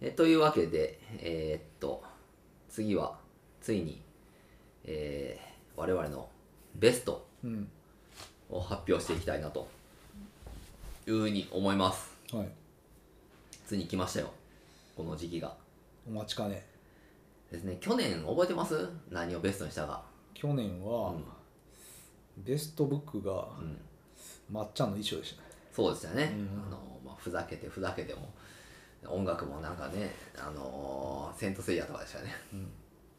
えというわけで、えーっと、次は、ついに、えー我々のベストうんを発表していきたいなと、いうふうに思います。はいついに来ましたよ。この時期が。お待ちかねですね、去年覚えてます何をベストにしたか。去年は、うんベストブックが、んまっちゃんの衣装でしたねそうでしたね。うんあの、まあ、ふざけてふざけても、音楽もなんかね、あのーセントセイヤとかでしたね。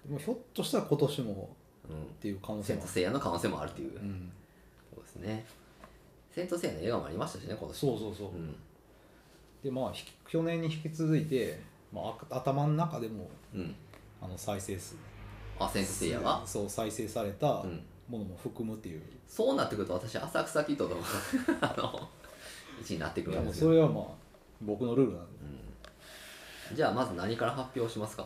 でもひょっとしたら今年もうっていう可能ん。セ性ンもトセイヤの可能性もあるっていう。うん、そうですね。セントセイヤの映画もありましたしね、今年。そうそうそう、うん。でまあひき去年に引き続いて、まああ、頭の中でもうん。あの再生数あ、セントセイヤがそう再生されたうん。ものも含むっていう、そうなってくると私、浅草キッドとか、 あの、位置になってくいるやんもでうすよそ。れはまあ僕のルールなんでうんじゃあ、まず何から発表しますか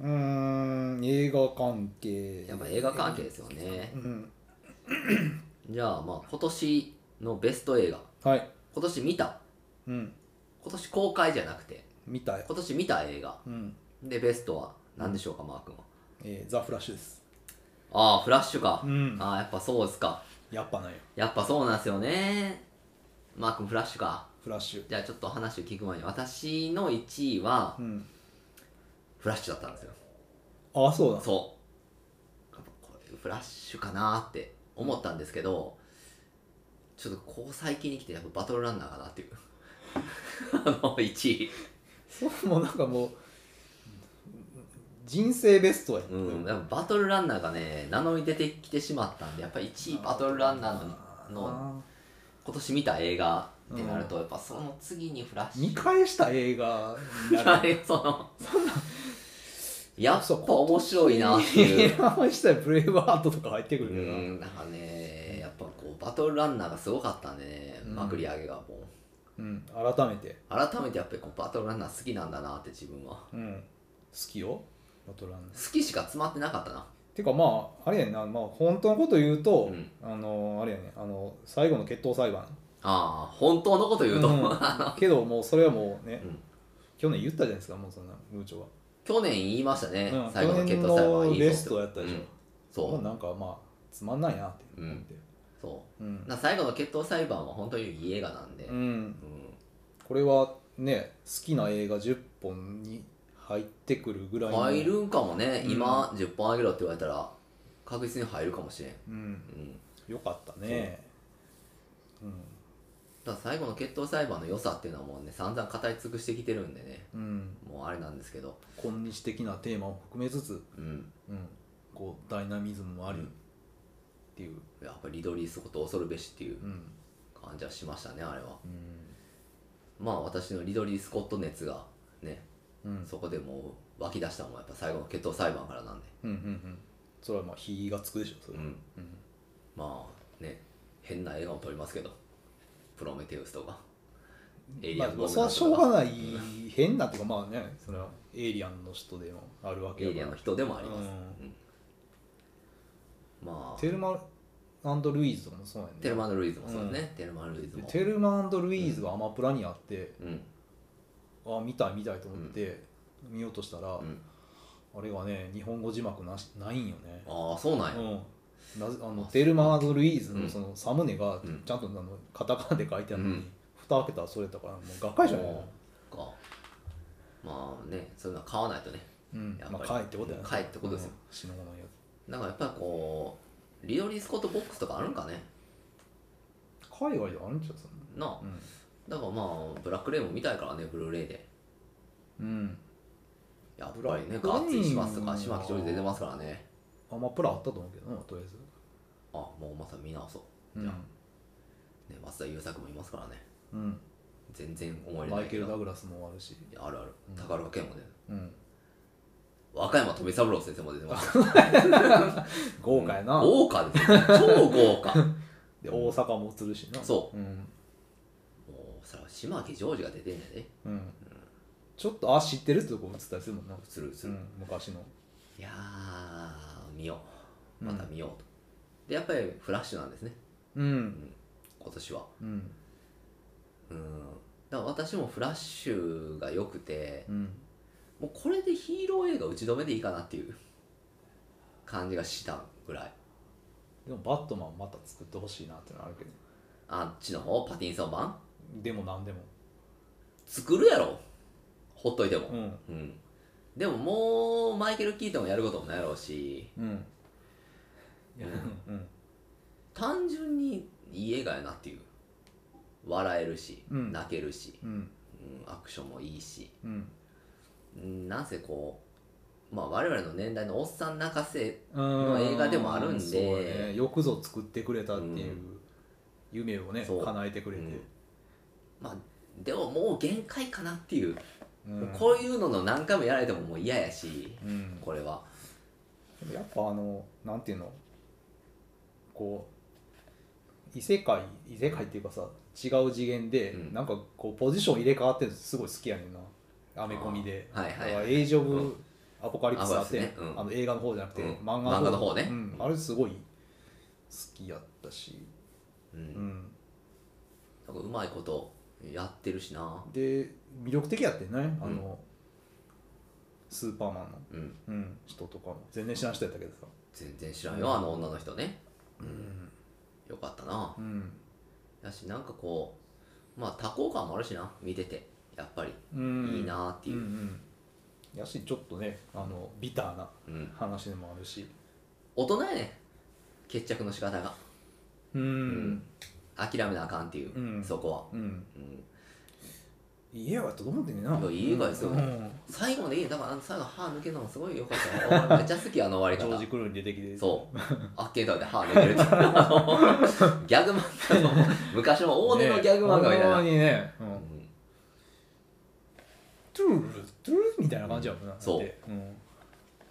うーん映画関係やっぱ映画関係ですよねう。んじゃあ、まあ、今年のベスト映画。はい今年見た。うん今年公開じゃなくて、見たよ、今年見た映画。うんで、ベストは何でしょうか、マー君は。えーザ・フラッシュですああ、フラッシュかう。んああ、やっぱそうですか。やっぱないよやっぱそうなんですよね。マー君、フラッシュか。フラッシュじゃあちょっと話を聞く前に私の1位はうんフラッシュだったんですよああそうだそうやっぱこれフラッシュかなって思ったんですけどちょっとこう最近に来てやっぱバトルランナーかなっていう あの1位そうもうなんかもう人生ベストやったうよんやっぱバトルランナーがね名乗り出てきてしまったんでやっぱ1位バトルランナーあののー今年見た映画ってなるとやっぱその次にフラッシュ見返した映画になあるれそのやっぱ面白いなっていう今年したらブレイブハートとか入ってくうるよな、ん、なんかね、やっぱこう、バトルランナーがすごかったんでね、うんまくり上げがもう。うん、改めて、改めてやっぱりこうバトルランナー好きなんだなって自分は。うん、好きよバトルランナー好きしか詰まってなかったな。てかまああれやねんな、まあ、本当のこと言うと、うんあのあれやねあの最後の決闘裁判ああ、本当のこと言うと、うん けどもうそれはもうね、うん去年言ったじゃないですかもうそんなムーチョは、 去年言いましたね、うん、最後の決闘裁判去はい年のいベですストやったでしょ、そまあう、なんかまあつまんないなって思って、そうんう。な最後の決闘裁判は本当にいい映画なんで、ううんん、これはね好きな映画10本に入ってくるぐらいの入るんかもね、うん今10本あげろって言われたら、確実に入るかもしれん。うん、うんよかったねだから最後の決闘裁判の良さっていうのはもうね散々語り尽くしてきてるんでねうん、うん、もうあれなんですけど、今日的なテーマを含めつつ、うん、うん、こうダイナミズムもありうっんていう、やっぱりリドリー・スコット恐るべしっていううん感じはしましたねあれはうんまあ私のリドリー・スコット熱がねうんそこでもう湧き出したのもんやっぱ最後の決闘裁判からなんで、うんうんうんそれはまあ火がつくでしょそれは、ん、うんまあね変な映画も撮りますけどプロメテウスとかエイリアンまのあ、それはしょうがない変なっていうかまあねそれはエイリアンの人でもあるわけエやイかリらアンの人でもあります、ううんまあテルマルイーズとかもそうやねテルマンド・ルイーズもそうですね、テルマンド・ルイーズでもテルマルイーズがアマプラにあって、うんあ見たい見たいと思って見ようとしたら、うんあれがね日本語字幕なしないんよね、ああそうなんや、うん、なぜああのそうテルマルイーズうんのそのサムネがうんちゃんとあのカタカナで書いてあるのに、うん蓋開けたらそれだからもうがっかりじゃないかまあねそういうのは買わないとねうんやっぱまりあ、帰ってことやな帰ってことですよ、うん死ぬものやなんかやっぱりこうリドリー・スコットボックスとかあるんかね海外であるんちゃうそんななあうんだからまあブラックレインも見たいからねブルーレイでうん、やっぱりねブラガッックツレインリしますとか島木ジョージ出てますからねアマプラあったと思うけどなとりあえず、あもうまさに見直そう、うんじゃあ、ね、松田優作もいますからねうん、全然思い入れマなイいケけル・どダグラスもあるし、いやあるあるうん宝塚健もねうん、若山富三郎先生も出てます豪華やな、豪華ですよ超豪華もで大阪も映るしな、そううんうそれは島木ジョージが出てんねんでうんちょっとあ知ってるってとこ映ったりするもんな、するすうる、ん、昔のいやー見ようまた見ようと、でやっぱりフラッシュなんですねうん今年はうんうんだから私もフラッシュが良くてうんもうこれでヒーロー映画打ち止めでいいかなっていう感じがしたぐらいでもバットマンまた作ってほしいなっていうのはあるけどあっちの方パティンソン版でもなんでも作るやろほっといてもうんうんでももうマイケル・キートンがやることもないやろうしうんやうん単純にいい映画やなっていう笑えるし、うん泣けるし、うんうん、アクションもいいし、うんうん、なんせこうまあ我々の年代のおっさん泣かせうん映画でもあるんでそうね、よくぞ作ってくれたっていう夢をね、そう叶えてくれて、まあでももう限界かなっていう、うんもうこういうのの何回もやられてももう嫌やしうんこれはでもやっぱあのなんていうのこう異世界異世界っていうかさ違う次元で、うんなんかこうポジション入れ替わってるのすごい好きやねんなアメコミで、あーはいはいだからエイジ・オうブ・アポカリプスあって、アポカリプスねうんあの映画の方じゃなくて、うん漫画漫画の方ねうんあれすごい好きやったし、ううんん、なんかうまいことやってるしなで魅力的やってんねあの、うんスーパーマンの、うんうん、人とかも全然知らん人やったけどさ、全然知らんよあの女の人ねうんよかったなうんだしなんかこうまあ多幸感もあるしな見ててやっぱりうん、いいなっていううんうん、やしちょっとねあのビターなうん話でもあるし大人やね決着の仕方がうん、諦めなあかんっていう、うんそこは、うん、うん、いい映画やったと思うてんねんないやいい映画ですようん最後までいいねだからあの最後歯抜けるのもすごい良か ったよめっちゃ好きあの終ジョわーりジ・方クルーに出てきてそうあっけんとで歯抜けるってあのギャグ漫画の昔の大根のギャグ漫画みたいな、ねほんまにね、う、うんん、トゥルルトゥルルみたいな感じやもんなそうだってうん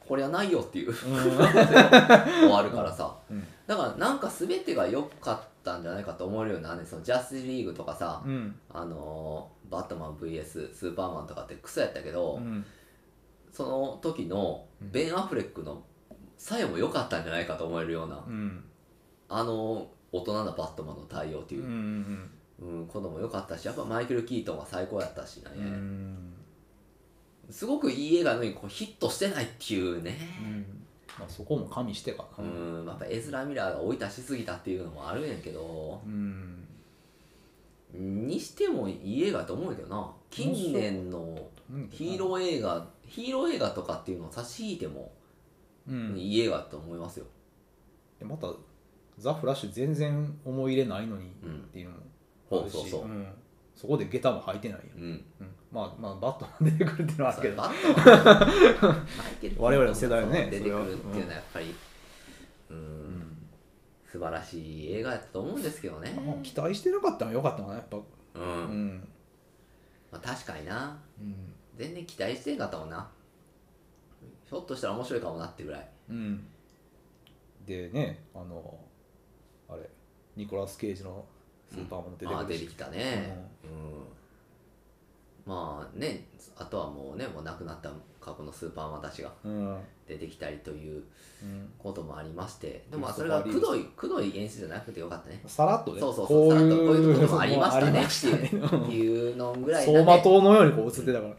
これはないよっていうう終わるからさんだからなんか全てが良かったんじゃないかと思えるようになるねそのジャスティスリーグとかさ、うんあのーバットマン VS スーパーマンとかってクソやったけど、うんその時のうんベン・アフレックのさえも良かったんじゃないかと思えるような、うんあの大人なバットマンの対応ってういんうう、んうん、子供良かったしやっぱマイケル・キートンは最高やったしね、うんすごくいい映画なのにこうヒットしてないっていうね、うんまあ、そこも加味してかうな、んやっぱエズラ・ミラーが追い出しすぎたっていうのもあるんやけどうんにしてもいい映画やと思うけどな近年のヒーロー映画ヒーロー映画とかっていうのを差し引いてもー、うん、いい映画だと思いますよ、でまた「ザ・フラッシュ全然思い入れないのにっうん、ていうのもそあうるしそうそう、んそこで下駄も履いてないよ、うんうんまあまあバットマン出てくるっていうのはあるけどバットマンマイケル我々の世代のね出てくるっていうのはやっぱりうん、素晴らしい映画やったと思うんですけどねまあ期待してなかったのはよかったなやっぱううん、まん、あ、確かになうん全然期待してんかったもんなひょっとしたら面白いかもなってぐらいうん、でねあのあれニコラス・ケイジのスーパーマンも出てまあくる出し、てきたねうん、まあねあとはもうねもう亡くなった過去のスーパーマンたちがうんうん出てきたりということもありましてでもまあクそリれストファがーくどいくどい演出じゃなくてよかったねさらっとねそうそうそうさらっとこういうところもありましたもうあねりましたねっていういうのぐらい走なん馬で灯のようにこう映ってたから、うん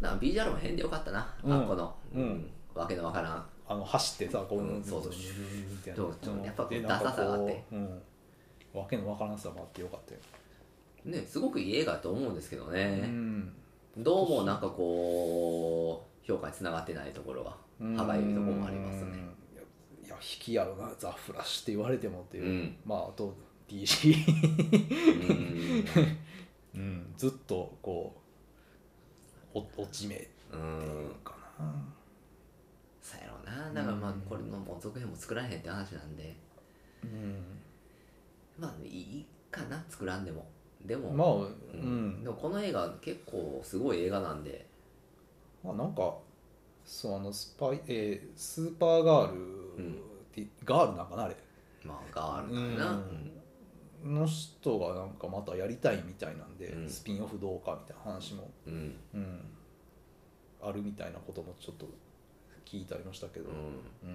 なんかビジュアルも変でよかったな、うんあこの、うんわけのわからんあの走ってさこう、うんそうそうみたいそうそうやっぱこうダサさがあって、でなんかこううん、わけのわからんさもあってよかったよ、ねすごくいい映画だと思うんですけどうね、んどうもなんかこう評価につながってないところが歯がゆいところもありますねうんいやいや引きやろなザ・フラッシュって言われてもってういんう、まああと DC、うんうん、ずっとこうお落ち目ってういうんかな、そうやろうなだからまあこれのもう続編も作らへんって話なんでうんまあいいかな作らんでもでも、まあううんん、でもこの映画結構すごい映画なんでまあ、なんかそうあのスパイ、えースーパーガールって、ガールなんかなあれまあガールだな、うんの人がなんかまたやりたいみたいなんで、うんスピンオフどうかみたいな話も、うんうんうん、あるみたいなこともちょっと聞いてありましたけどう、んうん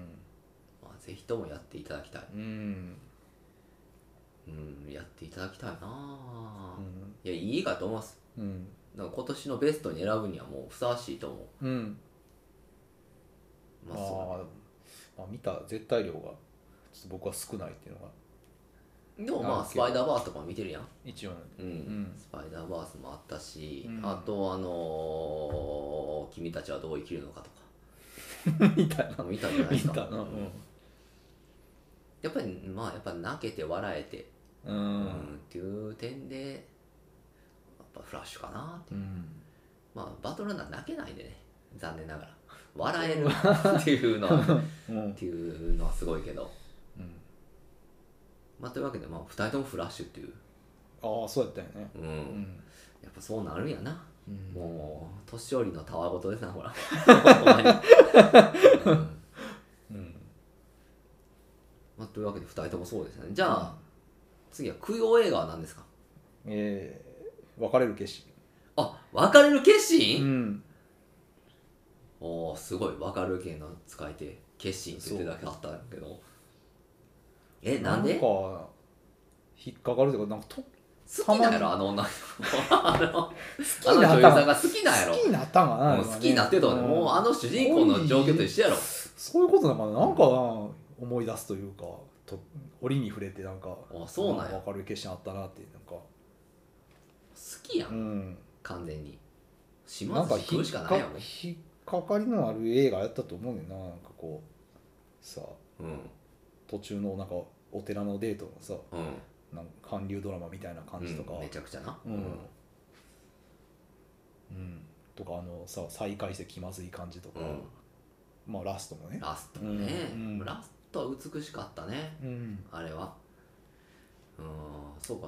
まあ、ぜひともやっていただきたい、うんうん、やっていただきたいなあ、うんいやいいかと思いますうんなんか今年のベストに選ぶにはもうふさわしいと思うんう。ままああ、そまあ見た絶対量がちょっと僕は少ないっていうのがうでもまああ、るスけどパイダーバースとかも見てるやん。一応なんうでん。んスパイダーバースもあったし、うんあと、あのー君たちはどう生きるのかとか、 みたいな見たじゃないで見すか。たなうんやっぱり、まあ、やっぱ泣けて笑えて、ううんん、っていう点で、やっぱフラッシュかなって。うんまあ、バトルランナー泣けないんでね、残念ながら。笑えるっていうのは、うんっていうのはすごいけど。うんまあ、というわけで、まあ、2人ともフラッシュっていう、ああそうやったよねうんうんやっぱそうなるんやな、うんもう年寄りのたわごとですなほらほんまに、うんうんまあ、というわけで2人ともそうですねじゃあ、次は供養映画は何ですかえー別れる決心あ別れる決心、うんおーすごい別れる系の使い手決心って言ってただけあったけどえなんでなんか引っかかるというかなんかと好好きなんやろあの女の子あのあの女優さんが好きなんやろきになったんかなもう好きになってたね、もうあのの主人公の状況と一緒やろそういうことだからなんかな思い出すというかと折に触れてなんかあそうなんやあ分かる決心あったなってなんか好きやん、うん完全に島なん津か食引うっしかかないやもん引っかかりのある映画やったと思うねんななんかこうさう途中のなんかお寺のデートのさんうんなんか韓流ドラマみたいな感じとか、うんめちゃくちゃなうんうんとかあのさ再開して気まずい感じとか、うんまあラストもね、ラストね、うんラストは美しかったねうんあれはうんそうか、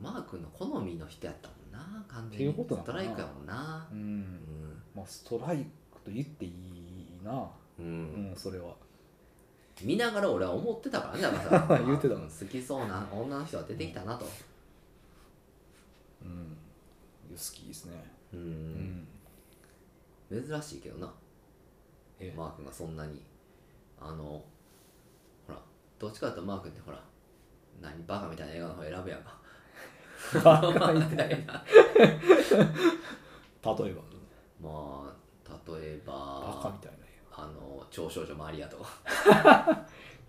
マー君の好みの人やったもんな完全にっていうことなスのトかなライクやもんなううんんまあ、ストライクと言っていいな、うん、うん、それは見ながら俺は思ってたからねだからさ 言ってたあもん好きそうな女の人が出てきたなとうん好きですねう、うん珍しいけどなえマー君がそんなにあのほらどっちかというとマー君ってほら何バカみたいな映画の方選ぶやんかバカみたいな 例えばまあ例えバカばみたいなあの超少女マリアとか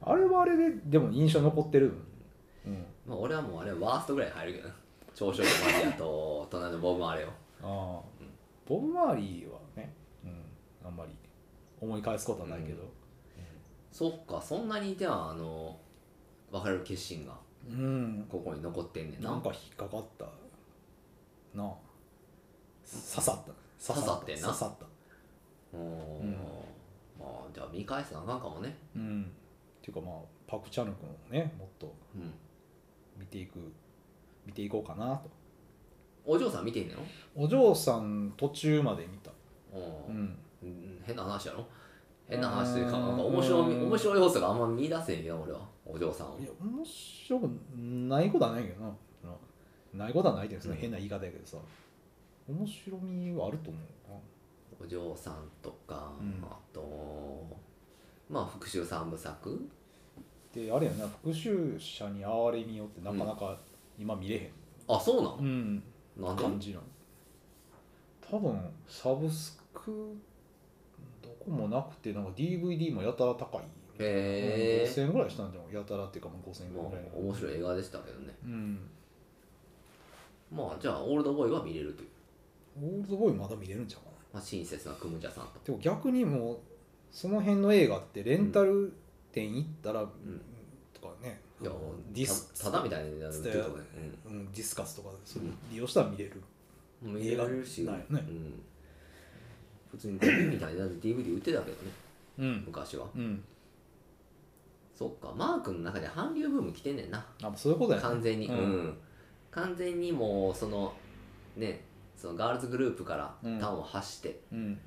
あれはあれででも印象残ってるうんまあ俺はもうあれワーストぐらいに入るけどな 超少女マリアと隣のボブ・マーレをああボブ・マーリーはね、うん、あんまり思い返すことはないけどそっかそんなにではあの別れる決心がうん、ここに残ってんねんななんか引っかかったなあ刺さった刺さってんな刺さったうーんうんまあじゃあ見返すなあかんかもねうんっていうかまあパク・チャヌ君をねもっとうん見ていく見ていこうかなとお嬢さん見てんねんのお嬢さん途中まで見た、うんうん、うん変な話やろ変な話というかうんなんか面白み面白い要素があんま見出せへんけど俺はお嬢さんをいや面白くないことはないけどななないことはないけどその変な言い方やけどさ、面白みはあると思うなお嬢さんとか、うんあとまあ復讐三部作であれやな復讐者に哀れみよってなかなか今見れへ、あそうなんうんのなんで感じなの多分サブスクどこもなくてなんか DVD もやたら高い、へえ5000円ぐらいしたんじゃんやたらっていうかもう5000円ぐまあらいの、面白い映画でしたけどねうんまあじゃあオールドボーイは見れるという、オールドボーイまだ見れるんちゃうかなまあ、親切なクムジャさんとでも逆にもうその辺の映画ってレンタル店行ったら、んとかねいやあのディスたただみたいになるっていうとね、うん、ディスカスとかそれ利用したら見れる、うん、見られるし、映画なんやねうん、普通に DVD みたいになって DVD 売ってたけどねうん昔はうん、そっかマー君の中で韓流ブーム来てんねんなあそういうことやね完全に、ううんん完全にもうそのねそのガールズグループからうん端を発して、うん、うん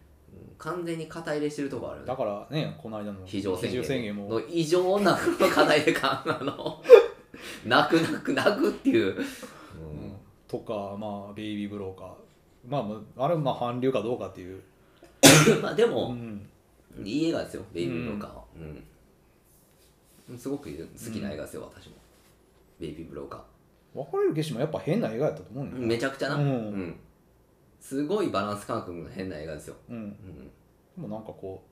完全に肩入れしてるとこあるよだねからねこの間の非常宣非言もの異常なこの肩入れ感あの 泣く泣く泣くって いう、うんとかまあベイビーブローカーまあまああれはまあ韓流かどうかっていう、うんまあでうも、んいい映画ですよ「ベイビー・ブローカーは」うんすごく好きな映画ですよ、私も「ベイビー・ブローカー」別れる決心もやっぱ変な映画やったと思うねんなめちゃくちゃな、うんうんすごいバランス感覚の変な映画ですよ、うん、でうんもなんかこ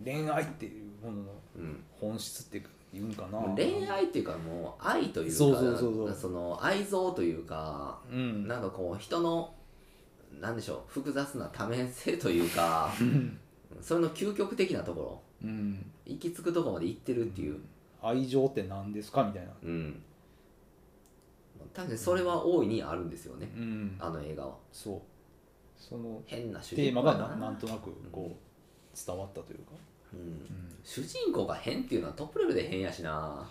う恋愛っていうもののうん、本質って言うんかなもう恋愛っていうかもう愛というかそうそうそうそうその愛憎というかうんなんかこう人のなんでしょう複雑な多面性というかそれの究極的なところうん行き着くところまで行ってるっていう、愛情って何ですかみたいなうん、確かにそれは大いにあるんですよね、うんあの映画はそうその変な主テー人マ公がやななんとなくこう伝わったというか、うん、うん主人公が変っていうのはトップレベルで変やしな、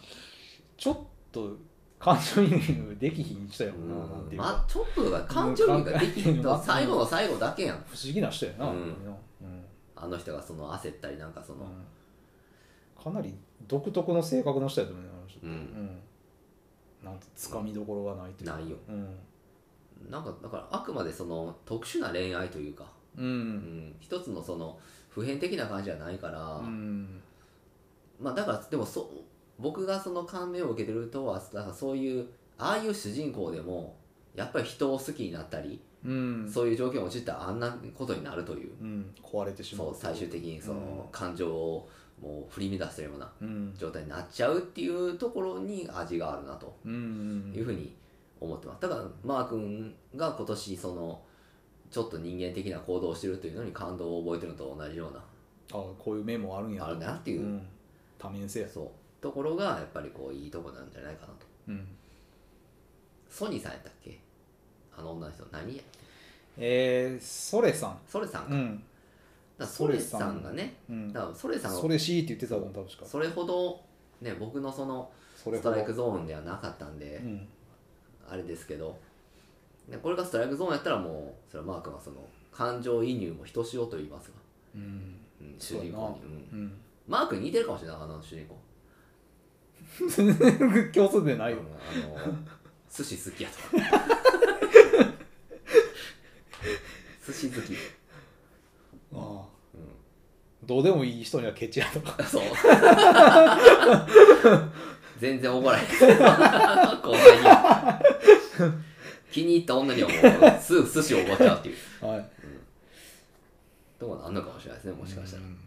ちょっと感情移入できひん人やうもんな,、なんんていうかまあ、ちょっとが感情移入ができへんうとん最後の最後だけやん不思議な人やな、うん本当になあの人がその焦ったりなんかそうんの、うんかなり独特の性格の人やと思うねあの人ってうんうんなんてつかみどころがないというかないようん、なんかだからあくまでその特殊な恋愛というか、ううんん、一つのその普遍的な感じじゃないから、うんまあだからでもそ僕がその感銘を受けてるとはだからそういうああいう主人公でもやっぱり人を好きになったり、うんそういう状況に陥ったらあんなことになるという、うん壊れてしまそうう最終的にそうんの感情をもう振り乱すようなうん状態になっちゃうっていうところに味があるなとうんうんいうふうに思ってますだからマー君が今年そのちょっと人間的な行動をしてるというのに感動を覚えてるのと同じようあこういう面もあるんやなあるなってていう、ん、多面性やそうところがやっぱりこういいとこなんじゃないかなとうんソニーさんやったっけあの女の人何やえー、ソレさんソレさんか,、うん、ソレさんがねうん、だからソレさんはそれしいって言ってたもん多分しかそれほどね僕のそのそれストほどライクゾーンではなかったんで、うんあれですけどねこれがストライクゾーンやったらもうそれはマー君はその感情移入もひとしおと言いますが、うんうん、主そう人やな公に、うん、うんマー君似てるかもしれないあの主人公競争でないようんあの寿司好きやと か寿司好き、ああうんどうでもいい人にはケチやとかそう。全然怒らへん。後輩には。気に入った女にはもう、すぐ寿司をおごっちゃうっていう。はいとこなんのかもしれないですね、もしかしたら。うん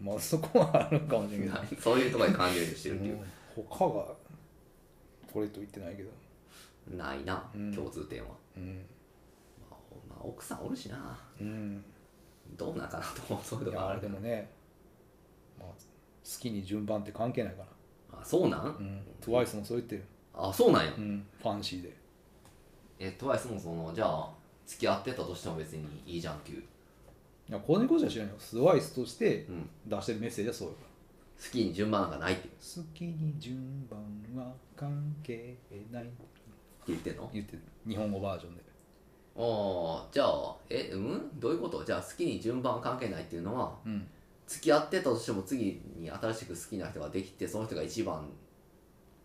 まあそこはあるかもしれんけどはいそういうところで感情移入してるっていうん他がこれと言ってないけどう。ないな、うん共通点は。うんまあ、まあ奥さんおるしな。うんどうなんかなと思う、そういうといこあやるでもね、まあ、好きに順番って関係ないからあ、そうなん、うん、TWICE もそう言ってる、あ、そうなんや。うん、ファンシーでえ、トワイスもその、じゃあ、付き合ってたとしても別にいいじゃんっていう。いやコーネコーチは知らないよスワイスとしてうん。出してるメッセージはそうよ好きに順番なんかないって好きに順番は関係ないって言ってんの言ってる日本語バージョンでああじゃあえうんどういうことじゃあ好きに順番は関係ないっていうのはうん付き合ってたとしても次に新しく好きな人ができてその人が1番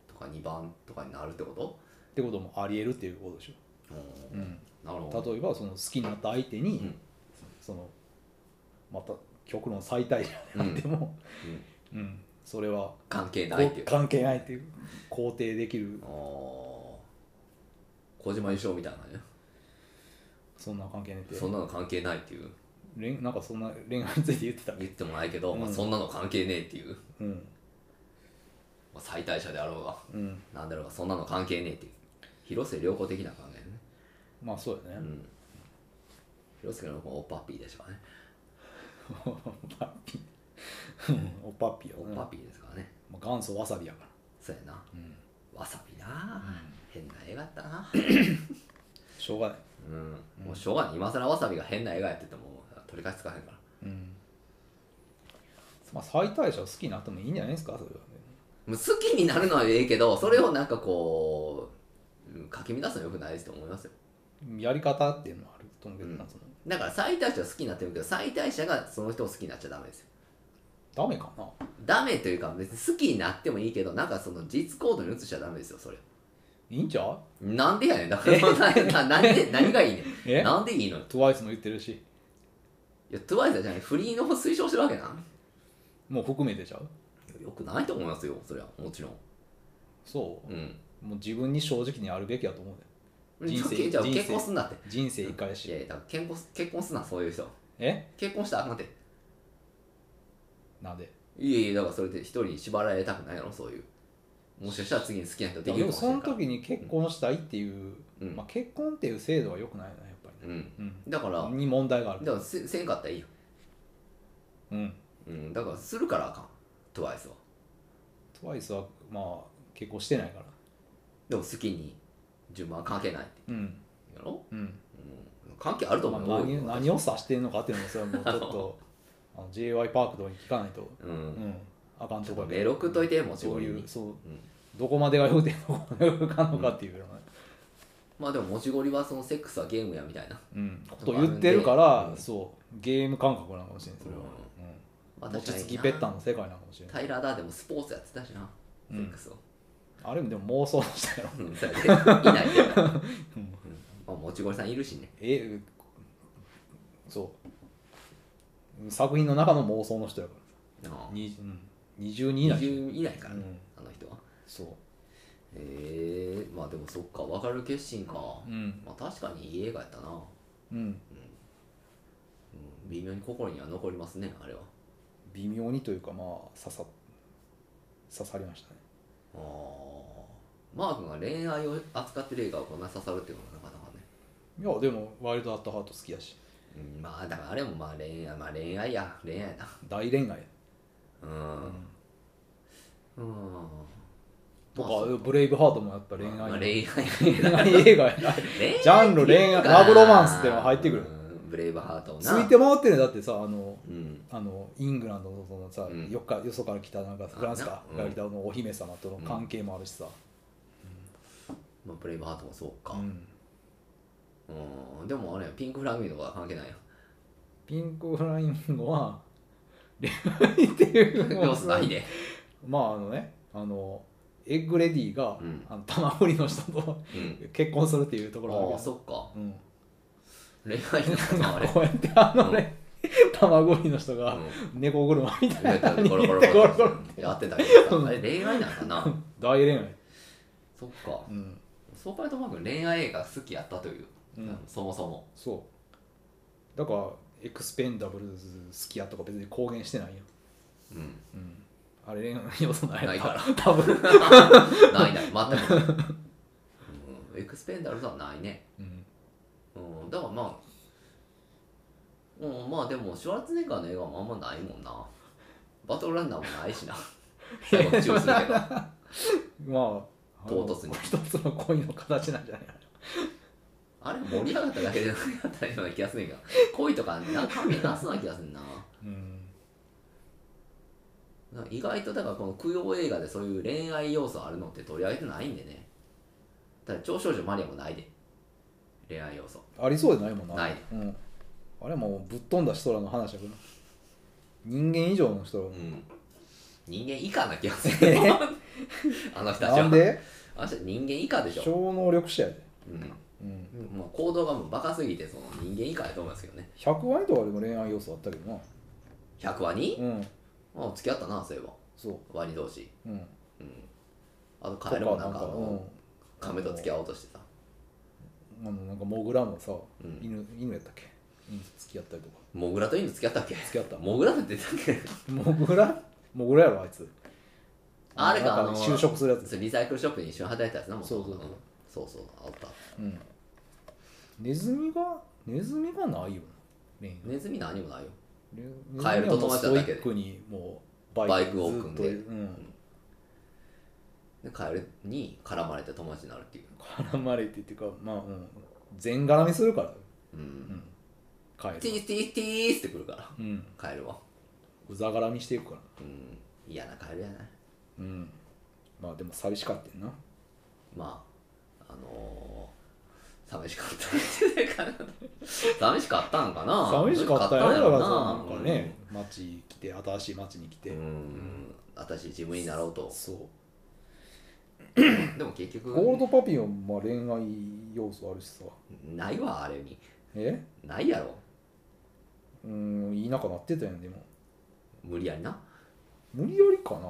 とか2番とかになるってことってこともありえるっていうことでしょ、ううんん、なるほど例えばその好きになった相手に、うんそのまた極論最大じゃうなんくても、うんうんそれは関係ないっていうあ関係ないっていう肯定できるあー小島優勝みたいなねそんな関係ないってそんなの関係ないっていう恋なんかそんな恋愛について言ってたっけ言ってもないけど、まあ、うんそんなの関係ねえっていう、うんまあ、最大者であろうがうんなんだろうがそんなの関係ねえっていう広末涼子的な考えねまあそうだうね、ん広末涼子はおっぱっぴーでしょうね おっぱっぴうんおっぱっぴよおっぱっぴーですからね、まあ、元祖わさびやから、そうやなうん、わさびな、変な映画やったなしょうがない、うんもうしょうがない今更わさびが変な映画やってても取り返しつかへんからうんまあ、最大者を好きになってもいいんじゃないですかそれはねもう好きになるのはええけどそれをなんかこううんかき乱すのよくないですと思いますよやり方っていうのはあると思うけどな、うんそのだから最大者は好きになってるけど最大者がその人を好きになっちゃダメですよダメかなダメというか別に好きになってもいいけどなんかその実行動に移しちゃダメですよそれいいんちゃうなんでやねんだからなななんで何がいいねえんなんでいいのよ TWICE も言ってるしいや TWICE じゃないフリーの推奨してるわけなもう含めてちゃうよくないと思いますよそれはもちろんそううんもう自分に正直にあるべきやと思うね人 生じゃあ人生結婚すんなって人生一回やいやしいやだから結婚結婚すんなそういう人え結婚したらあかんてなんでいやいやだからそれで一人に縛られたくないやろそういうもしかしたら次に好きな人でできるかももしれそなのいから時に結婚したいっていう、うんまあ、結婚っていう制度は良くないよねやっぱりうんね、だからうん、に問題があるだからせせんかったらいいよ、うんうん、だからするからあかん TWICE は TWICE はまあ結婚してないからでも好きに順番は関係ないってうんやろ、うんうん、関係あるとま思うあよ、何俺は何を指してんのかっていうのもそれはもうちょっ とあの j y パークとかに聞かないと、ううんん、あかんとこやけどメロクといてもちそうろいんうそううんどこまでが良くてどこまでが良くかんのかっていうような、まあでももちごりはそのセックスはゲームやみたいな、うん、こと言ってるから、うんそうゲーム感覚なのかもしれないそれは、まあ、うん、餅確かつにきなぺったんの世界なのかもしれないタイラー・ダーでもスポーツやってたしな、うんセックスをあれもでも妄想したやろうんそれでいないけど、うん うんまあ、もちごりさんいるしねえそう作品の中の妄想の人やかあらあにうん20人以内20いないから、ねうあんの人はそう、へえまあでもそっか分かる決心か、うんまあ確かにいい映画やったな、うんうん、微妙に心には残りますねあれは微妙にというかまあ刺さ刺さりましたねああマー君が恋愛を扱ってる映画をこんな刺さるっていうのがなかなかねいやでもワイルドアットハート好きやしうん、まあだからあれもまあ恋愛まあ恋愛や恋愛やな大恋愛うんうんとか、まあそうブレイブハートもやっぱ恋愛、まあ恋愛恋愛映画やなジャンル恋愛ラブロマンスっていうのが入ってくるうんブレイブハートをつないて回ってるねだってさあのうんあのイングランドのそのさ、うんよっかよそから来たなんかフランスかあならうん来たのお姫様との関係もあるしさ、まあ、ブレイブハートもそうかう、んうん、でもあれやピンクフラミンゴは関係ない よピンクフラインゴは恋愛っていうのでもないねまああのねあのエッグレディが、うんあの卵売りの人とうん結婚するっていうところがあああるけどそっかうん恋愛になったなあれ こうやってあのね、卵売りの人がう猫車みたんいなのにゴゴロロゴゴロロゴロゴロやってたけどさあれ恋愛なんかな大恋愛そっかうんそう考えるとマー君恋愛映画好きやったという、うんそもそもそうだからエクスペンダブルズ好きやとか別に公言してないよ、うんうん、あれ恋愛の要素ないないから 多分、ないない全く ない、うん、エクスペンダブルズはないね、うん、うん、だからまあうんまあでもシュワルツェネッガーの映画もあんまないもんなバトルランナーもないしな最後チューするけど まあ唐突にあの一つの恋の形なんじゃないあれ盛り上がっただけじゃなかったような気がするんやけど恋とかなんか関係なすな気がするなうんな意外とだからこの供養映画でそういう恋愛要素あるのって取り上げてないんでねだから超少女マリアもないで恋愛要素ありそうでないもんなない、うん、あれもうぶっ飛んだ人らの話やけど人間以上の人らのうん人間以下な気がする あの人たちはなんであの人人間以下でしょ、超能力者やで、うんうん、まあ、行動がもうバカすぎてその人間以下やと思いますけどね100割とかでも恋愛要素あったけどな100話に、うんあ付き合ったなそういえばそうワニ同士うんあとカエルもなんかあとかうんの亀と付き合おうとしてさあのなんかモグラもさ、うん犬犬やったっけ犬と付き合ったりとかモグラと犬付き合ったっけ付き合ったモグラって言ってたっけ モグラモグラやろあいつあれかなんあの就職するやつそうリサイクルショップに一緒に働いてたやつなもんそうそうそうそうそうあったうんネズミがネズミがないよな恋愛ネズミ何もないよネズミカエルと友達だはもうだストけイでックにもうバイクをずっと組んでうん、でカエルに絡まれて友達になるっていう絡まれてっていうかまあうん全絡みするからううんんカエティルーティーティーってくるからうんカエルはうざ絡みしていくからうん嫌なカエルやなうんまあでも寂しかったよなまああのー、寂しかったっていうかな寂しかったんかな寂しかった寂よだしかんらやさなんかね町来て新しい町に来て、うん、うん、私自分になろうとそうでも結局ゴールドパピオンまあ恋愛要素あるしさないわあれにえないやろうんいい仲なってたやんでも無理やりな無理やりかなうん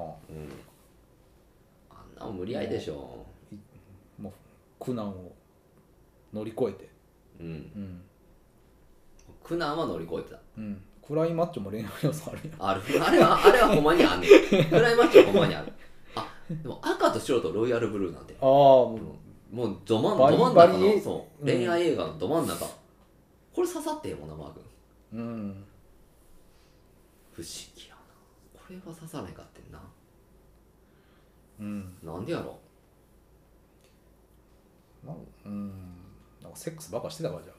あんなもん無理やりでしょ苦難を乗り越えて、うんうん苦難は乗り越えてたうん、暗いマッチョも恋愛要素あるやんあるあれはあれはほんまにあんねんフライマッチはほんまにあるあでも赤と白とロイヤルブルーなんてああももうど真んバリど真ん中バリのそううん恋愛映画のど真ん中、これ刺さってえもんなマー君う、うん、不思議やなこれは刺さないかってんなうんなんでやろなんうんなんかセックスばっかしてたからじゃ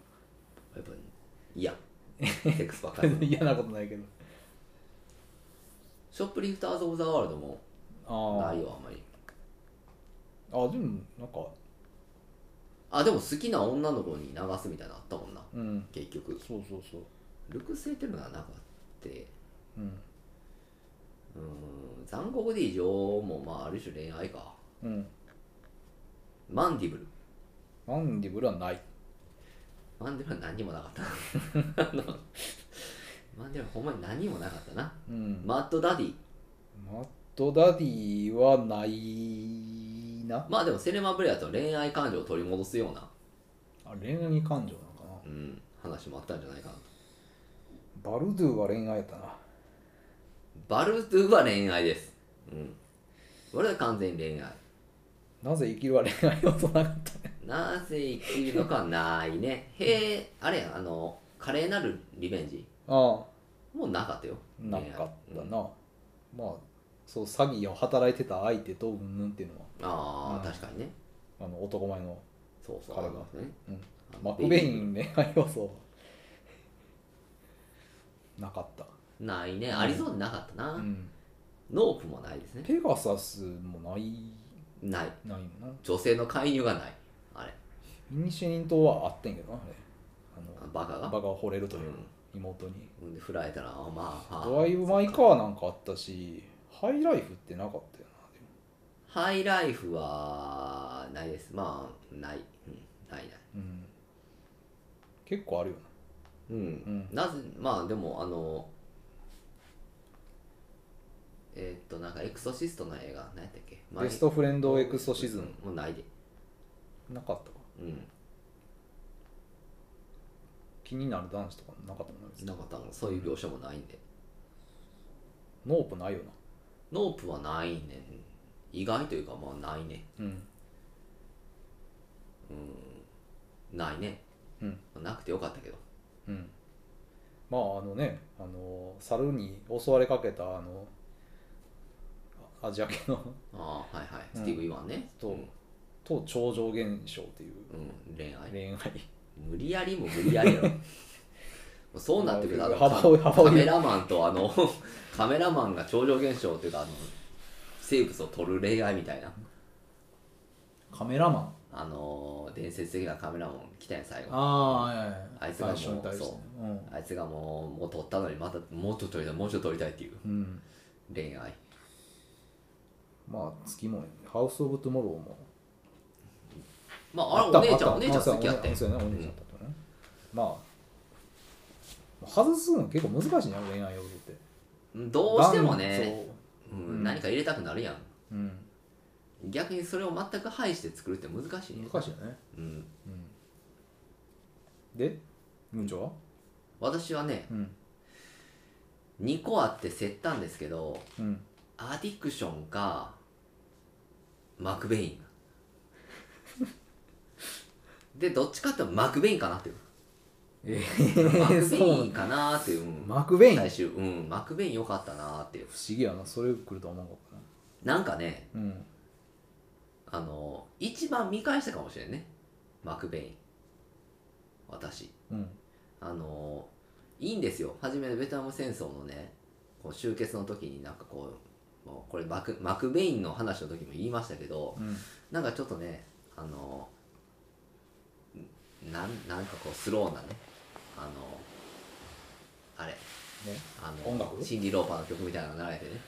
やっぱいやセックスばっかり あ嫌なことないけどショップリフターズ・オブ・ザ・ワールドもあないよあんまりああでもなんかあでも好きな女の子に流すみたいなのあったもんなうん結局そうそうそうルクス・エテルナはなかってうんうーん残酷で異常もまあある種恋愛かうんマンディブルマンディブルはないマンディブルは何にもなかったあのマンディブルはほんまに何にもなかったなうんマッドダディマットダディはないなまあでもセレマ・ブレアと恋愛感情を取り戻すような、あ恋愛感情なのかうん、話もあったんじゃないかなとなバルドゥは恋愛やったなバルドゥは恋愛ですうん俺は完全に恋愛なぜ生きるは恋愛要素なかったねなぜ生きるのかはないねへえあれやあの華麗なるリベンジあもうなかったよあなかった恋な、愛うんまあそう詐欺を働いてた相手とうんぬんっていうのはああ、うん確かにねあの男前の、そうそう彼がありますねうん、あのマクベイン恋愛要素はなかった、ないねありそうでなかったな、うん、ノープもないですねペガサスもないないないのな女性の介入がないあれイニシエン島はあってんけどなあれああバカのがバカを惚れるといううん妹にほんで振られたらあまあ、ドライブ・マイ・カーなんかあったしハイライフってなかったよハイライフはないですまあない、うん、ないないなでも、うん、結構あるようん、なうなんぜまあでもあのえーっとなんかエクソシストの映画何やったっけベストフレンドエクソシズムもうないでなかったかうん気になる男子とかなかったもんねなかったもんそういう描写もないんで、ノープないよノープはないねん意外というかまあないねなうんないねうんなくてよかったけどうんまああのねあの猿に襲われかけたあのアジア系のああはいはい、うんスティーブ・イワンねとうん、と超常現象っていううん恋愛恋愛無理やりも無理やりや ろもうそうなってくるとあの幅をカ幅をカメラマンとあの カメラマンが超常現象っていうかあの生物を撮る恋愛みたいなカメラマンあのー伝説的なカメラマン来たやん最後あああいやいやあいつがもう最初に対してねうんいつがもうもう撮ったのにまたもっと撮りたいもうちょっと撮りたいっていううん、恋愛まあ月もねハウス・オブ・トゥモローもまああったれお姉ちゃんあおっ姉ちゃん好きやったあよそうやねお姉ちゃんだったね、まあもう外すの結構難しいね恋愛要素ってうんどうしてもね、男うんうん何か入れたくなるやん女うん逆にそれを全く排して作るって難しいね難しいよねうん、で文鳥は私はねうん2個あって競ったんですけどうんアディクションかマクベインでどっちかっていうとマクベインかなっていうえマクベ そうインかなっていう、うんマクベイン不最終うんマクベイン良かったなっていう思議やなそれ来るとは思わなかっなんかねたなうんあの一番見返したかもしれんねマクベイン私うんあのいいんですよ初めのベトナム戦争のねこう終結の時になんかこうもうこれマクマクベインの話の時も言いましたけど、うんなんかちょっとねあのんなんなんかこうスローなねあのあれねあの音楽シンディ・ローパーの曲みたいなのが流れてね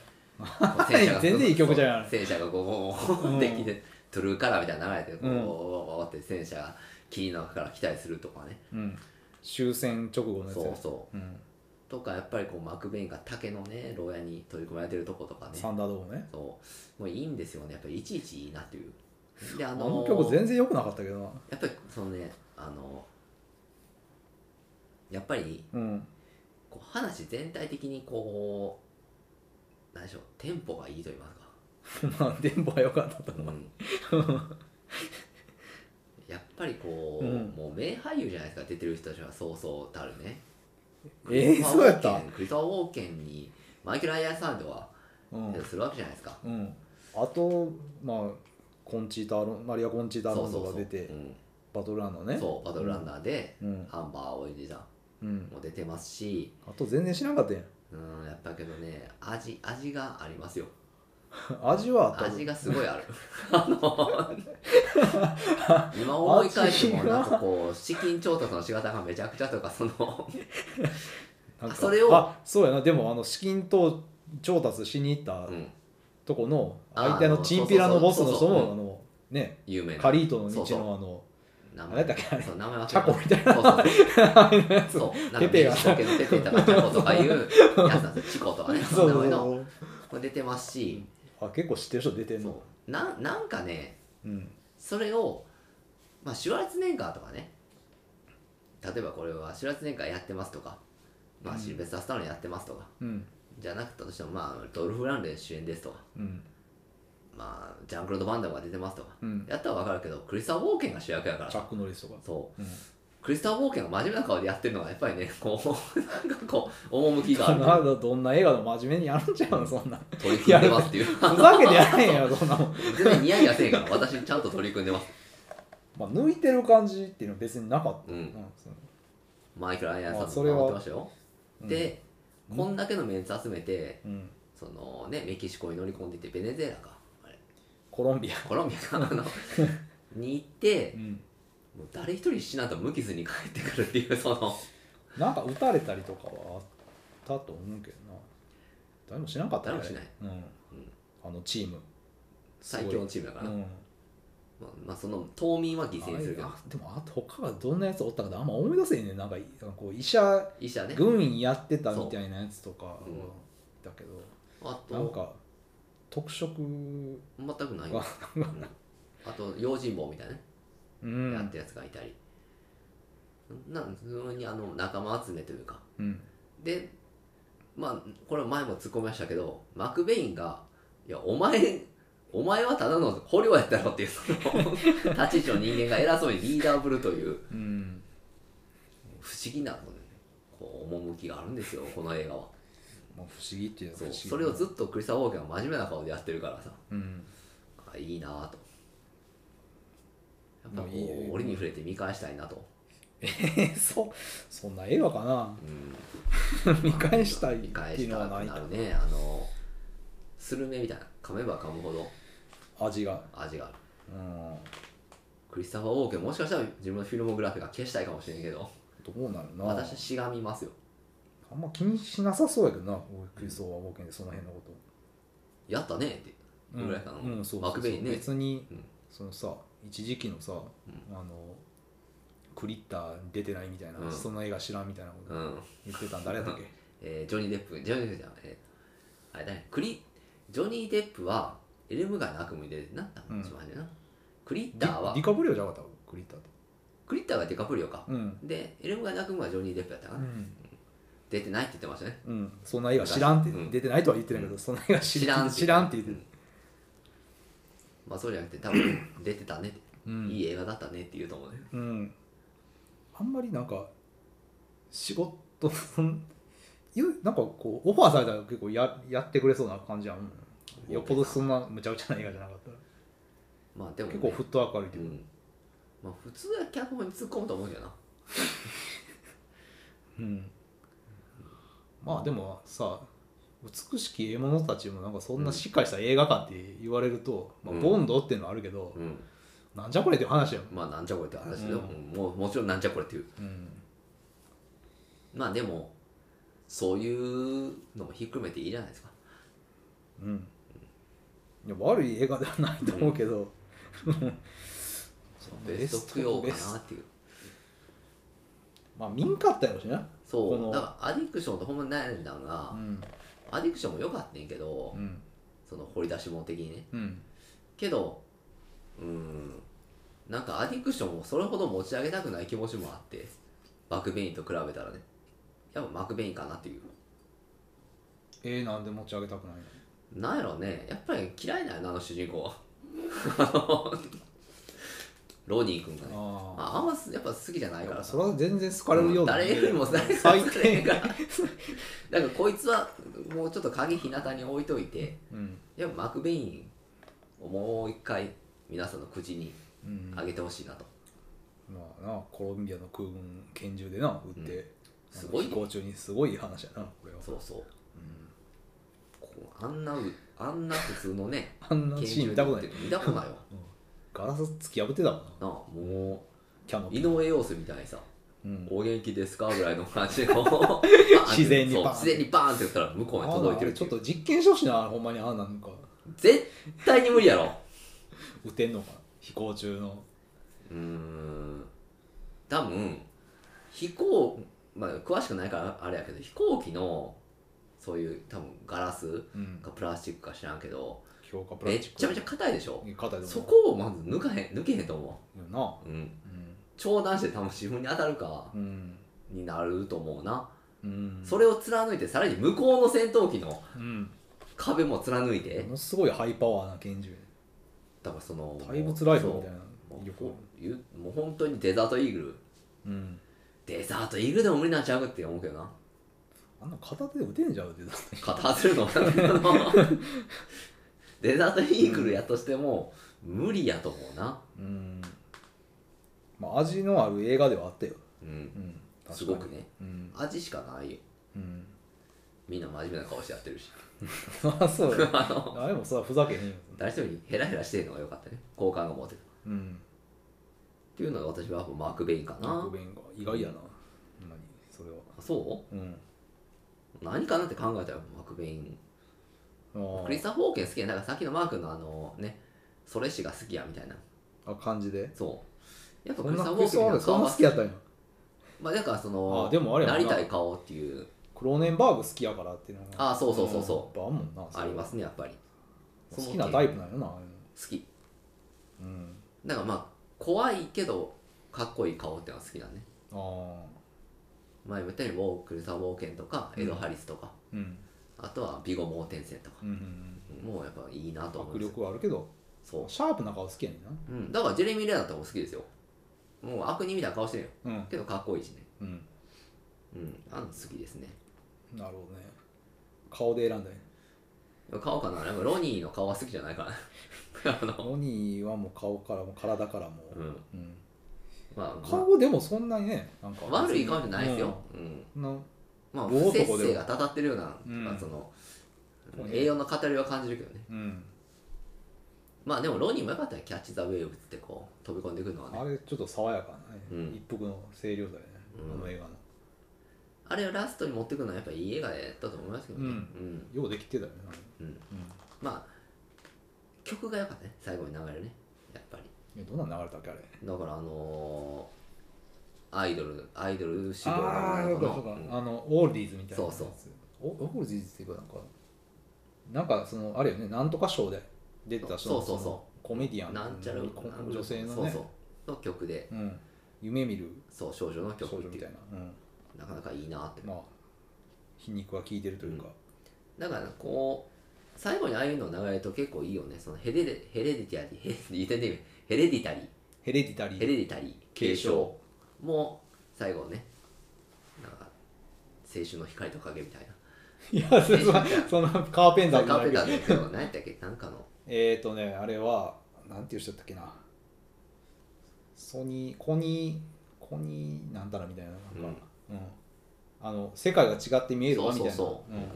全然いい曲じゃんそう戦車がこううんできて、トゥルーカラーみたいなの流れてこう、うんって戦車が霧の中から来たりするとかねうん終戦直後のやつそやうそううんとかやっぱりこうマクベインが竹のね牢屋に取り込まれてるとことかねサンダードームねそうもういいんですよねやっぱりいちいちいいなっていうでああのの曲全然良くなかったけどなやっぱりそのねあのやっぱりうん こう話全体的にこう何でしょうテンポがいいと言いますか、まあ電波は良かったとう、思うん やっぱりこう、うんもう名俳優じゃないですか出てる人たちはそうそうたるねえーそうやったクリストファー・ウォーケンにマイケル・アイアンサンドはうん、するわけじゃないですか、うん、あとまあコンチータアロンマリア・コンチータ・アそロうンそドうそがう出てうんバトルランのねそうバトルランナーで、うんアンバー・オイジさうんんも出てますしあと全然知らんかったやん うんやったけどね味味がありますよ味はあった味がすごい あるあの今思い返しても味がなんかこう資金調達の仕方がめちゃくちゃとかそのなんかそれをあそうやなでもあの資金と調達しに行ったうんとこのあ相手のチンピラのボスの人そうそうそうもあのね有名なカリートのそう日そうのあの名何やったっけあれそう名前忘れたチャコみたいそうそうそう なやつそうなんかペペが民主党系のペペとかチャコとかいうやつなんですよチコとかね そう名そう前そのうこれ出てますしあ結構知ってる人出てんのそうなんなんかねうんそれをまあシュワルツェネッガーとかね例えばこれはシュワルツェネッガーやってますとかまあシルベスター・スタローンやってますとかうんじゃなくたとしても、まあ、ドルフ・ランデン主演ですとか、うんまあ、ジャンクロード・バンダムが出てますとか、うんやったら分かるけど、クリスター・ウォーケンが主役やからチャ、ック・ノリスとかそう、うんクリスター・ウォーケンが真面目な顔でやってるのが、やっぱりね、こう、なんかこう、趣がある、なんか どんな映画でも真面目にやるんちゃうんそんな取り組んでますっていう、ふざけてやれへんやろそんなもん、全然ニヤニヤせえへんから、私、ちゃんと取り組んでます。まあ、抜いてる感じっていうのは別になかった、う、うんんそのマイクル・アイアンさんあとそかれもはやってましたよ。うんで、うんこんだけのメンツ集めて、うん、そのね、メキシコに乗り込んでいって、ベネズエラか、あれコロンビア、コロンビアか、あのに行って、うん、もう誰一人死なんと無傷に帰ってくるっていうそのなんか撃たれたりとかはあったと思うけどな誰もしなかった誰ねもしない、あれうんあのチーム最強のチームだから、うんまあ、まあその島民は犠牲にするけどあでもあと他がどんなやつおったかってあんま思い出せへんねんなんかこう医者医者ね軍員やってたみたいなやつとかそううんだけど、あなんとか特色全くないがうんあと用心棒みたいなね、 うんやってるやつがいたりなん普通にあの仲間集めというかうんでまあこれ前も突っ込みましたけどマクベインが「いやお前お前はただの捕虜やったろ」っていう その立ち位置の人間が偉そうにリーダーぶるといううん不思議なこうこう趣があるんですよこの映画はまあ、不思議っていうのは不そう思議それをずっとクリスタ・ウォーケンは真面目な顔でやってるからさうんあいいなぁとやっぱこもういいよう俺に触れて見返したいなと、え そそんな映画かなうん、見返したいっ見返ていしうたのはくないなるねあのスルメみたいな噛めば噛むほど味が味があるうんクリスタファー・ウォーケンもしかしたら自分のフィルモグラフィーが消したいかもしれんけどどうなるな私はしがみますよあんま気にしなさそうやけどな俺クリストファー・ウォーケンでその辺のことやったねってうんぐらいかな、うんそうそうそうマクベインね別に、うんそのさ一時期のさ、あのクリッター出てないみたいな、うんその映画知らんみたいなこうとん言ってたん誰だっけえージョニー・デップジョニー・デップじゃん、えーあれだねクリジョニー・デップはエルム街の悪夢でなんだうん一番初めな、クリッデターィはディカプリオじゃなかったクリッターとクリッターがデカプリオか、うんでエルム街の悪夢はジョニー・デップやったかうな、ん、出てないって言ってましたねうん、そんな映画知らんって、うん出てないとは言ってないけど、そんな映画知知らん知らんって言ってる、うんまあそうじゃなくて多分出てたねって、うんいい映画だったねって言うと思うねうん、あんまりなんか仕事そ んゆなんかこうオファーされたら結構ややってくれそうな感じやんよっぽどそんなむちゃくちゃな映画じゃなかったらまあでも、結構フットワーク悪いけうど、んまあ、普通は脚本に突っ込むと思うけどなうんまあでもさ美しき獲物たちもなんかそんなしっかりした映画かって言われると、うまんあ、ボンドっていうのはあるけど、うんなんじゃこれっていう話やん、まあなんじゃこれって話だよ、ううんもうもちろんなんじゃこれっていううん、まあでもそういうのもひっくるめていいじゃないですかうん、いや悪い映画ではないと思うけど、ベスト供養かなっていうまあ見んかったやろしなこそうのだからアディクションとほんまに悩んだのが、うんアディクションも良かったんやけど、うんその掘り出し物的にねうんけどうんなんかアディクションをそれほど持ち上げたくない気持ちもあってマクベインと比べたらねやっぱマクベインかなっていうえー、なんで持ち上げたくないのなんやろうねやっぱり嫌いなんやなあの主人公は あのロニー君がねあああんまやっぱ好きじゃないあからそれは全然好かれるような、誰よりも誰より最も少ない低から なんかこいつはもうちょっと鍵日向に置いといてうんやっぱマクベインをもう一回皆さんの口にうんあげてほしいなと、まあなコロンビアの空軍拳銃でな撃って、あのすごいね飛行中にすごい話やなこれはそうそううんこうあんなうあんな普通のねあんなシーン見たことない拳銃で撃ってるの見たことないわガラス突き破ってたもんななあ もキャうノ井ピー、上陽水みたいにさうん「お元気ですか?」ぐらいの感じでこう 自然にそうバーン自然にバーンって言ったら向こうに届いてるあてちいょっうと実験してほしいなほんまにあんなんか絶対に無理やろ撃てんのかな飛行中のうーん多分飛行まあ詳しくないからあれやけど飛行機のそういう多分ガラスうんかプラスチックか知らんけど強化プラめスっチックちゃめちゃ硬いでしょ硬いとそ思こをまず抜かへん抜けへんと思うよなう、うん、うん長男して多分自分に当たるかうん、になると思うな、うん、それを貫いてさらに向こうの戦闘機のうん壁も貫いてものすごいハイパワーな拳銃だからその怪物ライフルみたいなそうよくもうゆもう本当にデザートイーグルうんデザートイーグルでも無理なんちゃうって思うけどなあんな片手で撃てんじゃんって肩外れるの デザートイーグルやとしても無理やと思うな、うんまあ味のある映画ではあったよ、うん、うん、すごくねうん味しかないようん みんな真面目な顔してやってるしあそう よ誰もさふざけへんよ誰一人ヘラヘラしてるのが良かったね好感が持てたっうんていうのが私はやっぱマーク・ベインかなごめんが意外やなほんまにそれはあそうんう何かなって考えたらマーク・ベインあクリスタフ・ォーケン好きやなんかさっきのマークのあのねそれ氏が好きやみたいなあ感じでそうやっぱそクんリなスタフ・クォリースケンマのルそ顔んなは好きやったんやまあだからそのあでもあれやもなんなりたい顔っていうクローネンバーグ好きやからっていうのがあそうそうそうそうんやっぱあんもんなありますねやっぱり好きなタイプなんよなああいうの好きうんだからまあ怖いけどかっこいい顔ってのは好きだねああ前も言ったようにウォークルサー・ウォーケンとかエド・ハリスとか、うんあとはビゴ・モーテンセンとかうんうんもうやっぱいいなと思うん迫ですよ力はあるけどそシャープな顔好きやねんなう、うん、だからジェレミー・レナーとかも好きですよもう悪人みたいな顔してるようんけどかっこいいしねうんうんあの好きですねなるほどね顔で選んだね顔かなでもロニーの顔は好きじゃないから ねあのロニーはもう顔からも体からもう、んうん、まあ、ま顔でもそんなにねなんかあ、悪い顔じゃないですよ、うんうんなまあ棒不男でも摂生がたたってるような、うんまあそのそうね栄養の偏りは感じるけどねうんまあでもロニーもよかったよキャッチ・ザ・ウェーブってこう飛び込んでくるのはねあれちょっと爽やかなね、うん一服の清涼剤ね、うんあの映画のあれをラストに持ってくるのはやっぱいい映画やったと思いますけどね、うんんようできてたよね、うんうんまあ曲が良かったね最後に流れるねやっぱりえどんなん流れたっけあれだからあのーアイドルアイドル修行のああ女のーそ子のうかそうか、うんあのオールディーズみたいなやつそうおオールディーズっていうかなんかなんかそのあれよねなんとか賞で出てた人のそうそうそうのコメディアンなんちゃらこ女性のねそうそうの曲でうん、夢見るそう少女の少曲っ女てみいたいうな、うん、なかなかいいなってまあ皮肉が効いてるというか、だからこう最後にああいうの流れると結構いいよねそのヘレデヘレディタリーヘレディタリーヘレディタリーヘレディタリヘーレディタリー継承も最後ねなんか青春の光と影みたいないやそれはそのカーペンターカじゃーなペンターいけどですけど何やったっけなんかのえっ、ー、とねあれはなんていう人だったっけなソニーコニーコニーなんたらみたいななんか、うんあの世界が違って見えるそわうみそたいうなそう、うんっ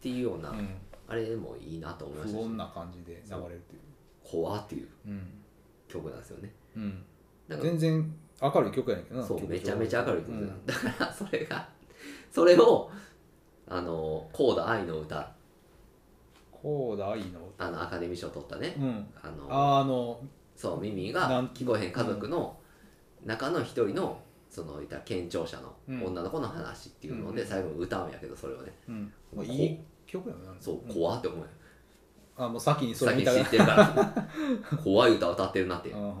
ていうような、うんあれでもいいなと思いまし不たし穏な感じで流れるっていう怖っていううん、曲なんですよねうん、だから全然明るい曲やねんけどなそう曲め調ちゃめちゃ明るい曲うだ,、んだからそれがそれをあの「コーダ愛の歌こうだいいの」あのアカデミー賞取ったね、うんあのあのそうミミながん聞こえへん家族の中の一人のそのいた健聴者のうん女の子の話っていうのうでん最後に歌うんやけどそれをねうんまあ、いい曲やなそううん怖って思うよあもう先に それ先見にた知らってるから 怖い歌歌ってるなってっうん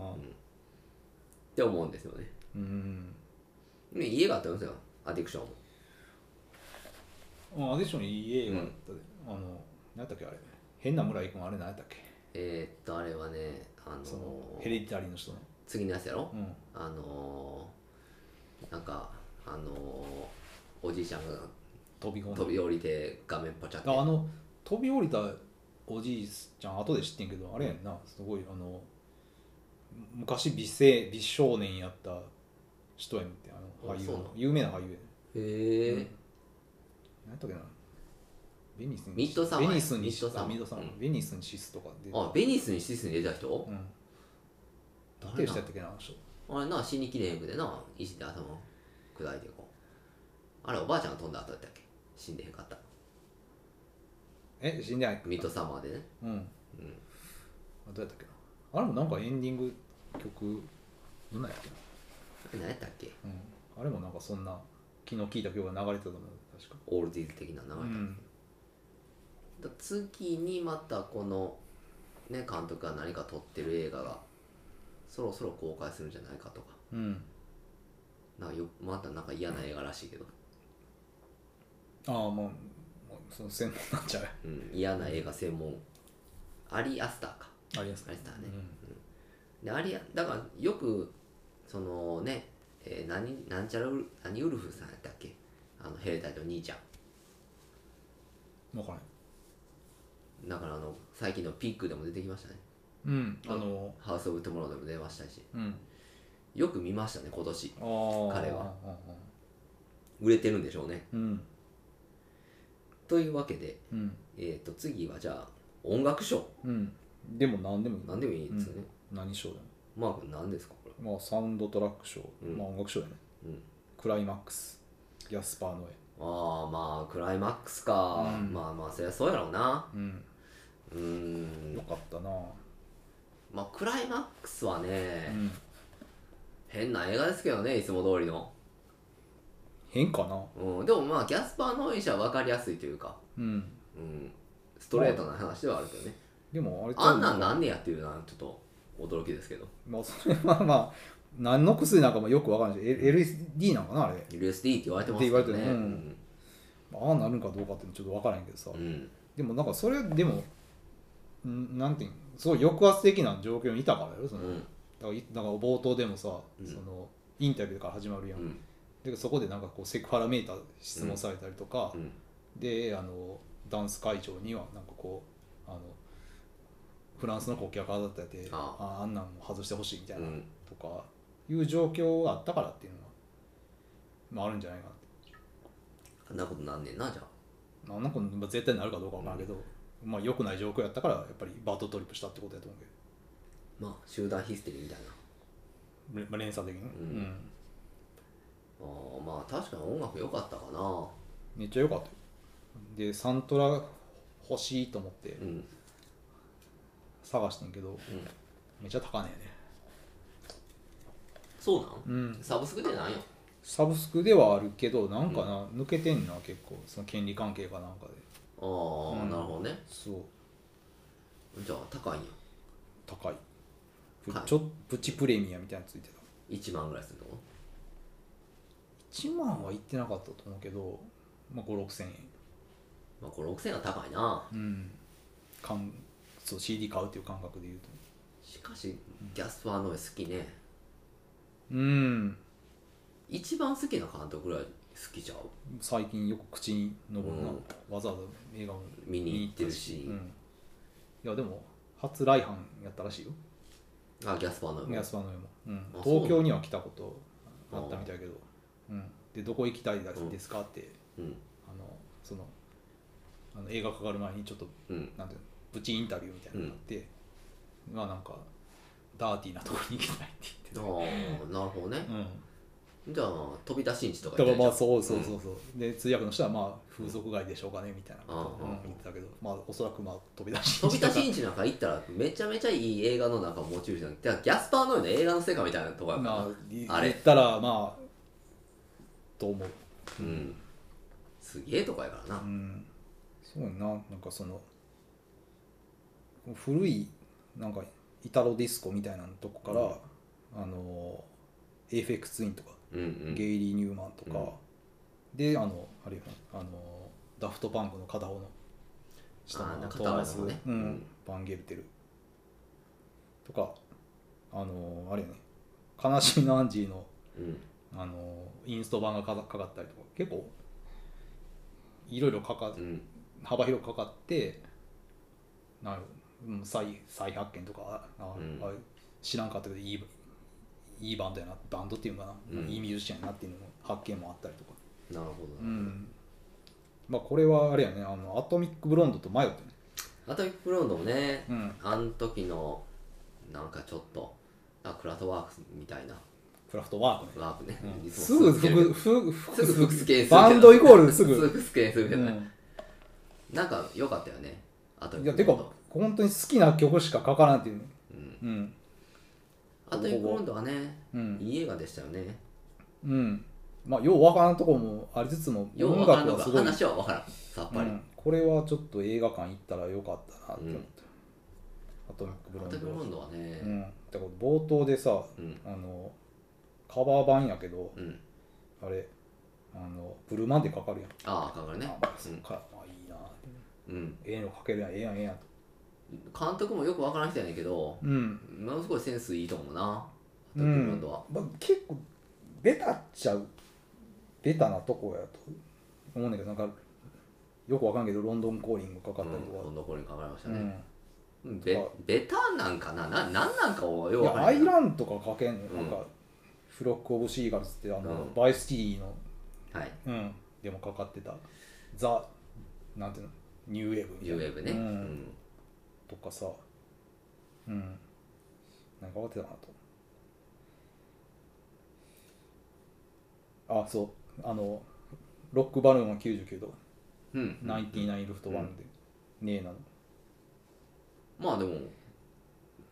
て思うんですよねうんね家があったんですよアディクションもあアディションいい映画だったで、あの何やったっけあれ変な村井君あれ何やったっけえー、っとあれはねあのそのーヘレディタリーの人の次のやつやろうんあのーなんかあのーおじいちゃんが飛び込んだ飛び降りて画面パチャってああの飛び降りたおじいちゃん後で知ってんけどあれやんなすごいあの昔美生美少年やった人やんってあのあ俳優そうなのの有名な俳優やねへえ、うん何やったっけなベニスにミッドサマーやベニスにミッドサマーあミッドサマーうんベニスにシスとかであベニスにシスに出た人、うんって誰いな人やったっけなあの人あれな死にきれへんくでな石で頭砕いてこうあれおばあちゃんが飛んだ後やったっけ死んでへんかったえ死んでないミッドサマーでねうん、うん、うんあどうやったっけなあれもなんかエンディング曲どんなんやったっけなあれ何やったっけうん、あれもなんかそんな昨日聞いた曲が流れてたと思う確か、オールディーズ的な名前、うん、だ次にまたこのね監督が何か撮ってる映画がそろそろ公開するんじゃないかとかうん、なんかよまたなんか嫌な映画らしいけど、ああもうもうその専門になっちゃううん、嫌な映画専門アリ・アスターかありますアリアスターねうんでアリアだからよくそのね、えー何なんちゃらウル何ウルフさんやったっけあのヘレタイの兄ちゃ分からないんだからあの最近のピックでも出てきましたねうんあのハウス・オブ・トゥモローでも出ましたしうんよく見ましたね今年ああ彼は売れてるんでしょうねうんというわけで、うんえー、と次はじゃあ音楽賞うんでも何でもいい何でもいいですよね、何賞だよマー君何ですかこれまあサウンドトラック賞、うんまあ音楽賞だね、うんクライマックスギャスパーノエああまあクライマックスか、うんまあまあそりゃそうやろうなうんうーんよかったなまあクライマックスはね、うん変な映画ですけどねいつも通りの、変かなうん、でもまあギャスパーノイシャは分かりやすいというか、うんうん、ストレートな話ではあるけどねでもあれちゃあうんなんなんねやっていうのはちょっと驚きですけどまあそれはまあ何の薬なんかもよくわからないし L- LSD なんかなあれ LSD って言われてますよってね言われてるうんああなるんかどうかってちょっとわからないけどさ、うんうんでもなんかそれでもんなんていうんすごい抑圧的な状況にいたからやろその、うだんからいだから冒頭でもさ、うんそのインタビューから始まるやん、うんでそこでなんかこうセクハラめいた質問されたりとか、うんであのダンス会場にはなんかこうあのフランスの国旗が飾ってあってああああんなんも外してほしいみたいうな、んとかいう状況があったからっていうのは、まあ、あるんじゃないかなってあんなことなんねんなじゃあまあなんかまあ絶対なるかどうかわからんけど、まあ良くない状況やったからやっぱりバッドトリップしたってことやと思うけどまあ集団ヒステリーみたいなれまあ連鎖的に、ねうんあーまあ確かに音楽良かったかなめっちゃ良かったよでサントラ欲しいと思ってうん探してんけど、めっちゃ高値やね、そうなん、うん、サブスクでないよサブスクではあるけどなんかな、抜けてんな結構その権利関係かなんかでああ、うんなるほどねそうじゃあ高いんや高いプはいちょプチプレミアみたいなのついてた1万ぐらいするの1万は行ってなかったと思うけど、まあ、5 6 0 0円まあこれ6000円は高いなうんかんそう CD 買うっていう感覚で言うとしかしギャスパー・ノエ好きねうん一番好きな監督ぐらい好きじゃう最近よく口に上るな、うんわざわざ映画も見に行ってるし見に行ったしうんいやでも初来阪やったらしいよあギャスパー・ノエも安場の絵も、うんあ、そう東京には来たことあったみたいやけど、うん、でどこ行きたいですかって、うんあのそのあの映画かかる前にちょっとうんなんていうのプチインタビューみたいなのがあって、まあなんかダーティーなとこに行きたいって言っあてたあなるほどねうんじゃあ飛び出しんちとかだか行らきたいじゃんまあそうそうそうそう、で通訳の人はまあ風俗街でしょうかねみたいなことうをんうん言ってたけど、まあおそらくまあ飛び出し飛び出ししんちなんか行ったらめちゃめちゃいい映画の中をモチーフじゃなくてギャスパー・ノエの映画の世界みたいなとこやからなまあああれれ言ったらまあと思ううんすげえとこやからなうんそうやななんかその古いなんかイタロディスコみたいなとこから、うあのエイフェクツインとか、うんうんゲイリー・ニューマンとか、であのあれよあのダフトパンクの片方の下あーの中ト田ーマス、のねうんうんバンゲルテルとかあのあれよね「悲しみのアンジーの」うんあのインスト版がかかかかったりとか結構いろいろかかっうん幅広くかかってなる、うん、再再発見とかあ、うんあ知らんかったけどいいいいバンドやなバンドっていうのかな、うんいいミュージシャンやなっていうのも発見もあったりとか、なるほうどな、んまあ、これはあれやねあのアトミック・ブロンドと迷ってね、アトミック・ブロンドもねうん、あん時のなんかちょっとあクラフトワークスみたいなクラフトワークね、ワークね、うんいつすもぐ吸ってる服服けどすぐ服服系するけどバンドイコールすぐ、すぐ服系するけうど、んなんか良かったよねアトミいッやク・てブかロンド本当に好きな曲しか書かないっていうねうんうんアトミック・ブロンドはねうんいい映画でしたよねうんまあようわからんとこもありつつもよう音分からんの楽はかすごい話は分からんさっぱり、うんこれはちょっと映画館行ったらよかったなって思った、うんアトミックブロアントドミック・ブロンドはうねん、だから冒頭でさうんあのカバー版やけどうんあれあのブルーマンでかかるやん、ああかかるねあまあそっか、まあいいなうんええのかけるやんええやんええやんと監督もよく分からん人やねんけどうん、ものすごいセンスいいと思うなアトうミック・ブロんンドは、まあ、結構ベタっちゃうベタなとこやと思うねんだけどなんかよくわかんないけどロンドンコーリングかかうったりとん、か今度これ考えましたうね、んべベタなんかなななんなんかをよいう分やからアんイランとか書けんの、うんなんかフロック・オブ・シーガルズってあの、うんバイスティーの、はいうん、でもかかってたザなんていうのニューウェーブみたい u な w ね、ううんんとかさうんなんかかかってたなとあそうあのロックバルーンは99度、うんナインティナインルフトワンで、ねえなの、まあでも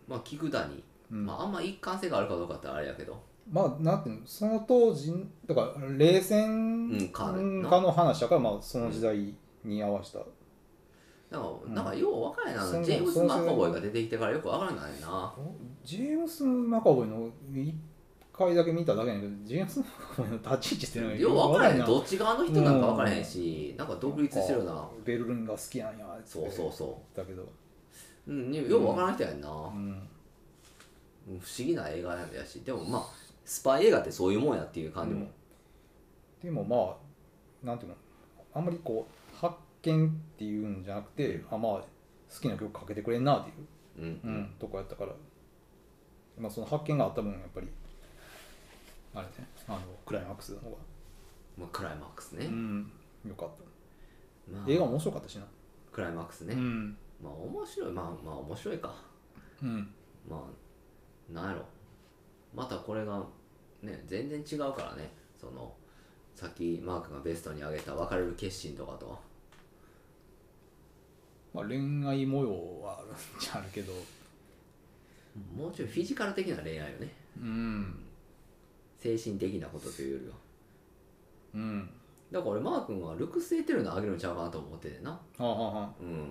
まあ菊田に、うんまああんま一貫性があるかどうかってあれやけどまあなんていうのその当時だから冷戦んか化なの話だから、まあ、その時代に合わせた、なんか、うんなんかよう分からへんそなのジェームス・そのマッカボーイが出てきてからよく分からないなジェームス・マカボイの1回だけ見ただけやねんけどジェームス・マカボイの立ち位置っていうのがよう分からへんよくわどっち側の人なんか分からへんし、なんか独立してるよなベルリンが好きなんやってそうそうそだけど、う、うん、よう分からん人やんな、うん、不思議な映画やしでもまあスパイ映画ってそういうもんやっていう感じも、でもまあなんていうのあんまりこう発見っていうんじゃなくて、あまあ好きな曲かけてくれんなっていううんううんん、とこやったから、まあ、その発見があった分やっぱりあれねあのクライマックスの方が、まあ、クライマックスうね、ん、よかっまあた映画面白かったしな、クライマックスね、うん、まあ面白いまあまあ面白いかうん、まあなんやろまたこれがね全然違うからねそのさっきマークがベストに挙げた別れる決心とかとはまあ、恋愛模様はあるんじゃあるけどもうちょいフィジカル的な恋愛よねうん精神的なことというよりはうんだから俺マー君はルックスエテルのあげるんちゃうかなと思っててなはあ、はあはあ、うん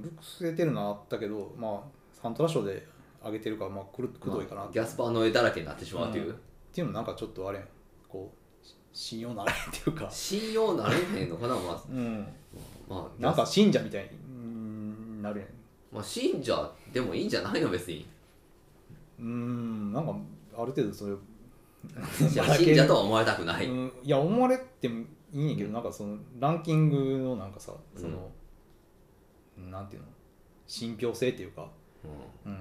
でもルックス出てるのはあったけどまあサントラ賞で上げてるからまあくるくどいかまなっあて,、ギャスパーの絵だらけになってしまうという、うんっていうのもなんかちょっとあれやんこうし信用ならへんっていうか、信用なれへんのかなまあ うん、まあなんか信者みたいになるやんまあ、信者でもいいんじゃないの別 にうーんなんかある程度それ、信者信者とは思われたくない、うん、いや思われてもいいんやけど、なんかそのランキングのなんかさその、なんていうの信憑性っていうか、うんうん、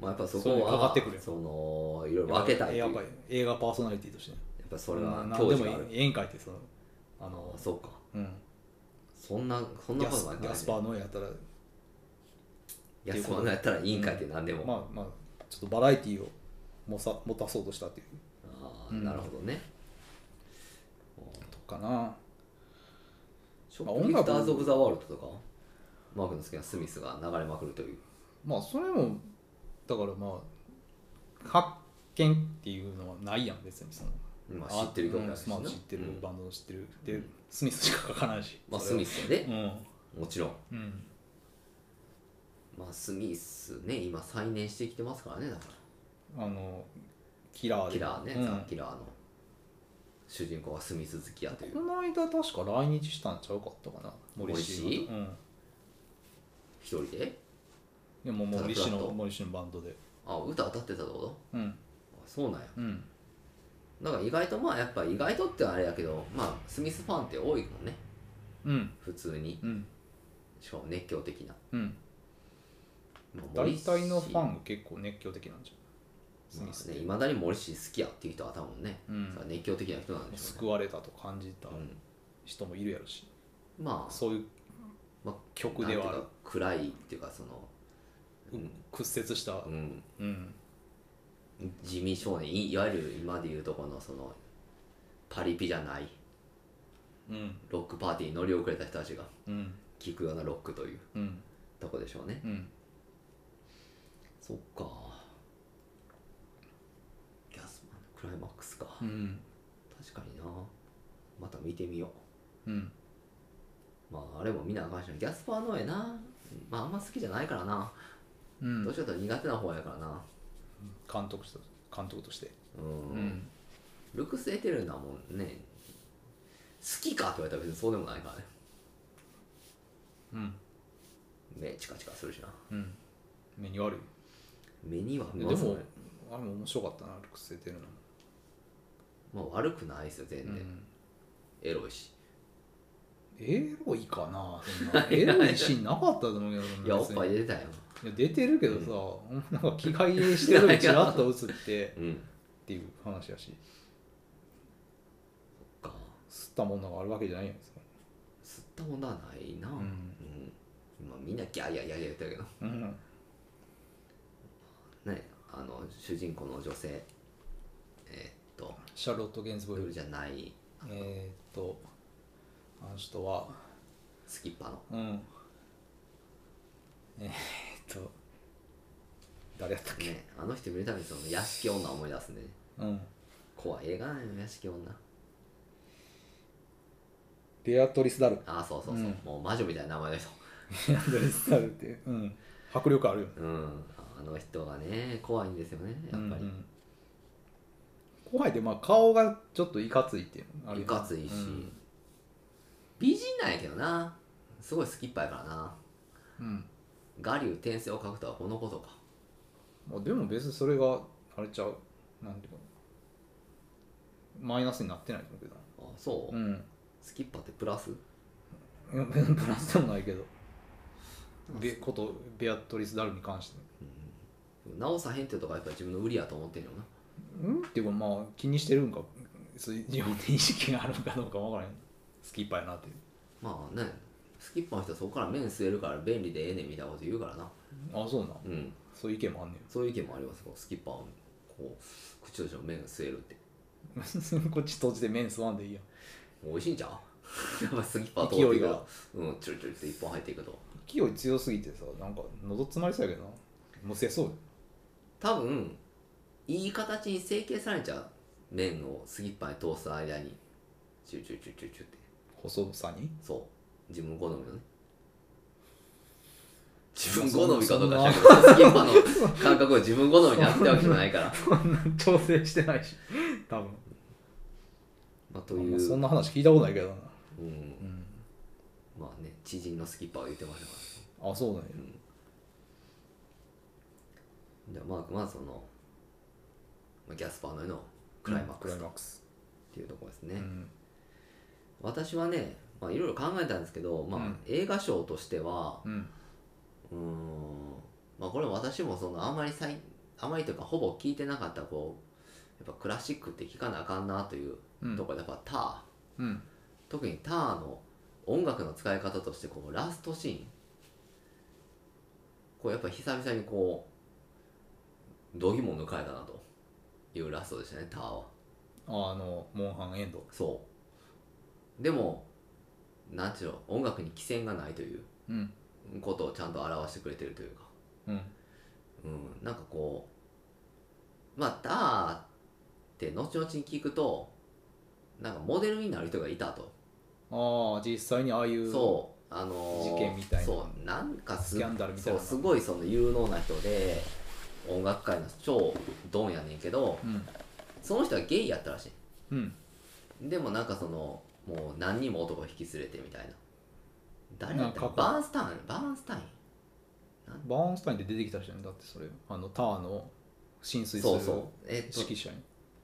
まあ、やっぱそそうこいうのかかはってくるよそのいろいろ分けたいというややっっぱぱり映画パーソナリティとしてねそれうはん何教で授もがあるいい宴会ってそのああのあそうかうんそんなそんギなャことスがギャスパーのやったらいやそんなんやったら委員会って何でも、まあまあちょっとバラエティーをもさ持たそうとしたっていうああうんなるほどね、とかなショまあッピングスター音楽ズ・オブ・ザ・ワールドとかマークの好きなスミスが流れまくるというまあそれもだからまあ発見っていうのはないやん別にそのまあ知ってる曲うんだしなまあ知ってる、うんバンドの知ってるで、スミスしか書かないしまあそスれミはスやでうんもちろんうんまあスミスね今再燃してきてますからねだかあのキラーらでキラーね、うんザ・キラーの主人公はスミス好きやというこの間確か来日したんちゃうかったかな森氏の森氏うん一人ででももう森氏ただフラッのト森氏のバンドであ歌歌ってたってこうんとあそうなんやうんだから意外とまあやっぱ意外とってあれやけどまあスミスファンって多いもんねうん普通にうんしかも熱狂的な、うんまあ、大体のファンンが結構熱狂的なんじゃんスミスねで、いまだに森氏好きやっていう人は多分ね、うんそれは熱狂的な人なんでしょう救われたと感じたね、人もいるやろし、うん、まあそういうまあ曲ではなんていうか暗いっていうかその、うん屈折した、うん、うん、地味少年いいわゆる今でいうとこのそのパリピじゃないうん、ロックパーティーに乗り遅れた人たちがうん、聴くようなロックといううん、とこでしょうねうん、そっかギャスマンのクライマックスか、うん、確かになまた見てみようん、うまああれも見なあかんしなギャスパーの絵なまああんま好きじゃないからな、うんどうしようと苦手な方やからな監督と監督として、うんう、ん、ルクス・エテルなもんね好きかって言われたら別にそうでもないからねうん、目チカチカするしなうん、目に悪い。目にはでまずも、あれも面白かったな、ルクス出てるの。まあ悪くないですよ全う然、ん、エロいしエロいかな、そんなエロいシーンなかったと思うけどいやおっ別にぱい出てたよいや出てるけどさ、なんか着替えしてるのにちらっと映ってうんっていう話やし、そっか吸ったものがあるわけじゃないんですよ。吸ったものはないなう、うんん、まあ、みんなギャーギャーギャーギャー言ってるけどうん、ねあの主人公の女性えーっとシャーロット・ゲンズボールーイルじゃないえー、っと、あの人は、スキッパーのうん。えー、っと、誰やったっけねあの人見るたびにその屋敷女思い出すねうん。怖い映画なんよ屋敷女ベアトリス・ダル。ああそうそうそう、うんもう魔女みたいな名前の人ベアトリス・ダル って、うん。迫力あるよね。うんあの人がね怖いんですよねやっぱり、うん怖いで、まあ、顔がちょっといかついっていうのあるいよねかついし、うん美人なんやけどなすごいスキッパーやからなうん。我流転生を書くとはこのことかまあ、でも別にそれが、あれちゃう。なんていうか、マイナスになってないと思うけどな。あそう、うん。スキッパーってプラスいや別にプラスでもないけど。ベことベアトリス・ダルに関して直さへんってとかやっぱり自分の売りやと思ってんのよなうんっていうかまあ気にしてるんかそういう自分で意識があるんかどうかわからへんスキッパーやなっていうまあねスキッパーの人はそこから面据えるから便利でええねんみたいなこと言うからなあそうなんうんそういう意見もあんねそういう意見もありますよスキッパーをこう口としても面据えるってん こっち閉じて麺吸わんでいいやんもう美味し いんちゃうやっぱスキッパー通っていくとうんチュルチュルって一本入っていくと勢い強すぎてさなんか喉詰まりそうやけどなむせそう多分いい形に成形されちゃう麺をスキッパーに通す間にチュルチュルチュルチュルチュルって細さに そう自分好みのね自そ分ん好みかどうか知らんけどスキッパーの感覚を自分好みになってたわけじゃないから、こんな調整してないし多分まあ、とあんいまそんう、な話聞いたことないけどなうんう、んまあね知人のスキッパーが言ってましたからあそうなんやじゃあマークはそのまあギャスパーの絵のクライマックうスとっんクライマックスていうところですね、うん私はねまあいろいろ考えたんですけど、まあうん映画賞としてはうんうーんまあこれも私もそのあんまりさいあまりというかほぼ聞いてなかったこうやっぱクラシックって聞かなあかんなといううんところでやっぱター、うん特にターの音楽の使い方としてこうラストシーンこうやっぱ久々にこう度肝を抜かれたなというラストでしたねターはあのモンハンエンドそうでもなんちゅうの音楽に寄せがないといううんことをちゃんと表してくれてるというかうんうんなんかこうまあターって後々に聞くとなんかモデルになる人がいたとああ実際にああいうそうあのー事件みたいなそうなんかすスキャンダルみたいなそうすごいその有能な人で音楽界の超ドンやねんけどうんその人はゲイやったらしうんいでもなんかそのもう何人も男を引き連れてみたいな誰だったなのんかバーンスタインバーンスタインバーンスタインで出てきた人にだってそれあのタワーの浸水すそうる指そうえっと揮者に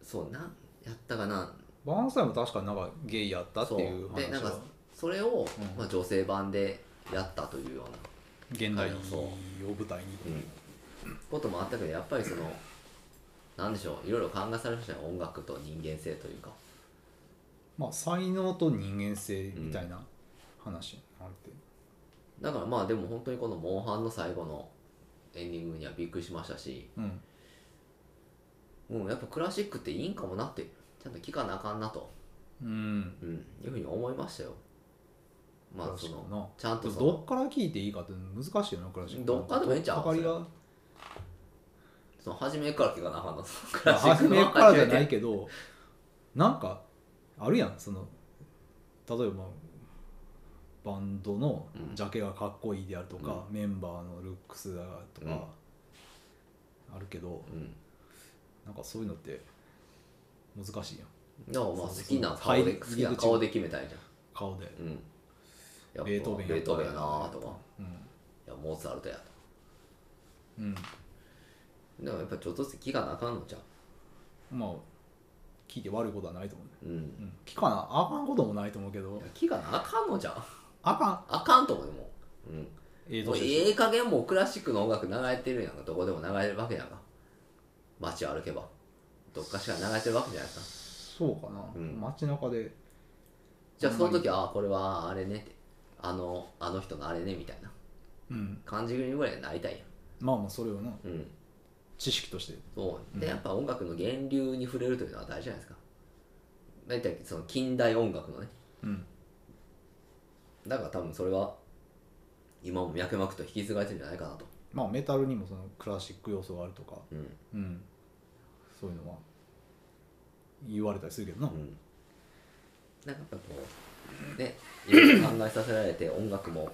そうなんやったかなバーンスタインも確かなんかゲイやったっていうそうで話なんかはそれを、うんまあ、女性版でやったというような現代をそう舞台にこともあったけどやっぱりそのなんでしょういろいろ考えされましたよ音楽と人間性というかまあ才能と人間性みたいな話なんてだからまあでも本当にこの「モンハン」の最後のエンディングにはびっくりしましたし、うんうん、やっぱクラシックっていいんかもなってちゃんと聞かなあかんなと、うんうん、いうふうに思いましたよまあそ確かにのなちゃんとそどのっから聞いていいかって難しいよなクラシックどっからでもええんちゃうかかりがその初めから聞かなあかんなそのクまあラシッ初クめのからじゃ初なめいてけどなんかあるやんその例えばバンドのジャケがかっこいいであるとか、メンバーのルックスだとか、あるけどうんなんかそういうのって難しいやんだからまあ好きなそうそう顔入でり好きな顔で決めたいじ顔でゃん、うん、やっぱベートーベンベートーベンやっなたあとかいやモーツァルトやとうん、でもやっぱちょっとずつ聞かなあかんのじゃうん、まあ聞いて悪いことはないと思うね、ううんうん、聞かなあかんこともないと思うけど聞かなあかんのじゃんあかあかんと思うでもう、うんん映も像うとえしてえ加減もうクラシックの音楽流れてるやんかどこでも流れるわけやんか街を歩けばどっかしら流れてるわけじゃないですかそうかな、うん街中でじゃあその時はあこれはあれねってあのあの人のあれねみたいなうん感じぐらいになりたいやまあまあそれをなんうん知識としてそうでやっぱ音楽の源流に触れるというのは大事じゃないですか大体その近代音楽のねうんだから多分それは今も脈々と引き継がれてるんじゃないかなと、まあメタルにもそのクラシック要素があるとか、うんうん、そういうのは言われたりするけどな、うん、なんかやっぱこうねいろいろ考えさせられて音楽もうん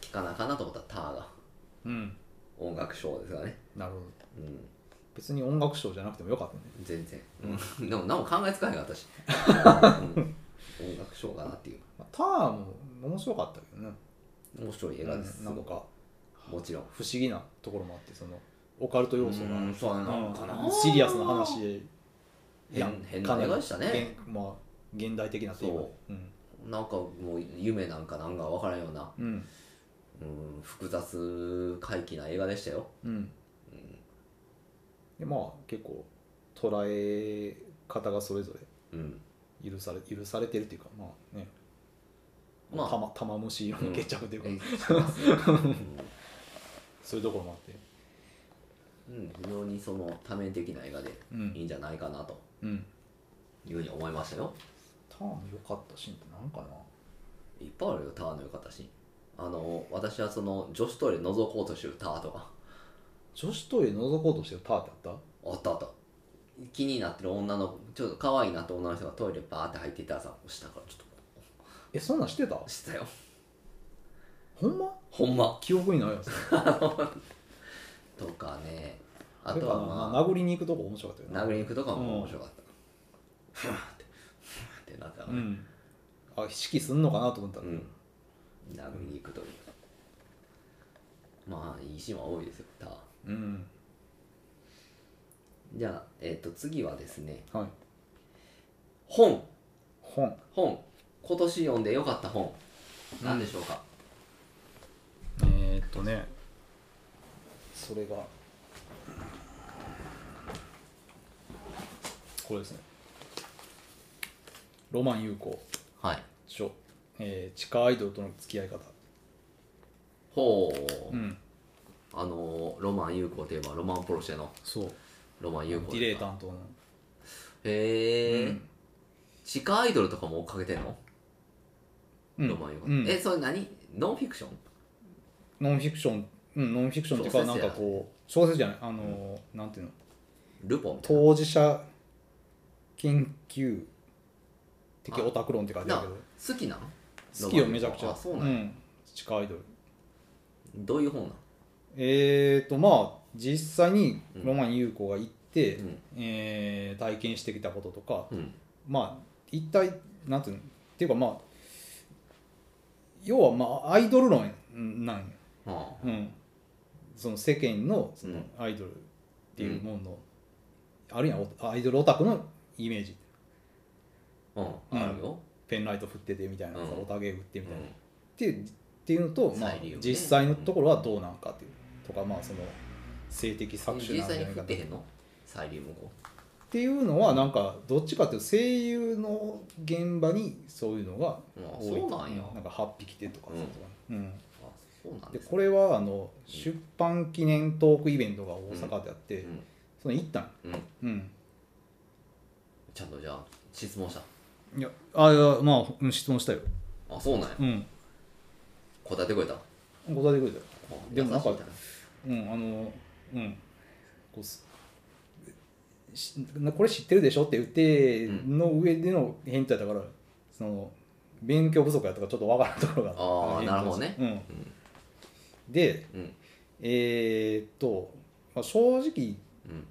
聴かなあかんなと思ったらターがうん、音楽賞ですからね、なるほどう別に音楽賞じゃなくてもよかったねん、全然、うん、でも何も考えつかへんかったし、うん音楽賞かなっていうまあターンも面白かったけどね面白い映画です、うんなんかもちろん不思議なところもあってそのオカルト要素がうんそうなのかなうんシリアスな話やん変変かな映なり画でしたね現まあ現代的なテーマでそうなんかもう夢なんかなんか分からんようなんうんうん複雑怪奇な映画でしたよ、うんうんでまあ結構捉え方がそれぞうん、れ許され許されてるっていうかまあねまあ玉玉虫色の決着というか、えしますねうん そういうところもあってうん、非常にその多面的な映画でういんいんじゃないかなとうんいうふうに思いましたよターン良かったシーンってなんかいっぱいあるよターンの良かったしあの私はその女子トイレ覗こうとしてるターンとかな女子トイレ覗こうとしてるターンってあっあったあった気になってる女のちょっと可愛いなって女の人がトイレバーって入っていったらさ下からちょったえそんなんしてたとしたよほんまほんま記憶にないやつとかねあとはまあ殴りに行くとこ面白かったよな殴りに行くとかも面白かったふわーってふわーってなったかうらねんあ意識すんのかなと思ったら、うん殴りに行くというまあいいシーンは多いですよターンうんじゃあ、えっと次はですねはい本本本今年読んでよかった本何でしょうか、えー、っとねそれがこれですね「ロマン有効はい著、えー地下アイドルとの付き合い方」ほう、うんあのーロマン・ユ子といえばロマン・ポロシェのそうロマン・デユ子ィレイ担当のへえ、うん地下アイドルとかも追っかけてんの、うんロマン・ユ子、うんえそれ何ノンフィクションノンフィクションうんノンフィクションっていうか小なん説やかこう小説じゃないあのー、なんていうのルポンみたいな当事者研究的オタク論って書いてあるけど好きなの好きよめちゃくちゃあそうなんや地下アイドルどういう本えーとまあ実際にロマン優子が行って、なんうんえー体験してきたこととかうんまあ一体なんていうのっていうかまあ要はまあアイドル論なんよ、ああうん、その世間のそうのんアイドルっていうものの、あるいはアイドルオタクのイメージうんあるよペンライト振っててみたいなさ、うんオタゲ振ってみたいな、うんっていうっていうのと、まあ再利用ね実際のところはどうなんかっていうとかまあその性的搾取実なんじ際ゃなにい振かっとてかへんのサイリウムをっていうのはなんかどっちかっていうと声優の現場にそういうのがあ多いそうなんやなんか8匹でとかうんそうとかうんあそうなんでですこれはあの出版記念トークイベントが大阪であって、うんその行ったんうんうんちゃんとじゃあ質問したいやあいやまあうん質問したよあそうなんやうん答えてくれたあ答えてくれたよでもなんか優しいなうんあのうんこうすしこれ知ってるでしょって言っての上での返答やったからその勉強不足やったからちょっとわからんところがあーのなるほどね、うんでうんえーっと、まあ、正直、うん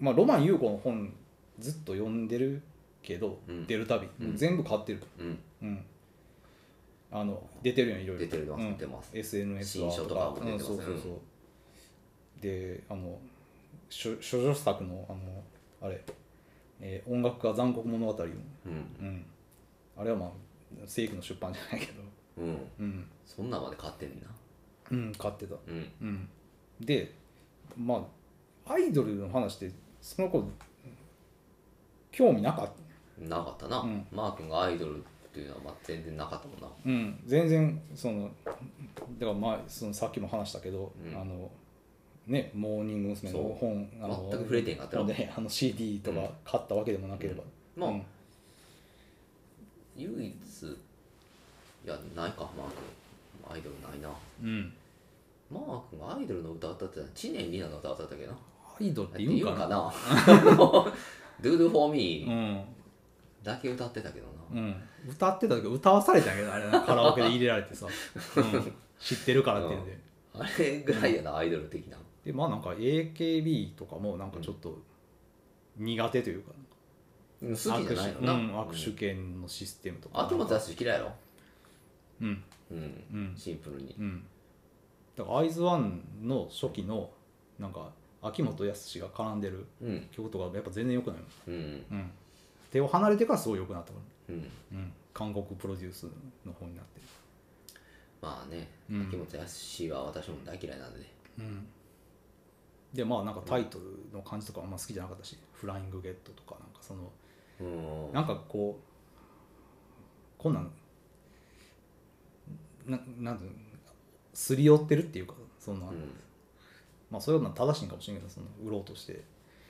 まあ、ロマン優子の本ずっと読んでるけど、うん出るたび、うん全部買ってる、うんうん、あの出てるやんいろいろ出てるのうん出てます SNS は新書とかも出てますうん、そうそうそう、であの諸諸女作のあのあれ、えー音楽家残酷物語」を、うんうん、あれはまあ正規の出版じゃないけど、うんうんそんなんまで買ってんねんなうん、買ってた、うんうん、でまあアイドルの話ってその子興味なかったなかったな、うんマー君がアイドルっていうのはまあ全然なかったもんなうん、全然そのだからまあそのさっきも話したけど、うんあのねモーニング娘。の本あの全く触れてへんかったよであの CD とかうん買ったわけでもなければ、まあ、うん唯一いやないかマー君アイドルないなうんマー君がアイドルの歌歌ってたの知念里奈の歌歌ったっけなアイドルっってて言言うんうかかなな Do Do For Me うんだけ歌ってたけどな、うん、歌ってたけど歌わされたけどあれなカラオケで入れられ てさ、うん知ってるからっていうんで、あれぐらいやな、アイドル的なでまあなんか AKB とかもなんかちょっと苦手というか、うん好きじゃないの握手,、な、うん、握手券のシステムとか秋元康嫌いやろうんうんうんシンプルにうん、だからアイズワンの初期のなんか秋元康が絡んでるうん曲とかやっぱ全然良くないもん、うんうん、手を離れてからすごい良くなったかうんら、うん、韓国プロデュースの方になってまあね、うん秋元康は私も大嫌いなんでねる、うん、でまあなんかタイトルの感じとかあんま好きじゃなかったし「フライングゲット」とかなんかそのうんなんかこうこんなんななんていうのすり寄ってるっていうかそんな、うんまあそういうのは正しいんかもしれんけどその売ろうとして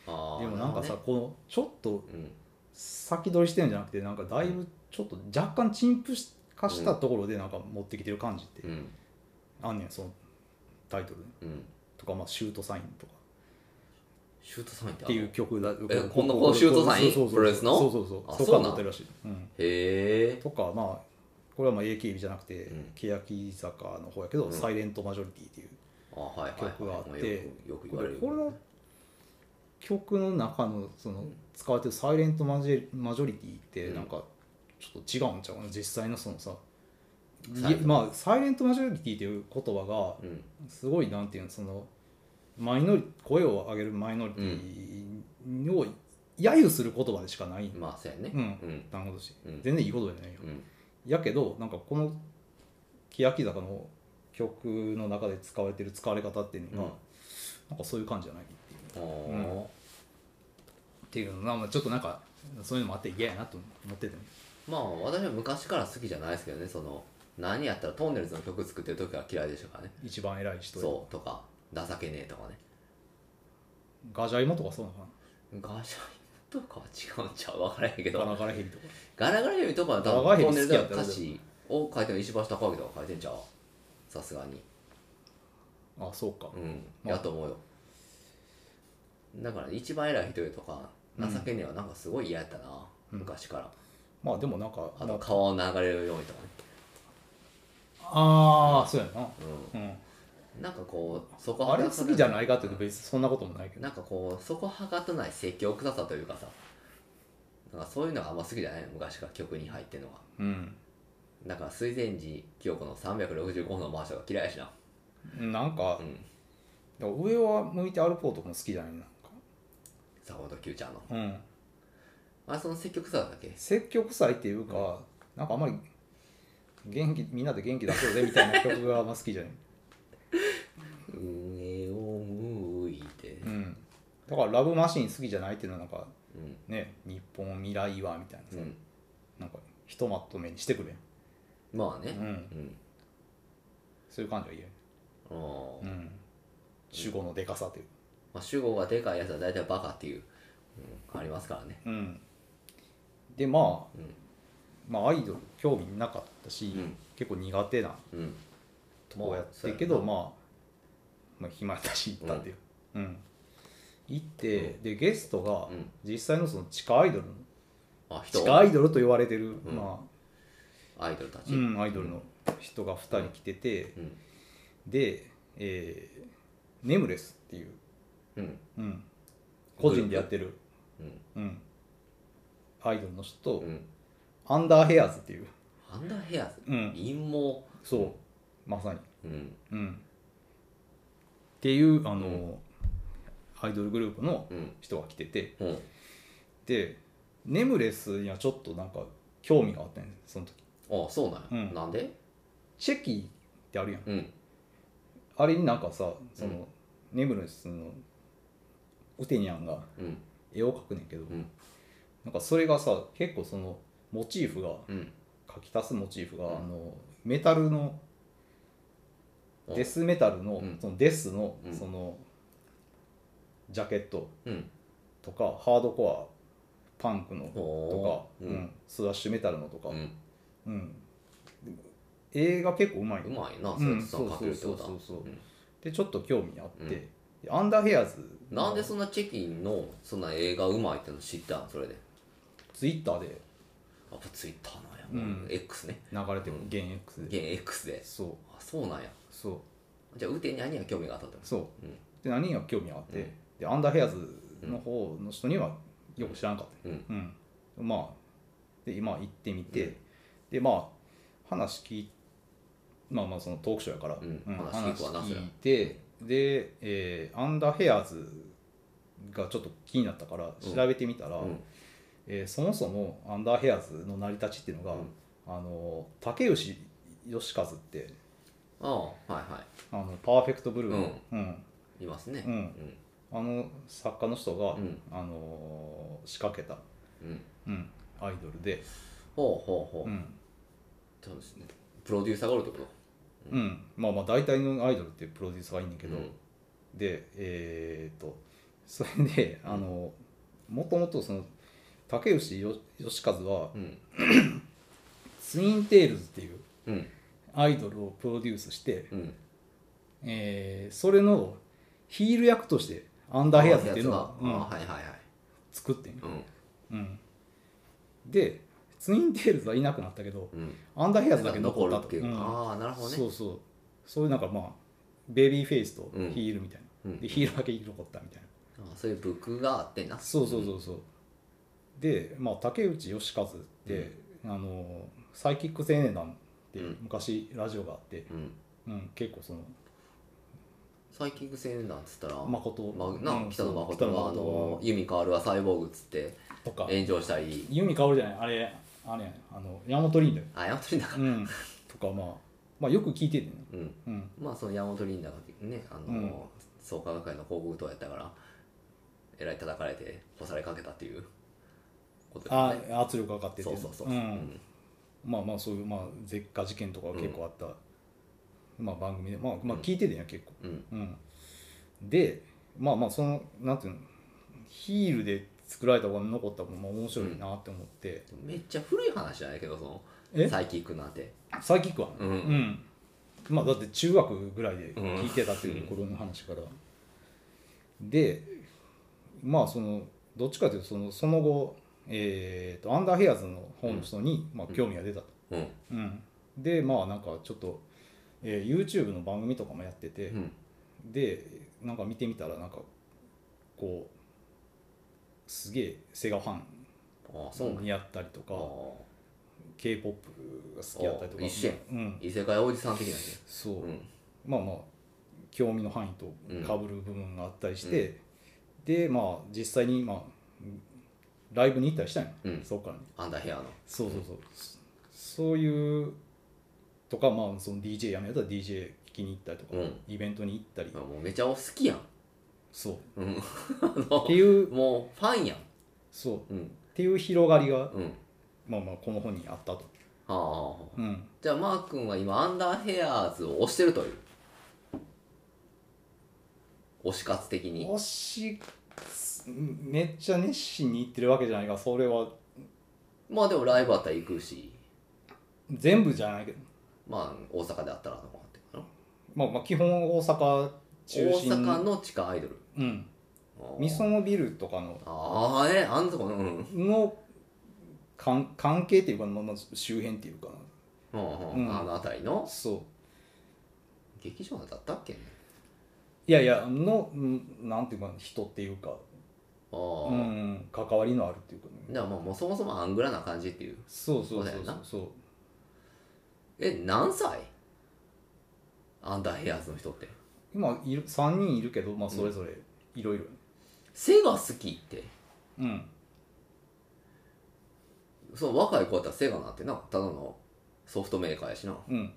あーでもなんかさ、るこのちょっとほどね先取りしてるんじゃなくてなんかだいぶちょっと若干陳腐化したところでなんか持ってきてる感じってうんうんあんねんそのタイトルうんとか、まあ、シュートサインとかシュートサインってっあてるいう曲だえこんなこのシュートサインそうそうそうプロレスのそうそうそうあそうそうなんか持ってるらしい、うん、へえとかまあこれはまあ AKB じゃなくて、うん欅坂の方やけど、うんサイレントマジョリティっていうあはいはいはい曲があってもうよくよく言われるこれの曲の中のその使われてるサイレントマジェマジョリティってなんかちょっと違うんちゃうかな実際のそのさいサイレントまあサイレントマジョリティっていう言葉うんがすごいなんていうのそのマイノリ声を上げるマイノリティを揶揄する言葉でしかないまあそうやねうんうん単語としてうん全然いいことじゃないようんやけどなんかこの欅坂の曲の中で使われてる使われ方っていうのが、うんなんかそういう感じじゃないっていうあーっていうのはまあちょっとなんかそういうのもあって嫌やなと思ってて、まあ私は昔から好きじゃないですけどねその何やったらトンネルズの曲作ってる時から嫌いでしたからね一番偉い人そうとか情けねえとかねガジャイモとかそうなのかガシャインとかは違うんちゃう分からへんけなガどラガラヘビとかガラガラヘビとかはガラガラヘビトンネルズの好きやった歌けど詞を書いてるの石橋貴明とか書いてんちゃうさすがにあそうか、うん、まあやと思うよだから一番偉い人とか情けねえはなんかすごい嫌やったな、うん昔からまあでもなんかあなとんか川を流れるようにとかね、ああそうやなううん、なんかこうそこんあれ好きじゃないかって言うと別別にそんなこともないけどなんかこうそこはがたない説教臭さというかさなんかそういうのがあんま好きじゃないの昔から曲に入ってるのはうんだから水前寺清子の365のマーシャが嫌いやしななんかうん上は向いて歩こうとかも好きじゃないなんか坂本九ちゃんのうんあれその積極さだっけ積極臭いっていうか、なんかあんまり元気みんなで元気出そうぜみたいな曲があんま好きじゃない、上を向いてうん、だから「ラブマシーン」好きじゃないっていうのはなんかうんね日本未来はみたいなさ、うんなんかひとまとめにしてくれ、まあうねん、うんそういう感じは言あーえ、うん、主語のでかさというまあ主語がでかいやつは大体バカっていう、うんありますからねうん、でまあ、うんまあアイドル興味なかったし、うん結構苦手なうんとこやってるけまど、あまあ、まあ暇やったし行ったっていう、うん行って、でゲストがうん実際のその地下アイドルのあ人地下アイドルと言われてる、うんまアイドルたあ、ちううんん、アイドルの人が2人来てて、うんで、えーネムレスっていう、うんうん、個人でやってる、うんうん、アイドルの人と、うんアンダーヘアーズっていう、アンダーヘアーズうん、陰謀そうまさに、うんうん、っていうあの、うんアイドルグループのうん人が来ててうんでネムレスにはちょっとなんか興味があったんですその時あそうなんや、うんなんでチェキってあるやんうんあれになんかさその、うんネムレスのウテニャンがうん絵を描くねんけど、うんなんかそれがさ結構そのモチーフがうん描き足すモチーフが、うんあのメタルのあデスメタルの,、うんそのデスの、うんそのジャケットうんとかハードコアパンクのとおか、ーううんんスラッシュメタルのとか、うんうん、映画結構うまいのうまいな、うそいんつさんかけるってことはそうそうそうそうんでちょっと興味あって、うんでアンダーヘアーズなんでそんなチェキのそんな映画うまいっての知ったんそれでツイッターでやっぱツイッターなんや、うん X ね流れてるうん現 X で、現 X でそうあそうなんやそうじゃあウテニャには興味があったってこそうとうんで何が興味があって、うんでアンダーヘアーズの方の人にはよく知らんかった、うんうんまあで今行ってみて、うんでまあ話聞いまあまあそのトークショーやから、うん話聞くわな話聞いてで、えーアンダーヘアーズがちょっと気になったからうん調べてみたら、うんえーそもそもアンダーヘアーズの成り立ちっていうのが、うんあの竹内義和ってああはいはあのパーフェクトブルーの、うんいいますねうんあの作家の人が、うんあのー仕掛けた、うん、うん、うんアイドルで、ほうほうほう、うんそうですねプロデューサーがおるってことうんまあまあ大体のアイドルってプロデューサーがいいんだけど、うんでえーっとそれであのもともとその竹内よ義和はうん ツインテールズっていううんアイドルをプロデュースして、うんえーそれのヒール役としてアンダーヘアーズっていうのあを、うんあはいはいはい作ってん、うんうん、でツインテールズはいなくなったけど、うんアンダーヘアーズなだんけか残残ったるとっていうか、うんああなるほどねそうそうそういうなんかまあベビーフェイスとヒールみたいな、うんでヒールだけ残ったみたいな、ああそういうブックがあってんなそうそうそうそうで、まあ、竹内義和って、あのサイキック青年団っていううん昔ラジオがあって、うんうん、結構そのサイキング青年団っつったら誠、まうんな北野誠北野はあの誠弓薫はサイボーグっつってとか炎上したり由美薫じゃないあれあれやねあの山本リンだよ、あ山本リンダかうん、とかまあまあよく聞いててね、うんうん、まあその山本リンダがねあの、うん創価学会の広告塔やったからえらい叩かれて干されかけたっていうことですあね圧力がかかっててそうそうそう、う、うんまあまあそういうまあ絶火事件とかは結構あった、まあ番組でまあまあうん聞いててんや結構、うんうん、でまあまあそのなんていうのヒールで作られた方が残った方がまあ面白いなって思って、めっちゃ古い話じゃないけどそえのサイキックなんてサイキックはうん、うん、まあだって中学ぐらいで聞いてたっていううん頃の話から、でまあそのどっちかというとそのその後えー、とアンダーヘアーズの方の人に、まあ、興味が出たと、うんうんでまあなんかちょっと、えー YouTube の番組とかもやってて、うんでなんか見てみたらなんかこうすげえセガファああそうなんンやにやったりとあか、あ k p o p が好きやったりとかお一緒やうん、異世界おじさん的なやつそう、うんまあまあ興味の範囲とかぶる部分があったりして、でまあ実際に、まあ、ライブに行ったりしたんや、うんそっからねアンダーヘアのそうそうそう、そういうとかまあその DJ やめたら DJ 聞きに行ったりとか、うんイベントに行ったり、あもうめちゃお好きやん そううんっていうもうファンやんそうっうんていう広がりが、うんまあまあこの本にあったと、ああうん、じゃあマー君は今アンダーヘアーズを推してるという推し活的に推しめっちゃ熱心に行ってるわけじゃないがそれはまあでもライブあったら行くし全部じゃないけどまあ大阪であったらとかってかなまあ、まあ基本大阪中大心阪の地下アイドルうん、あみそのビルとかのああえあんとこのうんの関関係っていうか、まあまあ、周辺っていうかうんううんんあの辺りのなそう劇場だったっけねいやいやのうんなんていうか人っていうか、あうあん、関わりのあるっていうか、ね、でもまあもうそもそもアングラな感じっていうそうそそううだそようそうなそうえ何歳アンダーヘアーズの人って今いる3人いるけど、まあ、それぞれいろいろ背が好きってうんその若い子やったらセガなんてなただのソフトメーカーやしなうん、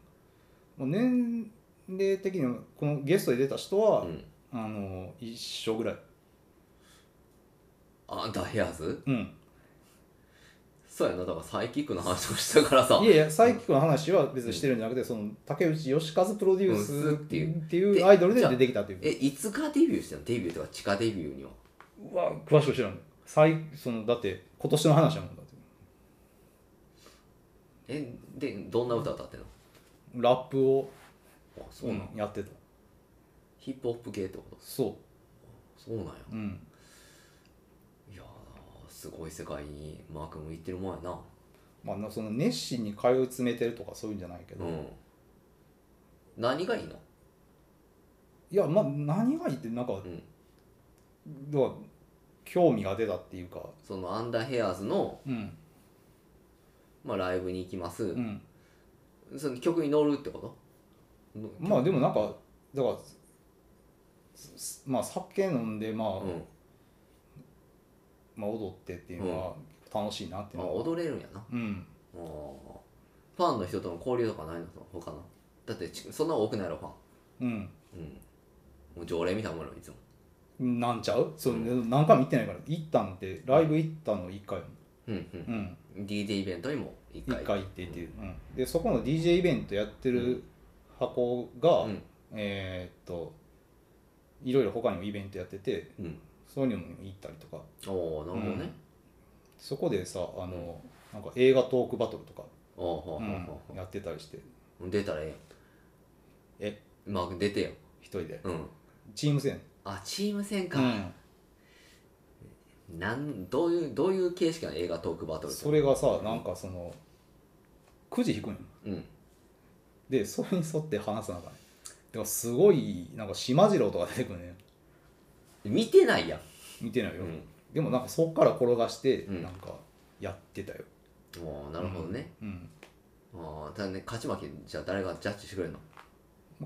もう年齢的にもこのゲストで出た人は、うんあの一緒ぐらいあんたヘアーズうんそうやなだからサイキックの話をしたからさいやいや、サイキックの話は別にしてるんじゃなくて、その竹内義和プロデューうんっスってていいううアイドルで出てきたっていう。えいつからデビューしてんのデビューとか地下デビューにはうわ、詳しく知らん。サイそのだって、今年の話やもんだって。えでどんな歌歌ってんのラップをあそうなん、やってた。ヒップホップ系ってことそそうなんやう。うん。いやーすごい世界にマー君も行ってるもんやなまあ、なその熱心に通い詰めてるとかそういうんじゃないけうど。ん何がいいのいや、まあ、何がいいって、なんか、んだから興味が出たっていうか、そのアンダーヘアーズの、うん。まあ、ライブに行きます、うん。その曲に乗るってことのまあ、でもなんか、だから、すまあ、酒飲んで、まあ、うんまあ、踊ってっていうのは楽しいなっていうあのは、踊れるんやなうん、あーファンの人との交流とかないのその他のだってちそんな多くないやろファンうん、もう常連みたいなもんやろいつもなんちゃうそう、何回も行ってないから行ったんってライブ行ったの1回、うんうん、うん DJ イベントにも一1回回行ってっていう、うん、でそこの DJ イベントやってる箱が、うんえーっといろいろ他にもイベントやっててうんそういうのにも行ったりとかおおなるほどね、そこでさあの、なんか映画トークバトルとか、あーほううんほうほうやってたりしてほう出たらええやんえまあ出てよ一人でうんチーム戦あチーム戦か、うんなんどういうどういう形式なの映画トークバトルってそれがさなんかそのくじ引くんようんでそれに沿って話す中ねだからすごいなんか島次郎とか出てくるね見てないやん見てないよ、うんでもなんかそっから転がしてうんなんかやってたよ、おーなるほどね、うん、ああただね勝ち負けじゃあ誰がジャッジしてくれる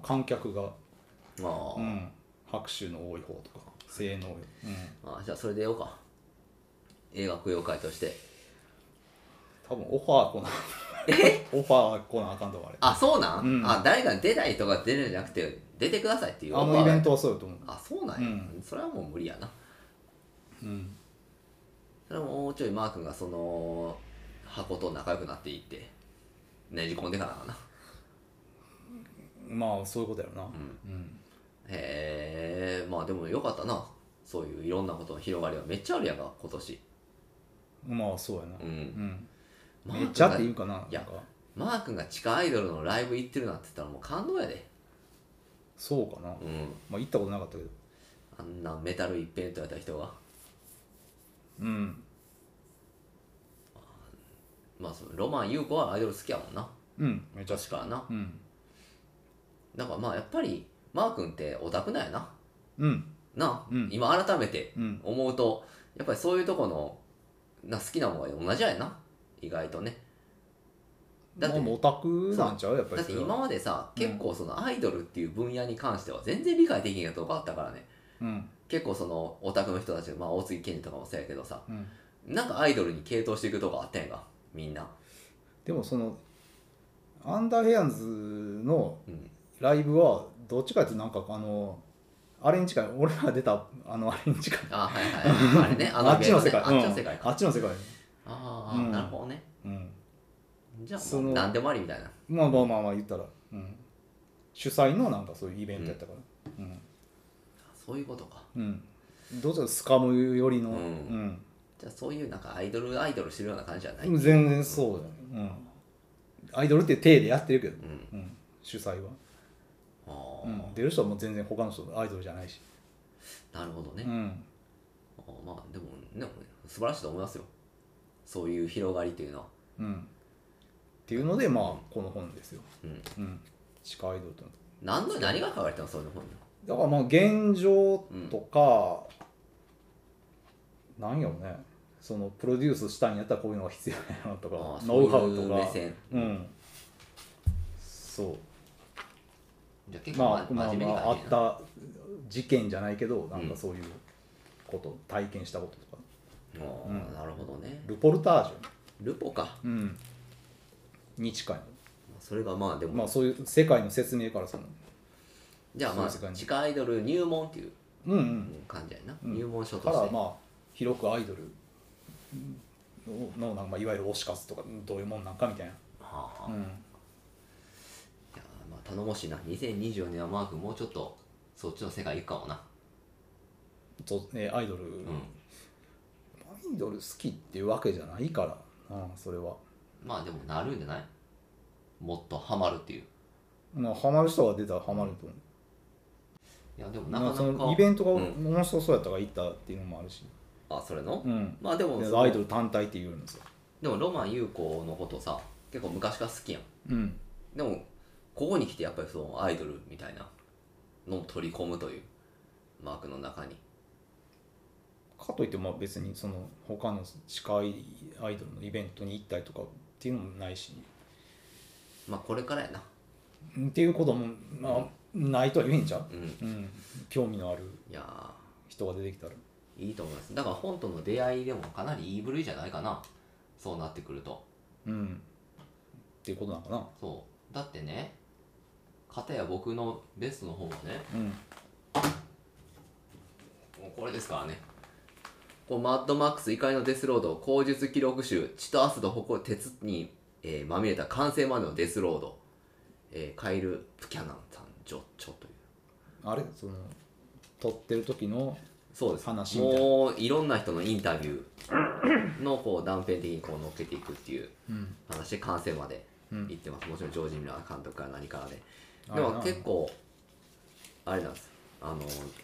観客が、のあー、うん、拍手の多い方とか性能よ、うん、あーじゃあそれでようか映画供養会として多分オファー来な オファー来なあかんとかあれあそうなん、うんあ誰か出ないとか出るんじゃなくて出てくださいっていうあのイベントはそうだと思う、あそうなんや、うんそれはもう無理やなうん、それはもうちょいマー君がその箱と仲良くなっていってねじ込んでかなあかんなまあそういうことやろな、うんへえまあでもよかったなそういういろんなことの広がりはめっちゃあるやんか今年まあそうやな、ううんんマめーっちゃ君がっていうかないやなんかマー君が地下アイドルのライブ行ってるなんて言ったらもう感動やでそうかうな、んまあ行ったことなかったけどあんなメタル一辺とやった人がうんまあそのロマン優子はアイドル好きやもんなうんめっちゃ好き確かなうんだからまあやっぱりマー君ってオタクなんやなうんなあ、うん今改めてうん思うとやっぱりそういうとこのな好きなもんが同じやな意外とねだってまあオタクなんちゃうやっだぱりってそれは今までさ結構そのアイドルっていう分野に関しては全然理解できへんやとこあったからねうん結構そのオタクの人たちまあ大杉健二とかもそうやけどさうんなんかアイドルに傾倒していくとこあったやんかみんなでもそのアンダーヘアンズのうんライブはどっちかっていうとなんかあのあれに近い俺ら出たあのあれに近いあはいはいあ れねあのっちの世界あっちの世界うん、あかっちの世界ああうんなるほどねうんじゃあそものう何でもありみたいなまあまあまあまあ言ったら、うん、主催のなんかそういうイベントやったからうん、そういうことかうんどうぞスカムよりの、ううんんじゃあそういうなんかアイドルアイドルしてるような感じじゃないうん全然そうだよ、ねうん、アイドルっていう体でやってるけど、うん、主催は、ああうん、出る人はもう全然他の人アイドルじゃないし、なるほどうねん、あーまあでもでも素晴らしいと思いますよそういう広がりっていうのはうん、っていうのでまあこの本ですよ、うんうん、地下アイドルとの何の何が書かれてんのそういう本にだからまあ現状とか、なんやろねそのプロデュースしたいんやったらこういうのが必要やなとかああノウハウそうというか目線うんそじゃあう結構、まあままあ、真面目まにあ、あ書いっるてなた事件じゃないけどなんうかんそういうこと、体験したこととかああうんなるほどねルポルタージュ、ルポかうん、に近いそれがまあでの、も、まあ、そういう世界の説明からそのじゃあまあそういう世界に地下アイドル入門っていううんううんん感じやな、うん入門書とからして、まあ広くアイドルののなんかまあいわゆる推し活とかどういうもんなんかみたいな、はあういん、やまあ頼もしいな2024年はマークもうちょっとそっちの世界行くかもなとえーアイドル、うん、アイドル好きっていうわけじゃないからなそれはまあでもなるんじゃないもっとハマるっていうまあハマる人が出たらハマると思う、いやでもななかんなかかそのイベントがうん面白そうやったから行ったっていうのもあるし、あそれの、うんまあでもでそのアイドル単体っていうんですよ、でもロマン優子のことさ結構昔から好きやんうん、でもここに来てやっぱりそのアイドルみたいなのを取り込むというマークの中にかといってまあ別にその他の司会アイドルのイベントに行ったりとかっていうのもないしまあこれからやなっていうこともまあないとは言えんちゃううんうん、興味のあるいやー人が出てきたらいいと思いますだから本との出会いでもかなりいい部類じゃないかなそうなってくるとうんっていうことなのかなそうだってね片や僕のベストの方はねうんもうこれですからねこのマッドマックス怒りのデスロード口述記録集血と汗と誇る鉄に、えーまみれた完成までのデスロード、えーカイル・プキャナンさんジョッチョというあれその撮ってる時のそうです話みたいなもういろんな人のインタビュー のこう断片的にこう乗っけていくっていううん話で完成までうん行ってます、もちろんジョージ・ミラー監督から何からであでれなも結構あれなんですあの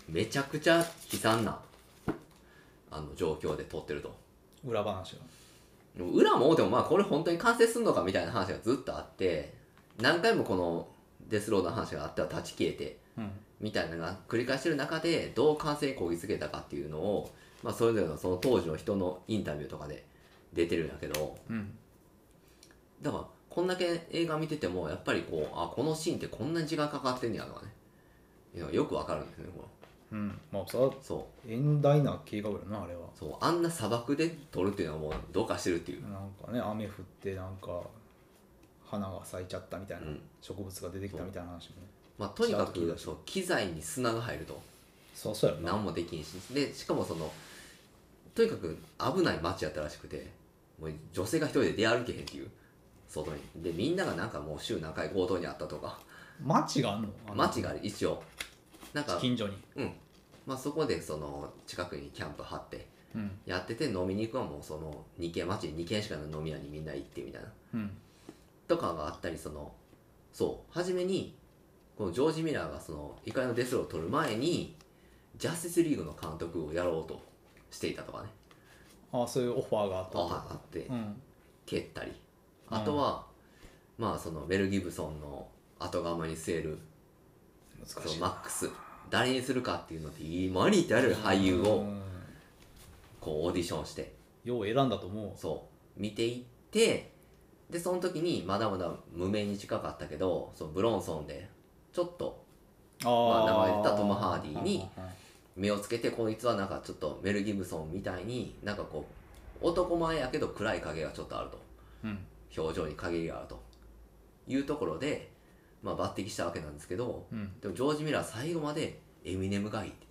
めちゃくちゃ悲惨なあの状況で撮ってると裏話がでも裏も表もまあこれ本当に完成すんのかみたいな話がずっとあって何回もこのデスロードの話があっては断ち切れてうんみたいなのが繰り返してる中でどう完成にこぎつけたかっていうのを、まあ、それぞれのその当時の人のインタビューとかで出てるんだけどうんだからこんだけ映画見ててもやっぱりこうあこのシーンってこんなに時間かかってんねやとかねいうのがよくわかるんですねこのうんまあそれはそう遠大な計画やなあれはそうあんな砂漠で撮るっていうのはもうどうかしてるっていうなんかね雨降ってなんか花が咲いちゃったみたいな、うん植物が出てきたみたいな話もねまあ、とにか違う時くだしそう機材に砂が入るとそうそうやろな何もできんしでしかもそのとにかく危ない街やったらしくてもう女性が一人で出歩けへんっていう外にでみんながなんかもう週何回強盗にあったとか街があんのあの街が一応なんか、近所にうんまあ、そこでその近くにキャンプ張ってうんやってて飲みに行くはもうその2軒街に2軒しかない飲み屋にみんな行ってみたいなうんとかがあったりそのそう初めにこのジョージ・ミラーがその怒りのデスローを取る前にジャスティスリーグの監督をやろうとしていたとかねああそういうオファーがあったああってうん蹴ったりあとは、まあそのメル・ギブソンの後釜に据える難そしういマックス誰にするかっていうのって今に至る俳優うをんこうオーディションしてよう選んだと思そう見ていってでその時にまだまだ無名に近かったけどそのブロンソンでちょっとうまああ名前ー出たトムハーディにはいはいはい目をつけてこいつはなんかちょっとメル・ギブソンみたいになんかこう男前やけど暗い影がちょっとあるとうん表情に陰りがあるというところで、まあ、抜擢したわけなんですけどうんでもジョージ・ミラー最後までエミネムがいいって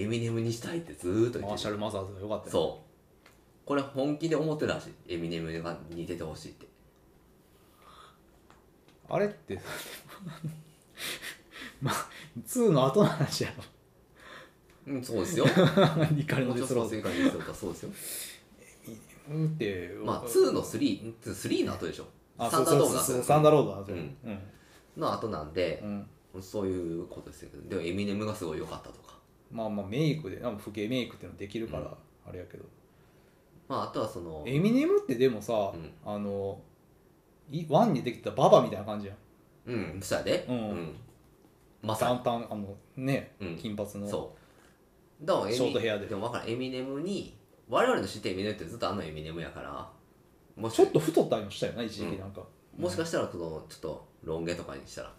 エミネムにしたいってずーっと言マーってシャル・マザーズが良かったるよそうこれ本気で思ってるらしいエミネムが似ててほしいってあれって まあ2の後の話やろうんそう ですよ怒りのデスそローうズいう感じですよそうですようんってまあ2の3 3の後でしょあサンダードームの後そうそうそうサンダーロードだとうんうんの後なんでう、んそういうことですけどでもエミネムがすごい良かったとかまあまあメイクでなんか不景メイクっていうのできるかうんらあれやけどまああとはそのエミネムってでもさうんあのいワンにできたババみたいな感じやんうんそやでうんまさサにンタンあのねうん金髪のそうだからエミショートヘアでも分からんエミネムに我々の知ってるエミネムってずっとあのエミネムやからもしちょっと太ったりもしたよな一時期なんかもしかしたらそのちょっとロン毛とかにしたら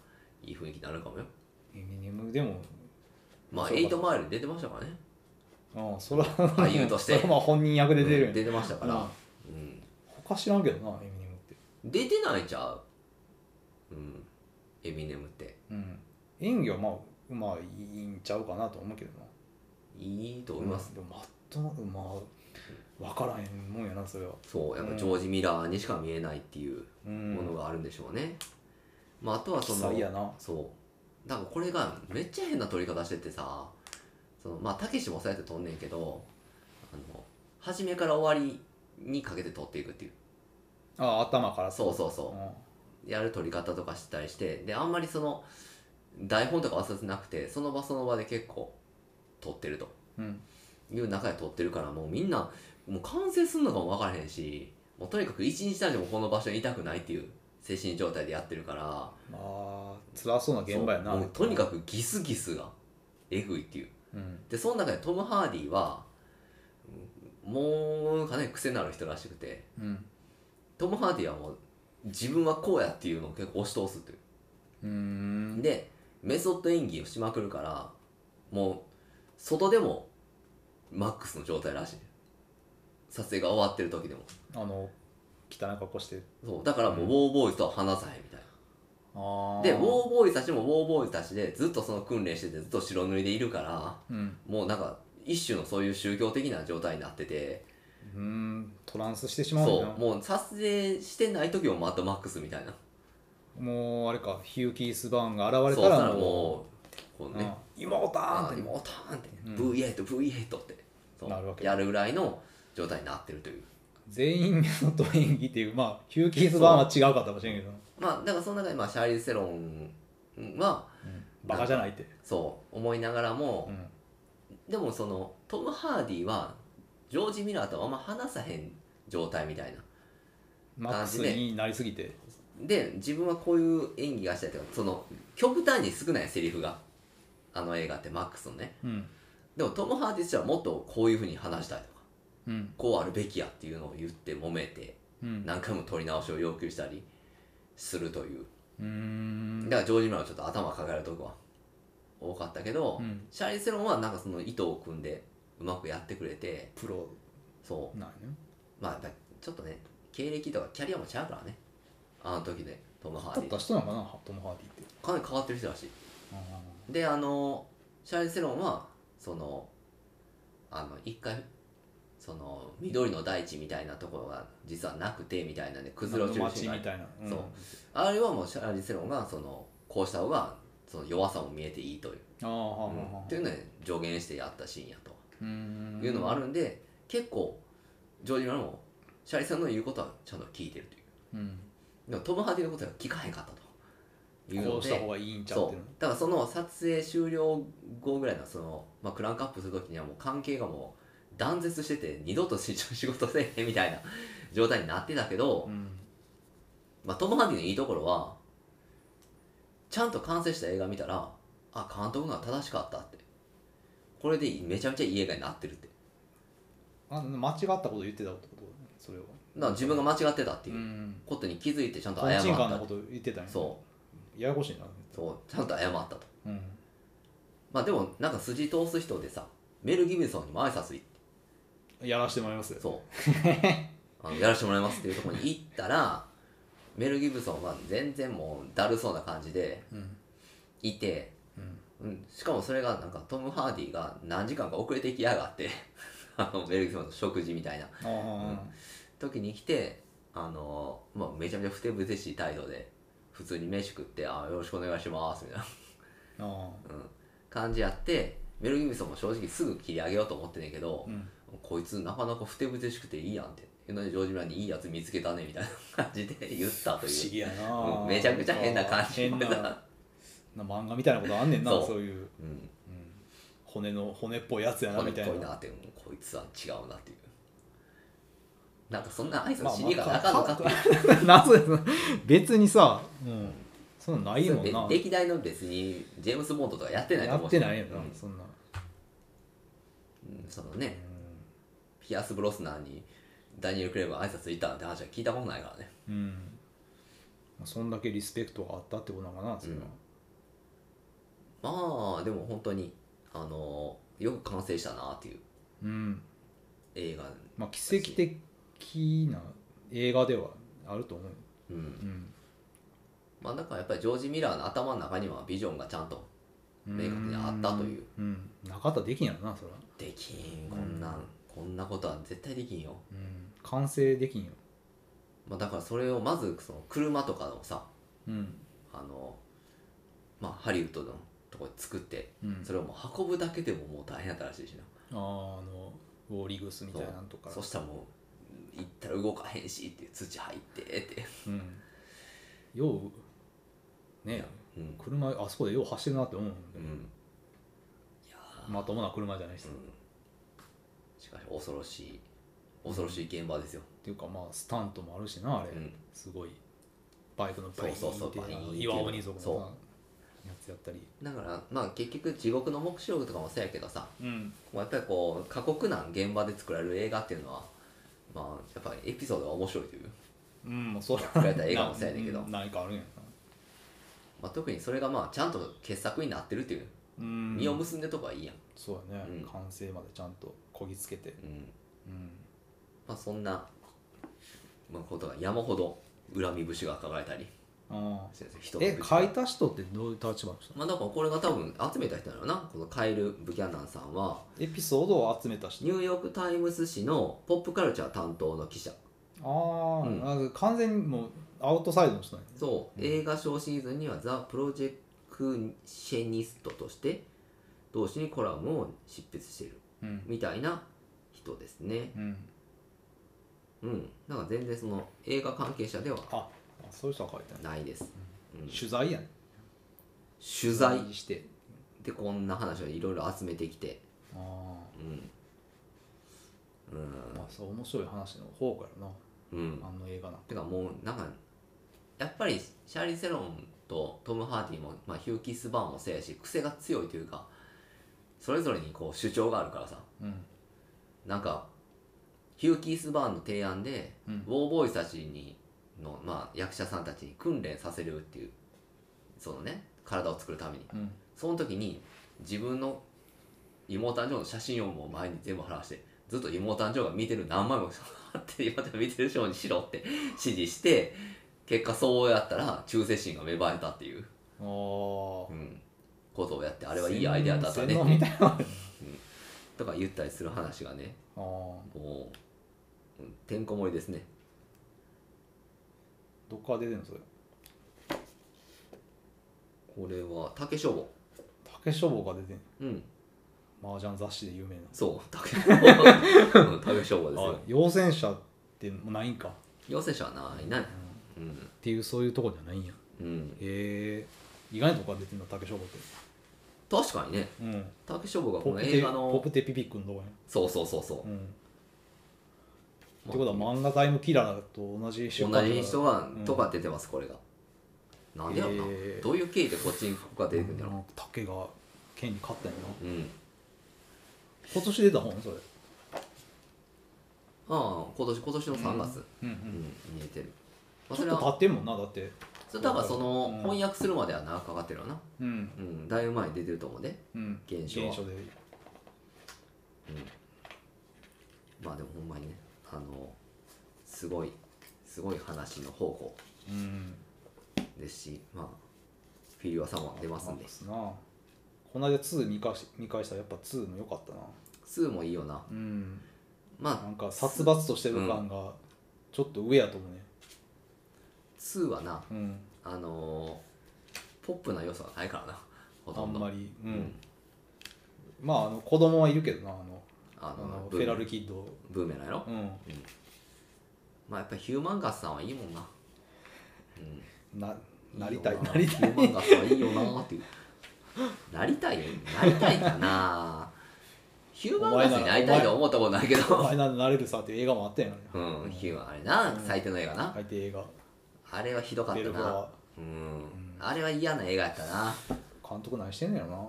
いい雰囲気になるかもよエミネムでもまあそうか8マイル出てましたからねああそら俳優として そらまあ本人役で出るようんね出てましたから、うん他知らんけどなエミネムって出てないんちゃううんエミネムってうん演技はまあまあいいんちゃうかなと思うけどないいと思います、うんでもまっとうまあ分からへんもんやなそれはそうやっぱジョージ・ミラーにしか見えないっていううんものがあるんでしょうね、まああとはそ奇の才やなそうだからこれがめっちゃ変な撮り方しててさそのまあたけしもそうやって撮んねんけどあの初めから終わりにかけて撮っていくっていうあ頭からそうそううそんうやる撮り方とかしたりしてであんまりその台本とか忘れてなくてその場その場で結構撮ってるとうんいう中で撮ってるからもうみんなもう完成するのかも分からへんしもうとにかく一日たりでもこの場所にいたくないっていう精神状態でやってるからまあ辛そうな現場やなそうもうとにかくギスギスがえぐいっていううんでその中でトム・ハーディはうんもうかなり癖のある人らしくてうんトム・ハーディはもう自分はこうやっていうのを結構押し通すっていううーんでメソッド演技をしまくるからもう外でもマックスの状態らしい撮影が終わってる時でもあの汚い格好してそうだからもうウォーボーイズとは話さへんみたいなああでウォーボーイズたちもウォーボーイズたちでずっとその訓練しててずっと白塗りでいるからうんもうなんか一種のそういう宗教的な状態になっててうーんトランスしてしまうんそやなうもう撮影してない時もマッドマックスみたいなもうあれかヒュー・キース・バーンが現それうしたたららもうこうねあ妹あーーんってもうターンってうん V8 V8 ってそうなるわけやるぐらいの状態になってるという全員メソッド演技っていうまあヒュー・キース・バーンは違うかったかもしれんけどまあだからその中でまあシャーリーズ・セロンはバカじゃないってそう思いながらもう、んでもそのトム・ハーディはジョージ・ミラーとはあんま話さへん状態みたいなマックスになりすぎてで自分はこういう演技がしたいとかその極端に少ないセリフがあの映画ってマックスのねうんでもトム・ハーディ氏はもっとこういうふうに話したいとかうんこうあるべきやっていうのを言って揉めてうん何回も撮り直しを要求したりするといううーんだからジョージ・ミラーはちょっと頭抱えるとこは多かったけど、うんシャーリー・セロンはなんかその糸を組んでうまくやってくれてプロそうなんやねまあやっぱりちょっとね経歴とかキャリアも違うからねあの時でトム・ハー取ディった人なのかなトム・ハーディってかなり変わってる人らしいあであのシャーリー・セロンはそのあの一回その緑の大地みたいなところが実はなくてみたいなんで崩れ落ちるシーンがあみるたいなそうあれはもうシャーリー・セロンがそのこうした方がその弱さも見えていいという、ああはあうんはあっていうので助言してやったシーンやうーんというのもあるんで、結構ジョージ・マラもシャーリーさんの言うことはちゃんと聞いてるといううんでもトム・ハーディのことは聞かへんかったというこのうしたで方がいいんちゃうっそていううのだからその撮影終了後ぐらいのその、まあ、クランクアップする時にはもう関係がも う断絶してて二度と仕事せえへんみたいな状態になってたけどうんまあ、トム・ハンディのいいところはちゃんと完成した映画見たらあ監督が正しかったってこれでめちゃめちゃいい映画になってるってあ間違ったこと言ってたってことそれをだから自分が間違ってたってういうんことに気づいてちゃんとト謝ンっチンカンたなっこてと言ってたんやそうややこしいなうそうちゃんと謝ったとうんまあでもなんか筋通す人でさメル・ギブソンにも挨拶行ってやらしてもらいますそう あのやらせてもらいますっていうところに行ったらメル・ギブソンは全然もうだるそうな感じでうんいて、うんうん、しかもそれがなんかトム・ハーディが何時間か遅れてきやがって あのメル・ギブソンの食事みたいなああ時に来てあの、まあ、めちゃめちゃふてぶてしい態度で普通に飯食って「あよろしくお願いします」みたいなああ感じやってメル・ギブソンも正直すぐ切り上げようと思ってんねんけど、うんこいつなかなかふてぶてしくていいやんって。いうのでジョージ・ミラーにいいやつ見つけたねみたいな感じで言ったと不思いう。議やうなんめちゃくちゃ変な感じ変なな漫画みたいなことあんねんなそうそういううん。うん骨の骨っぽいやつやな骨みったぽいいななって、もうこいつは違うなっていう。なんかそんな挨ま拶あしに行かなあかんのかっていう。まあか謎や な別にさ、うん、そんなんないもんなで歴代の別にジェームス・ボンドとかやってないとや思っうしてないよな、うんそんな、うんそのね、ピアス・ブロスナーにダニエル・クレーブが挨拶行ったなんて話は聞いたことないからね。うんまあそんだけリスペクトがあったってことなのかなそれは、まあ、でも本当に、あのよく完成したなっていううん映画。まあ、奇跡的な映画ではあると思う、うん。うん、まあ、だからやっぱりジョージ・ミラーの頭の中にはビジョンがちゃんと明確にあったという、うん、なかったらできんやろなそれは、できんこんなん、こんなことは絶対できんよ、うん、完成できんよ、まあ、だからそれをまずその車とかのさうんあの、まあ、ハリウッドのとこに作ってうん、それをもう運ぶだけでももう大変だったらしいしなあーあのウォーリグスみたいなんとかそしたらもう行ったら動かへんしって土入ってって、うん、ようねうん車あそこでよう走るなって思う、うんいやーまともな車じゃないし、うっんしかし恐ろしい恐ろしい現場ですよ、ていうかまあスタントもあるしなあれ、うんすごいバイクのバイクそうそうそうっていうあのバイーンっていう岩鬼族のさそやつやったりだからまあ結局地獄の目視録とかもそうやけどさうんまあやっぱりこう過酷な現場で作られる映画っていうのはまあやっぱりエピソードが面白いという、うんもうそれ作られた映画もそうやねんけどな何かあるんやなまあ、特にそれがまあちゃんと傑作になってるっていううん実を結んでとかはいいやん、そうやね、うん完成までちゃんとこぎつけてうんうんまあ、そんな、まあ、ことが山ほど恨み節が書かれたりあしてるんですーよ人えの節書いた人ってどういう立場の人まあだからこれが多分集めた人なのなこのカイル・ブキャナンさんはエピソードを集めた人ニューヨーク・タイムズ紙のポップカルチャー担当の記者あー、うんあの完全にもうアウトサイドの人なんやそう、映画賞シーズンにはザ・プロジェクシェニストとして同種にコラムを執筆しているうんみたいな人ですねうんうんだから全然その映画関係者ではあそういう人が書いてある、ないです、うん取材やん取材してでこんな話をいろいろ集めてきてああうんまあそう面白い話の方からなうんうんあの映画なてかもうなんかやっぱりシャーリー・セロンとトム・ハーディも、まあ、ヒュー・キス・バーンもそうやし癖が強いというかそれぞれにこう主張があるからさうんなんかヒュー・キースバーンの提案で、うんウォーボーイズたちにの、まあ、役者さんたちに訓練させるっていうそのね体を作るためにうんその時に自分の妹誕生の写真をもう前に全部話してずっと妹誕生が見てる何枚も 貼って妹が見てるショーにしろって指示して結果そうやったら忠誠心が芽生えたっていう、あーうんことをやってあれはいいアイデアだった洗脳みねたいなあとか言ったりする話がねあーもううんてんこ盛りですねどっから出てんのそれこれは竹書房竹書房が出てんうん麻雀雑誌で有名そう竹書房 うん竹書房ですなあよ陽戦者ってないんかっ陽性者はないないうんていうそういうとこじゃないんやうんへえ意外なとこから出てんの竹書房って確かにねうん竹書房がこポのプ映テ画ポのプテピピックのとこやそうそうそうそううんってことは漫画タイムキラーと同じ出同じ人がうんとか出てますこれが、なんでやろな、えーどういう経緯でこっちにここが出てくるんだろ竹が剣に勝ったんやなう、うん、今年出た本それああ今年今年の3月、うんううんん見えてる、まあ、そちょっれと経はってんもんなだってそれだからその、うん翻訳するまでは長くかかってるよな、うんうん、だいぶ前に出てると思うねうん現象は現象でまあでもほんまにねあのすごいすごい話の方向うんですしまあフィリワさんも出ますんですなこの間2見返し見返したらやっぱ2も良かったな2もいいよなうんなまあんか殺伐としてる感がちょっと上やと思うね2はなうんあのーポップな要素がないからなほあとんんどまりううんんまああの子供はいるけどなあのああののブフーメンェラルキッドブーメランやろうんまあやっぱヒューマンガスさんはいいもんななうんなりたよい なりヒューマンガスさんはいいよなーっていうなりたいなりたいかなヒューマンガスになりたいと思ったことないけおど前なんでなれるさっていう映画もあったんやろねうんヒューマンあれな最低の映画な相手映画あれはひどかったベルフなはうんあれは嫌な映画やったな監督何してんねやろなあ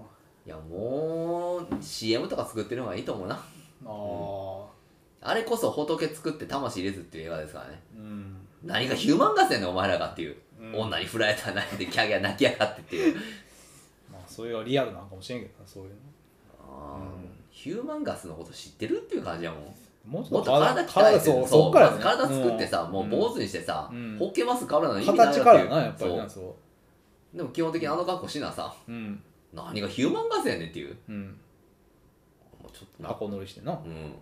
いやもう CM とか作ってる方がいいと思うなああれこそ仏作って魂入れずっていう映画ですからねうん何がヒューマン合戦ねんお前らがっていう、うん女に振られたら泣いてキャーキャー泣きやがってっていう、まあそれがリアルなんかもしれんけどなそういうのあーヒューマンガスのこと知ってるっていう感じやもんもうもっと体鍛えてそうそそうっからまねず体作ってさ、もう坊主主にしてさ、うんほっけます体の意味ないよってい形うからなやっぱりなそそうでも基本的にあの格好しなさううん何がヒューマンガスやねんっていううんもうちょっとな箱乗りしてなうん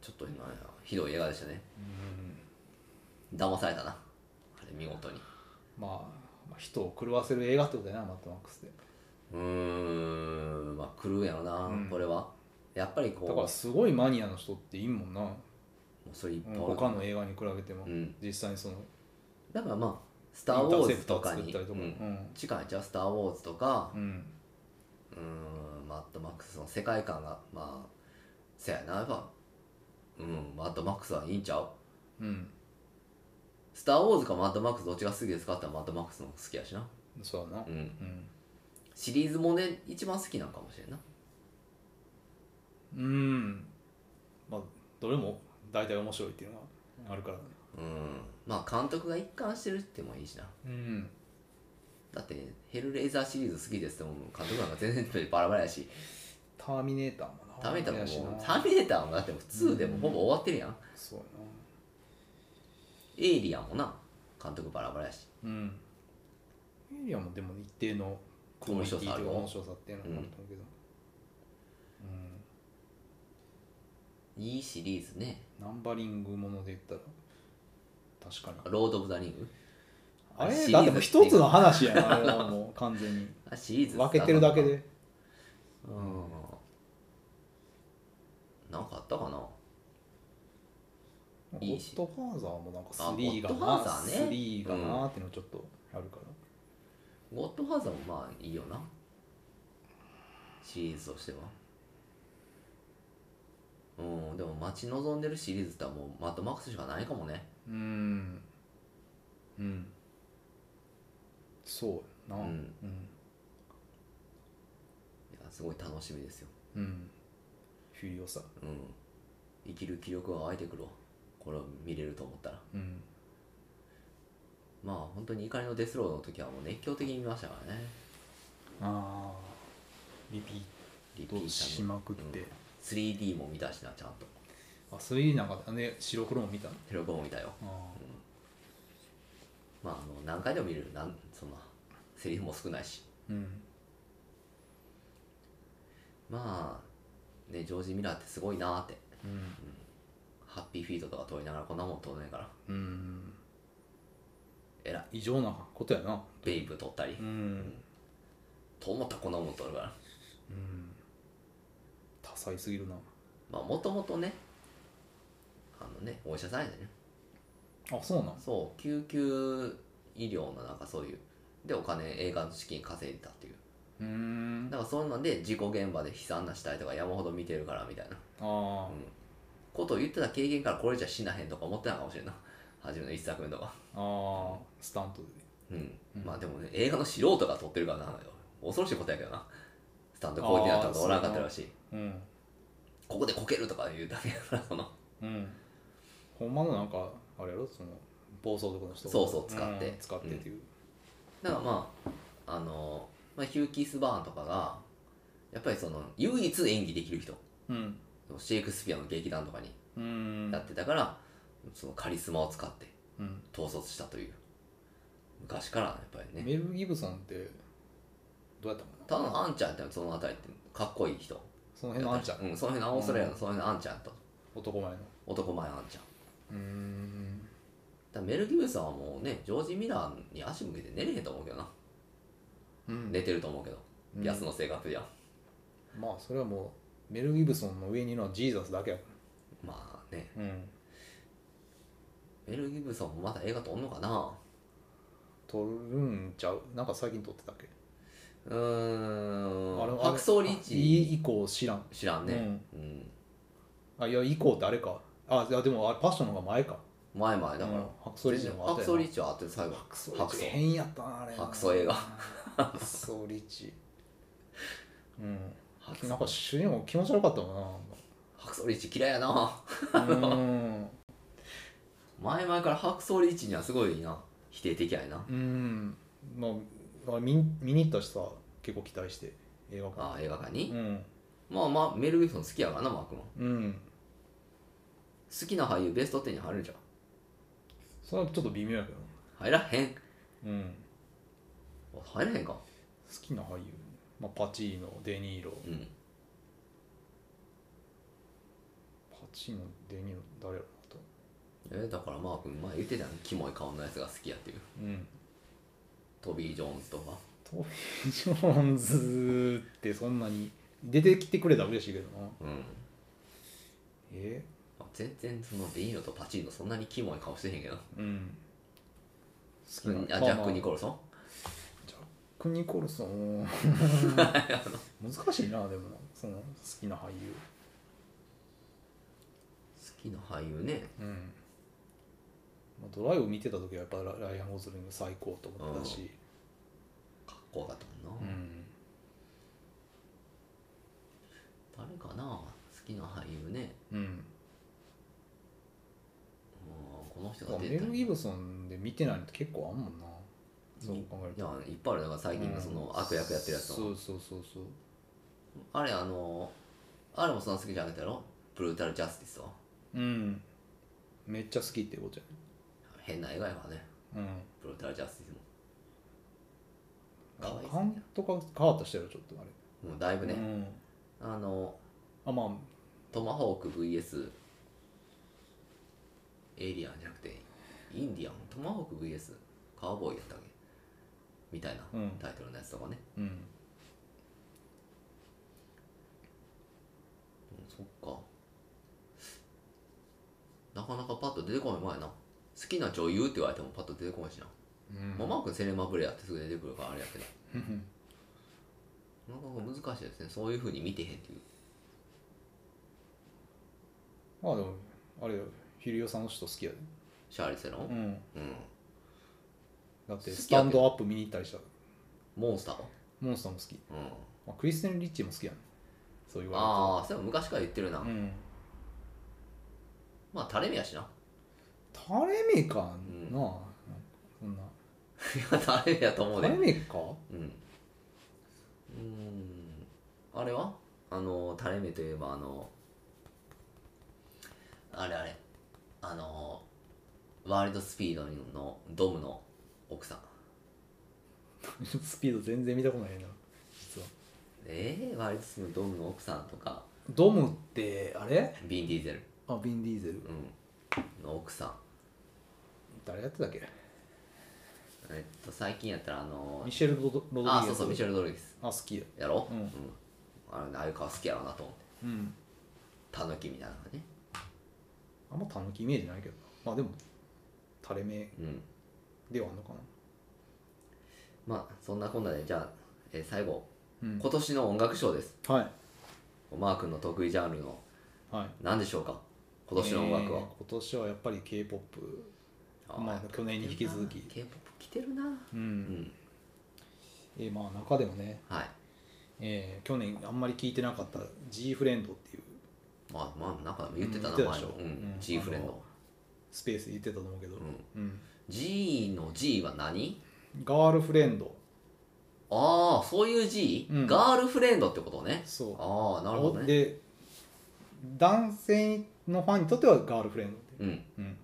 ちょっとなんやひどい映画でしたね騙されたなあれ見事にまあまあ人を狂わせる映画ってことやなマットマックスでうーんまあ狂うんやろな、うんこれはやっぱりこうだからすごいマニアの人っていいもんなもうそれいっぱいある他の映画に比べてもうん実際にそのだからまあ「スイター・ウンタォーーセズ」プタとーか作っにたりとかううんん近いじゃあ「スター・ウォーズ」とかうんうーんマッドマックスの世界観がまあせやなやっぱうんマッドマックスはいいんちゃううん「スター・ウォーズ」か「マッドマックス」どっちが好きですかって言ったらマッドマックスの方が好きやしなそうだなうんうんシリーズもね一番好きなんかもしれんなうんまあどれも大体面白いっていうのがあるからねうんまあ監督が一貫してるってもいいしなうんだってヘルレイザーシリーズ好きですっても監督なんか全然バラバラやしターミネーターもなターミネーターあれやしもなもうターミネーターもだってもう2でもほぼ終わってるやんそうやエイリアンもな監督バラバラやしなうんエイリアンもでも一定のクオリティというか面面白さっていうのがあると思うけどいいシリーズねナンバリングもので言ったら確かにロード・オブ・ザ・リングあシリーれズだってもう一つの話や なあれはもう完全にあシリーズ分けてるだけなんかでうんなんかあったかなゴいいしッドファーザーもなんかあ3がゴッドファなーザーね3がなっていうのちょっとあるかゴッドファーザーもまあいいよなシリーズとしてはうんでも待ち望んでるシリーズってもうマッドマックスしかないかもねらうんうんそうやうなうんんいやすごい楽しみですようんフィリオサうん生きる気力が湧いてくるわこれを見れると思ったらうんまあ本当に怒りのデスロードの時はもう熱狂的に見ましたからねああリピリーピートタしーのまくって、うん 3D も見たしなちゃんとあそれいいなんかあね白黒も見たのテロコも見たよあまああの何回でも見れるなんそんなセリフも少ないしーうんまあねジョージ・ミラーってすごいなーってうんハッピーフィートとか撮りながらこんなもん撮れないからうんえらい異常なことやなベイブ撮ったり、うんと思ったらこんなもん撮るから多彩すぎるなまあもともとねあのねお医者さんやねあそうなんそう救急医療のなんかそういうでお金映画の資金稼いでたっていううーんだからそういうので事故現場で悲惨な死体とか山ほど見てるからみたいなああ、うんことを言ってた経験からこれじゃ死なへんとか思ってたかもしれんな初めの一作目とかああスタントでうん、うんまあでもね映画の素人が撮ってるからな恐ろしいことやけどなスタンドコーディネーターとかおらんかったらしいうんここでこけるとか言うだけやからそのうんほんまのなんかあれやろその暴走族の人そうそう使ってん使ってっていう、だからまああの、まあ、ヒュー・キース・バーンとかがやっぱりその唯一演技できる人うんシェイクスピアの劇団とかにうんやってたから、そのカリスマを使ってうん統率したという昔からやっぱりねメル・ギブソンってどうやったかなただのアンちゃんってそのあたりってかっこいい人その辺のあんちゃんうんその辺のオーストラリアのその辺のアンちゃんと男前の男前のアンちゃんうーんだからメル・ギブソンはもうねジョージ・ミラーに足向けて寝れへんと思うけどなうん寝てると思うけど、うん安の性格じゃまあそれはもうメル・ギブソンの上にいるのはジーザスだけやかまあねらうんメル・ギブソンもまた映画撮んのかな撮るんちゃうなんか最近撮ってたっけうーんれ白装リッあチい以降知らん知らんねうん、あいや以降誰かあいやでもあれパッションの方が前か前々だから、うん白装リッチの方が白装リッチはあって最後白白装変やったなあれ白装映画白装リッチうんなんか主人公気持ち悪かったも白装リッチ嫌いやなん なうん前々から白装リッチにはすごいな否定的やなうんまあまあ見見に行ったしさ結構期待して映画館あ映画館にう、んまあまあメル・ギブソン好きやからなマークもうん好きな俳優ベスト10に入るんじゃんそれはちょっと微妙やけどな入らへんうん入らへんか好きな俳優、まあ、パチーノデニーロうんパチーノデニーロ誰やろうなとえーだからマー君前言ってたやんキモい顔のやつが好きやっていううんトビー・ジョーンズとかトミー・ジョーンズってそんなに出てきてくれたら嬉しいけどなうんえまあ全然そのデニーロとパチーノそんなにキモい顔してへんけどうん好うんまあまジャック・ニコルソンジャック・ニコルソ ン難しいなでもその好きな俳優好きな俳優ねうんまあドライブ見てた時はやっぱラライアン・ゴズリング最高と思ったしかっこよかったもんうな、ん誰かな好きな俳優ねうん、うんこの人まがあ出メてたル・いギブソンで見てないのって結構あんもんなそう考えるとやいっぱいあるだから最近のその悪役やってるやつそもうそうそうそうあれあのあれもそんな好きじゃなかったやろブルータル・ジャスティスはうんめっちゃ好きってことじ変な映画やからねゃんうんブルータル・ジャスティスもかわいそう監督が変わった人やろちょっとあれもうだいぶね、うん、あのあまあトマホーク VS エイリアンじゃなくてインディアントマホーク VS カウボーイやったっけみたいなうんタイトルのやつとかね、うんうんそっかなかなかパッと出てこない前な好きな女優って言われてもパッと出てこないしな、うんまあマー君セレマブレやってすぐ出てくるからあれやけどうんなかなか難しいですねそういうふうに見てへんっていうまあでもあれよヒリオさんの人好きやでシャーリー・セロン、ううんん、だっ好てきやけどスタンドアップ見に行ったりしたモンスターは、モンスターも好き、うん、まあ、クリステン・リッチーも好きやんそう言わああそれは昔から言ってるな、れるとうんまあ垂れ目やしな垂れ目かな、んなんかそんないや垂れ目やと思う垂れね目うかんうーんあれはあの垂れ目といえばあのあれあれあのワールドスピードのドムの奥さん スピード全然見たことないな実はええワールドスピードのドムの奥さんとかドムってあれビン・ディーゼル、あビン・ディーゼルうん、の奥さん誰やってたっけえっと最近やったらあのミシェル・ロドロドリゲスあそうそうミシェル・ドリゲスあ好きややろうんあれああいう顔好きやろうなと思ってうんタヌキみたいなのがねあんまたぬきイメージないけどなまあでも垂れ目うんではあるのかなまあそんなこんなでじゃあ、えー最後うん今年の音楽賞ですはいマー君の得意ジャンルのはい何でしょうか今年の音楽は、えー今年はやっぱり k p o p ーまあ去年に引き続き k p o p 来てるなうん、うんえーまあ中でもね、はいえー去年あんまり聞いてなかった G フレンドっていうまあまあなんか言ってたな、うん言ってた前でしょの、うんうん G フレンド、スペース言ってたと思うけど、うん、うん、 G の G は何ガールフレンドああそういう G、うんガールフレンドってことねそうああなるほどねで男性のファンにとってはガールフレンドってうんうん、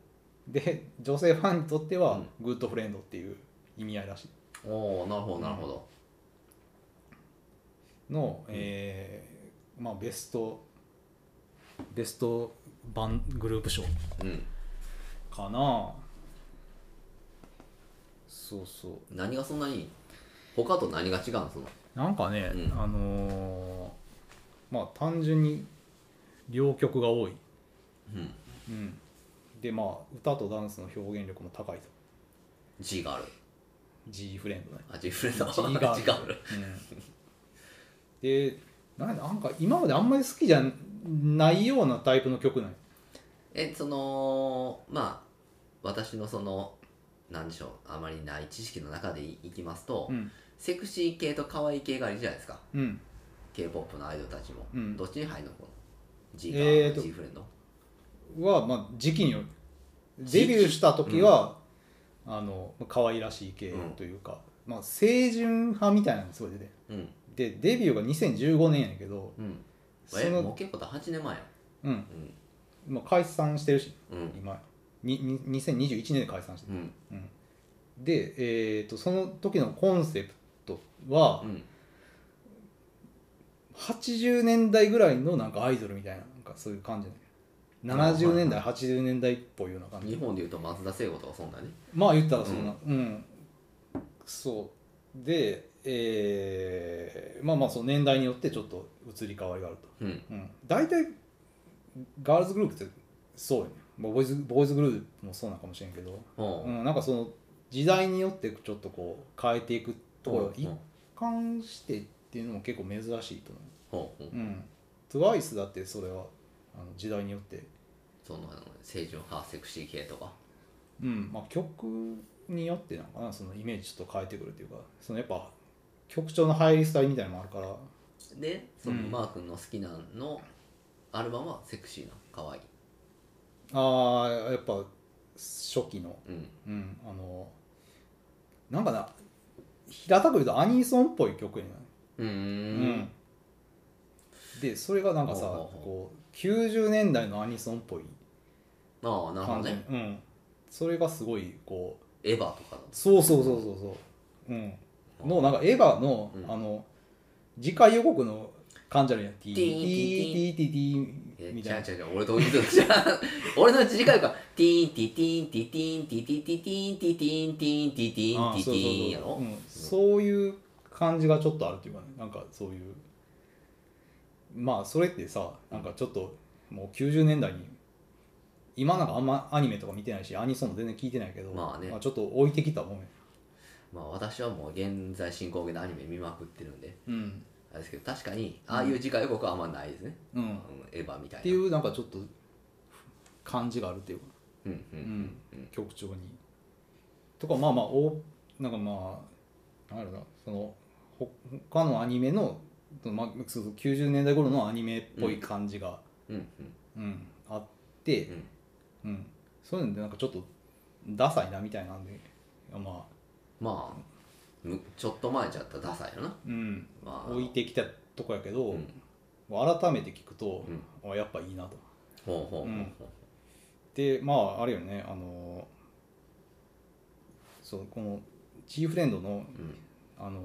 で女性ファンにとってはうんグッドフレンドっていう意味合いらしいおおなるほどなるほど、の、えーまあ、ベストベストバングループ賞うん、かなそうそう何がそんなに他と何が違うのそのなんかね、うんあのーまあ単純に両曲が多い、うんうん、でまあ歌とダンスの表現力も高いと G がある G フレンドね、あ G フレンド G ガー ル G ガールうん、でなんやなんか今まであんまり好きじゃないようなタイプの曲なんよえそのまあ私のそのなんでしょうあまりない知識の中でいいきますと、うんセクシー系と可愛い系がいるじゃないですかうん k p o p のアイドルたちも、うんどっちに入るのこの G が、えーと G フレンドは、まあ、時期による時デ期ビューした時は、あの可愛らしい系というか、まあ、清純派みたいなのがすごい出てうんでデビューが2015年やねんけどうんそえものう結構だ8年前やうんうんまあ、解散してるしうん今にに2021年で解散してうる、んうんで、えー、とその時のコンセプトは、うん80年代ぐらいのなんかアイドルみたいななんかそういう感じなのよ70年代80年代っぽいような感じ日本でいうと松田聖子とかそんなねまあ言ったらそんなうん、そうでえーまあまあその年代によってちょっと移り変わりがあると、うんうん、大体ガールズグループってそうよね、まあ、ボーイズボーイズグループもそうなのかもしれんけど、ほうん、なんかその時代によってちょっとこう変えていくところをう一ん貫してっていうのも結構珍しいと思うほうほううん、TWICE だってそれはあの時代によって、その清純派セクシー系とかうんまあ、曲によってなのかなそのイメージちょっと変えてくるというかそのやっぱ曲調の入りスタイルみたいなのもあるからでそのうんマー君の好きなのアルバムはセクシーな可愛いあーやっぱ初期の,、うんうん、あのなんかな平たく言うとアニソンっぽい曲になるううーんでそれがなんかさほうほうほうこう90年代のアニソンっぽいああなるほど感じ、ねうん、それがすごいこうエヴァとかだそうそうそうそうそう、うん、のなんかエヴァの、うんあの次回予告の感じあるやんティーテティーンィーティーティーえみ違たいうな違う違う俺と同じことじゃん俺の次回がティーンティティーンティティーンティティティティーンティティーンティーンティティーンあティテーそうそうィーンやそうろうんそういう感じがちょっとあるっていうかねなんかそういうまあそれってさなんかちょっともう90年代に今なんかあんまアニメとか見てないしアニソンも全然聞いてないけど、まあねちょっと置いてきたもんや、まあ私はもう現在進行形でアニメ見まくってるんでうんあれですけど確かにああいう次回予告はあんまないですね、うん、っうんエヴァみたいなていうなんかちょっと感じがあるっていうかうんううんん、局長に。とかまあまあおなんかまあなんやろなそのほ他のアニメの、そのまあ、そうそう90年代頃のアニメっぽい感じが、うんうんうんあって、うんそういうのでなんかちょっとダサいなみたいなんでまあ、まあむちょっと前じゃったらダサいよなうん、まあ置いてきたとこやけど、うん改めて聞くとうん、あやっぱいいなと。ほうほうほうほう、うんでまああれよねあのそうこのチーフレンドのうんあの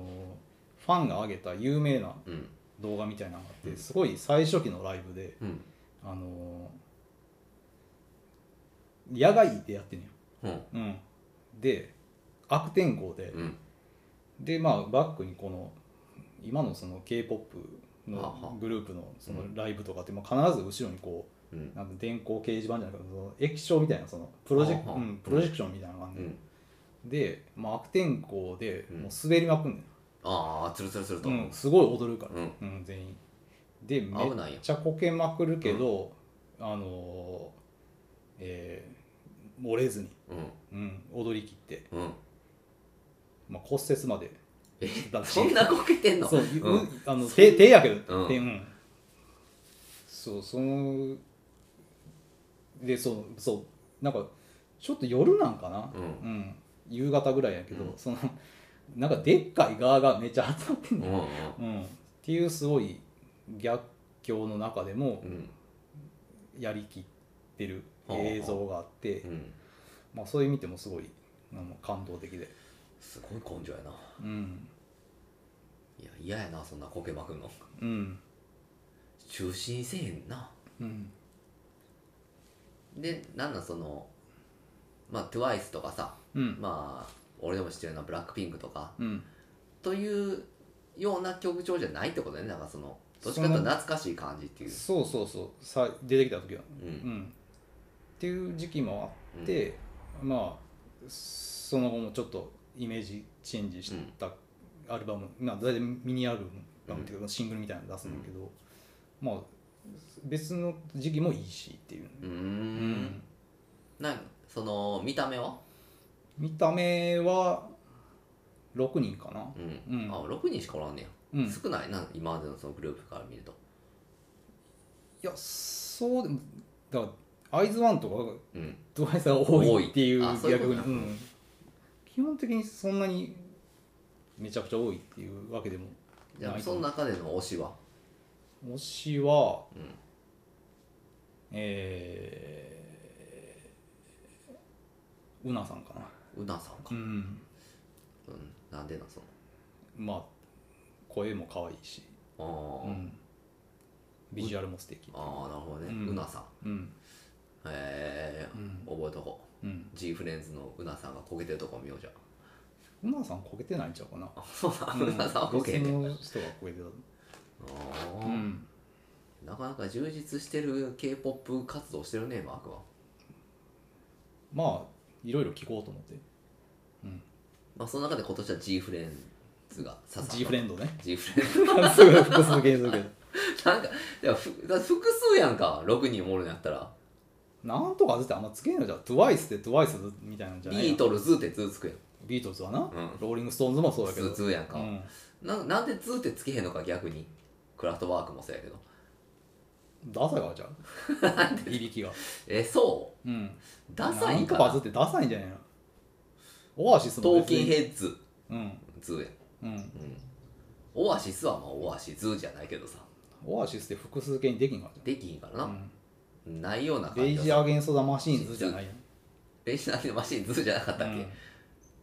ファンが上げた有名なうん動画みたいなのがあって、うんすごい最初期のライブで、うんあの野外でやってんのよ、うんうん、で悪天候で、うんでまあバックにこの今のその k p o p はあはのあグループのそのうんライブとかって、まあ、必ず後ろにこううんなんか電光掲示板じゃないけどその液晶みたいなそのプロジェクはあはあうんプロジェクションみたいなのがあるうのよんで、まあ、悪天候でうんもう滑りまくんねんああつるつるつると、うん、すごい踊るからうん、うん、全員でめ危っないよちゃこけまくるけど、あのーえー折れずに、ううん、踊り切って、んうんまあ、骨折までえだしそんなこけてんのそう、うんうあの手手やけど、うん手うんそうそのでそうそうなんかちょっと夜なんかな、ううん夕方ぐらいやけど、うんそのなんかでっかい側がめっちゃ集まってんうの、んうんうんっていうすごい逆境の中でもうんやりきってる映像があって、うんまあ、そういう意味でもすごいあの感動的で、すごい根性やなうんいや嫌やなそんなこけまくんのうん中心せえへんなうんでなんなんそのまあ TWICE とかさうんまあ俺でも知ってるのはブラックピンクとかうんというような曲調じゃないってことねなんかそのどっちかというと懐かしい感じっていうそうそうそうさ出てきた時はううんん、っていう時期もあって、まあその後もちょっとイメージチェンジしたアルバム、まあ大体ミニアルバムっていうかシングルみたいなの出すんだけど、まあ別の時期もいいしっていう、うーんなんその見た目は見た目は6人かなうん、うんあ6人しかおらんねうや、んい少ないな今までのそのグループから見るとやそうでもだからアイズワンとかうんドライさが多いっていう多いあそう逆いにうことねうん基本的にそんなにめちゃくちゃ多いっていうわけでもじゃなあいその中での推しは推しは、うんえーうなさんかなうなさんかう、んうん、なんでなんそまあ声も可愛いし、のうあー、ん、ビジュアルも素敵あーなるほどね、うんうなさんうんへえうん覚えとこう G フレンズのうなさんがこけてるとこ見ようじゃな、さんこけてないんちゃうかなあそうなん うなさんはこけへん別ねの人がこけてた、あーうん、なかなか充実してる k p o p 活動してるねマークは、まあいろいろ聞こうと思って、うん、まあ、その中で今年は G フレンズが刺さった G フレ ンドね G フレンズすぐ複数形するけどなんかでもふだって複数やんか6人もおるんやったらなんとかずってあんまつけんのじゃん TWICE って TWICE みたいなんじゃないのビートルズってズーつくやんビートルズはな、んローリング・ストーンズもそうやけどズーズーやんか、うん、ななんでズーってつけへんのか逆にクラフトワークもそうやけどダサいからじゃんいびきが、えそうん、うダサいんかなんとかズなってダサいんじゃないのオアシスもトーキンヘッズうんズーやんうんうんオアシスはまあオアシズーじゃないけどさオアシスって複数形にできんからじできひんからゃな、ん、うん、ないような感レじイはジ・アゲンスト・ザ・マシーンズじゃないやんレイジアンマシーンズーじゃなかったっけ、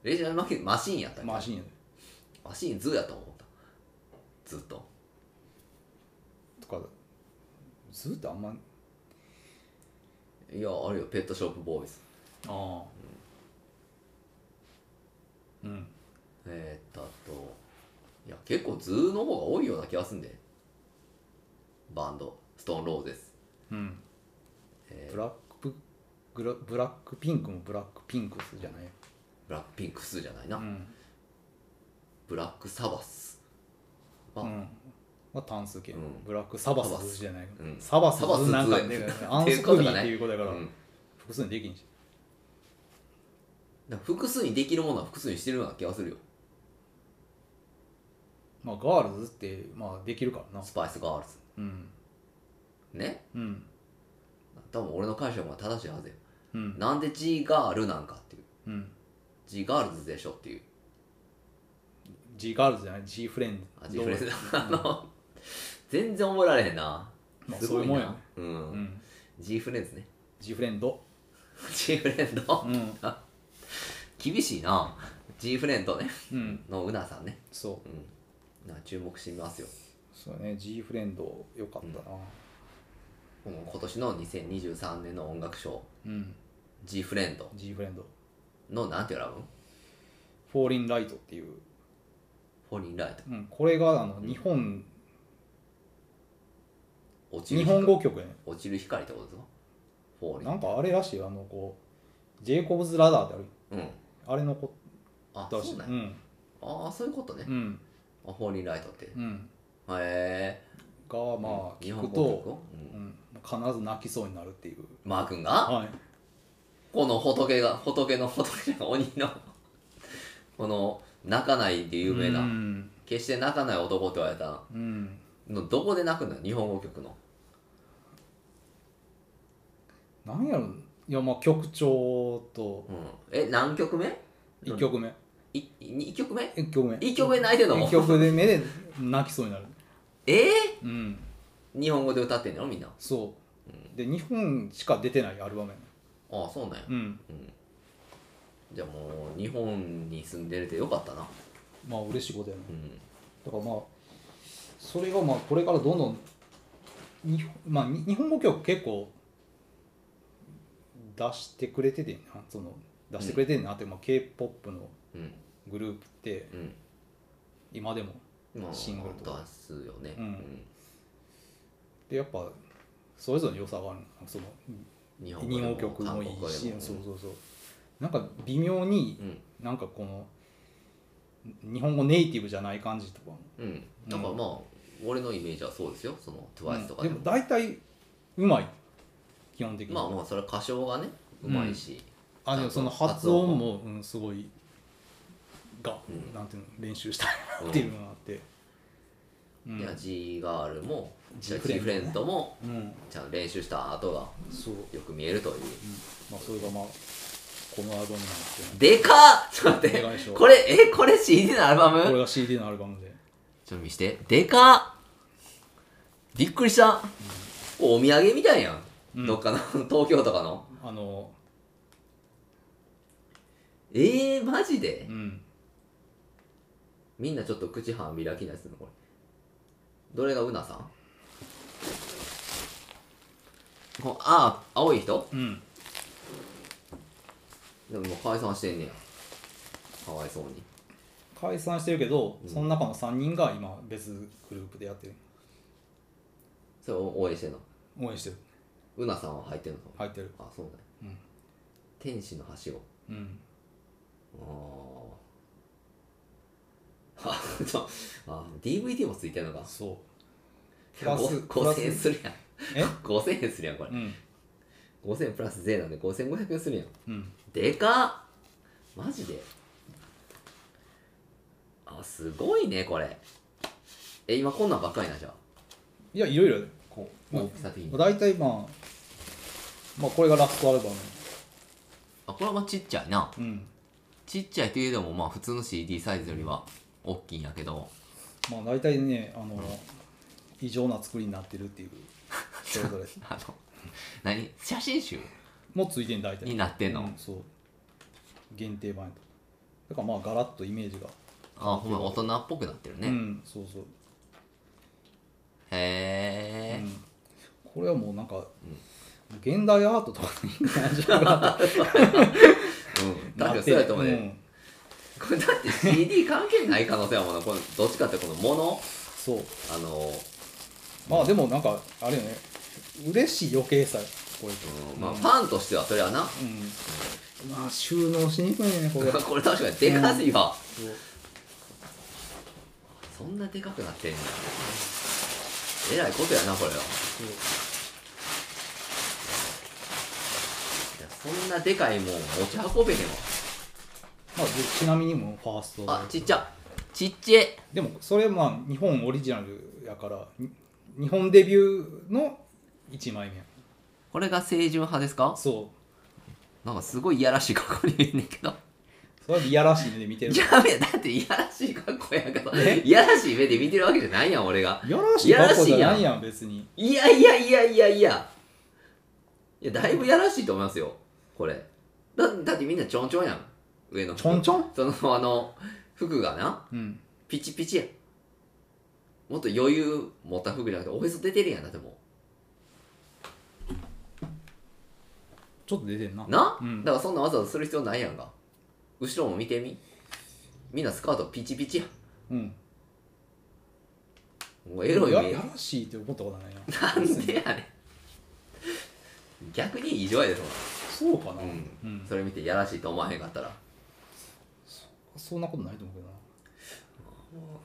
レイジアンマシーンやったっうんけマシーンやマシーンズーやと思ったずっととかずっとあんまいやあるよペットショップボーイズああうんえー、っとあといや結構ズーの方が多いような気がすんでバンドストーンローゼスうんえブラックブラブラックピンクもブラックピンクスじゃないよブラックピンクスじゃないな、うんブラックサバスあうんまあ、単数形、うんブラックサバスズじゃない、うんサバスサバスズズなんかっていうアンスクビーっていうことだうから、ん、複数にできんしだから複数にできるものは複数にしてるような気がするよまあガールズってまあできるからなスパイスガールズうんねうん多分俺の解釈が正しいはずようんなんで G ガールなんかっていううん G ガールズでしょっていう G ガールズじゃない G フレンあドジフレンズあの全然覚えられへんな、まあすそうごいういもんなやねう、うんん G フレンズね G フレンド G フレンドうん厳しいな G フレンドねうんのうなさんねそううんな注目してみますよそうだね G フレンドよかったなこの今年の2023年の音楽賞うん、 G フレンド G フレンドのなんていうアルバムフォーリンライトっていう、フォーリンライトうん、これがあの日本落ちる日光本語曲やね落ちる光ってことですかフォーリンなんかあれらしいよあのこうジェイコブズ・ラダーってあうるんあれのこあとらしそいうなんうやんああそういうことねうんあフォーリンライトってへうんえがまあ日聞本語曲くと、をうんうん、必ず泣きそうになるっていうマー君がはいこの仏が仏の仏じゃない鬼の この泣かないで有名う、なん決して泣かない男と言われたうん、のどこで泣くの日本語曲のなんやろいやまあ曲調とうんえ何曲目1曲目い2曲目1曲目一曲目泣いてんの一曲で目で泣きそうになる えうんー、日本語で歌ってんのみんなそうで日本しか出てないアルバムやねああそうなんやうんじゃあもう日本に住んでるってよかったなまあ嬉しいことやねうんだからまあそれがまあこれからどんどん日本,、まあ、に日本語曲結構出してくれててんなその出してくれてんなって、まあ、k p o p のうんグループってうん今でもまあシングルと出すよねうんでやっぱそれぞれの良さがあるのそのうん日日本語語曲もいいし韓国語でもそうそうそうなんか微妙にうんなんかこの日本語ネイティブじゃない感じとかもうん、なんかまあ、俺のイメージはそうですよその TWICE とかででもも,、大体うまい基本的にまあまあそれは歌唱がねうまいし、あでもその発音も、うん、すごいが、うんなんていうの練習したいうんなっていうのがあって、うんいや G ガールも G G フレンフレンドもうん、ちゃんと練習した後がそう、よく見えるというまあ、それがまあこのアルバムなんですよねでかっちょっと待でかいっでしてょこれえこれ CD のアルバムこれが CD のアルバムでちょっと見してでかっびっくりした、お土産みたいやん、うんどっかの 東京とかのあのえー、マジで、うんみんなちょっと口半開きなやつのこれどれがうなさんこああ青い人うんでももう解散してんねやかわいそうに解散してるけど、うんその中の3人が今別グループでやってるそれを応援してんの応援してるうなさんは入ってんの入ってるあそうね、うん天使の橋をうんあー あそうあ DVD もついてんのかそうプラスプラス5000円するやんえ5000円するやんこれうん5000円プラス税なんで5500円するやんうんでかっマジであすごいねこれえ今こんなんばっかりなじゃあいやいろいろこう、まあ大きさ的に大体まあまあこれがラストアルバムあこれはまあちっちゃいなうんちっちゃいというでもまあ普通の CD サイズよりは大きいんやけどまあ大体ねあの、異常な作りになってるっていうそれぞれあの 何写真集もついてん大体になってんの、うんそう限定版やとだからまあガラッとイメージが、あほんまに大人っぽくなってるね、うんそうそう、うへえ、ん、これはもうなんか、現代アートとかにいい感じうがん確かにそうやと思うね、んこれだって CD 関係ない可能性はもんなこのどっちかってこのものそうあのまあでもなんかあれよね嬉しい余計さこれとうんまあ、ファンとしてはそれはな、うんまあ収納しにくいねこれ これ確かにでかすぎわ、そそんなでかくなってんねんえらいことやなこれはいうやそんなでかいもん持ち運べへんまあでちなみにもうファーストわあちっちゃちっちゃいでもそれまあ日本オリジナルやからに日本デビューの1枚目やこれが清純派ですかそなんかすごいいやらしい格好に見えんねんけどうそれはいやらしい目で見 てるじゃあだっていやらしい格好やからいやらしい目で見てるわけじゃないやん俺がいやらしい格好じゃないいやん別にいやいやいやいやいやいやだいぶやらしいと思いますよこれだだってみんなちょんちょんやん上の服ちょんちょんそのあの服がなうんピチピチやんもっと余裕持った服じゃなくておへそ出てるやんだってもちょっと出てんなうな、うんだからそんなわざわざする必要ないやんか後ろも見てみみんなスカートピチピチやうんんもうエロいや目やらしいって思ったことないななんでやねん逆に異常やでそんそうかなな、ううんん、それ見てやらしいと思わへんかったらそんなことないと思う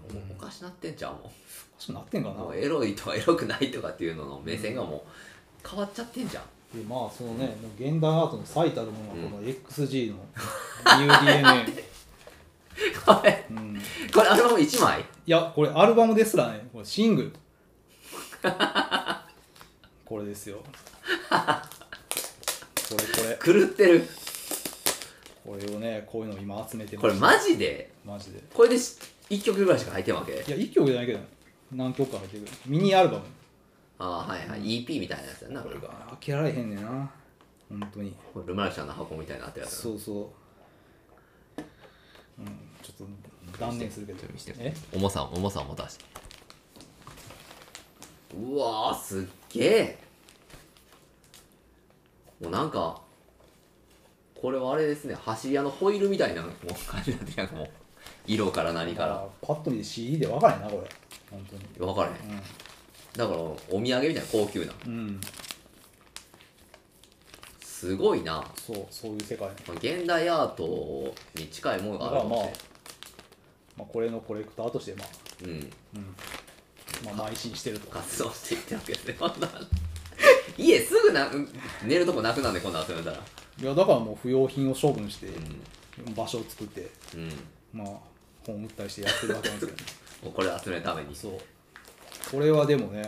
けどなもうおかしなってんちゃうもんそうなってんかなもうエロいとはエロくないとかっていうのの目線がもう変わっちゃってんじゃん、 でまあそのね、もう現代アートの最たるものはこの XG の UDNA、 これうん、いこれあの1枚やこれアルバムですらねこれシ ングルこれですよこれ狂ってるこれこれをねこういうのを今集めてまこれすマジでマジでいこれで1曲ぐらいしか入ってんわけや1曲じゃないけど何曲か入ってるミニアルバムああはいはい EP みたいなやつやなここれれが開けられへんねんな本当にルマルシャンの箱みたいになってるやつそうそう、うん、ちょっと断念するけど見せてえ重さを重さを持たしてうわーすっげえもうなんかこれはあれですね走り屋のホイールみたいなもう感じになってきたなんかもう色から何かまらあパッと見て CD で分からへんなこれ本当に分からへんだからお土産みたいな高級なうん、うん、すごいなそうそういう世界現代アートに近いものだがかあるからまあもし、まあ、これのコレクターとしてまあ、れない、うん、うんまあ、邁進してると活動していってるわけですねこんな家すぐな寝るとこなくなんでこんなん集めたらいやだからもう不要品を処分して場所を作ってうん、うんまあ本売ったりしてやってるわけな んですけど、ね、もうこれ集めるためにそうこれはでもね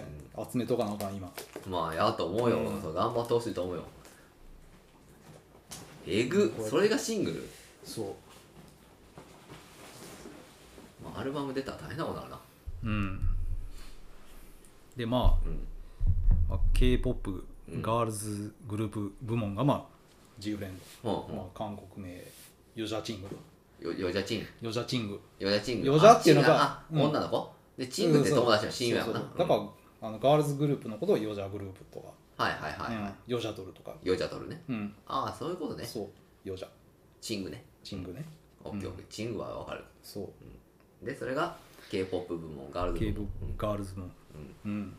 集めとかなあかん今まあやと思うよ、うんそう頑張ってほしいと思うよえぐそれがシングル、そまあ、アルバム出たら大変なことになるなううんでまうんあ、まあ、k p o p うんガールズグループ部門がまあ自由連ほ合、まあ、韓国名ヨジャチングうほうよよじゃちんヨジャチングよじゃちんよじゃっていうのがあチンうんあ女の子、でチングって友達の親友やもんなそうそうだうんからあのガールズグループのことをヨジャグループとか、はいはいはい、うんヨジャドルとか、よじゃとるねうんああそういうことねそうヨジャチングねチングねオッケーオッケーチングはわかるそうでそれが k p o p 部門ガールズ k 部 p 門 o p ガールズもうん、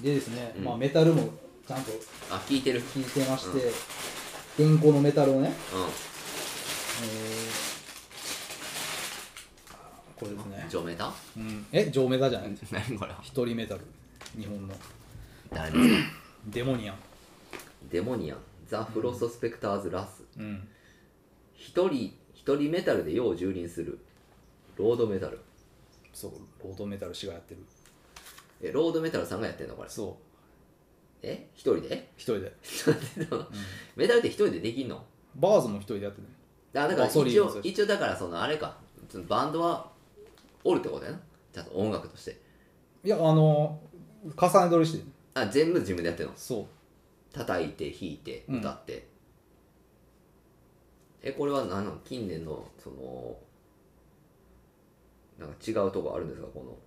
でですね、うんまあ、メタルもちゃんとあ聞いてるうん聞いてまして、現行のメタルをね、えー、これですね、ジョメタうん、え上メタじゃない何これ一人メタル日本の誰ですかデモニアンデモニアンザ・フロスト・スペクターズ・ラスうん一人一人メタルで世を蹂躙するロードメタルそうロードメタル氏がやってるえロードメタルさんがやってんのこれそうえ一人で一人で、メタルって一人でできんのバーズも一人でやってるあだからあソリー一もそ応う一応だからそのあれかそのバンドはおるってことやなちゃんと音楽としていやあの重ね取りしてるあ全部自分でやってるのそ叩いて弾いてうん歌って、えこれは何なの近年のそのなんか違うとこあるんですかこ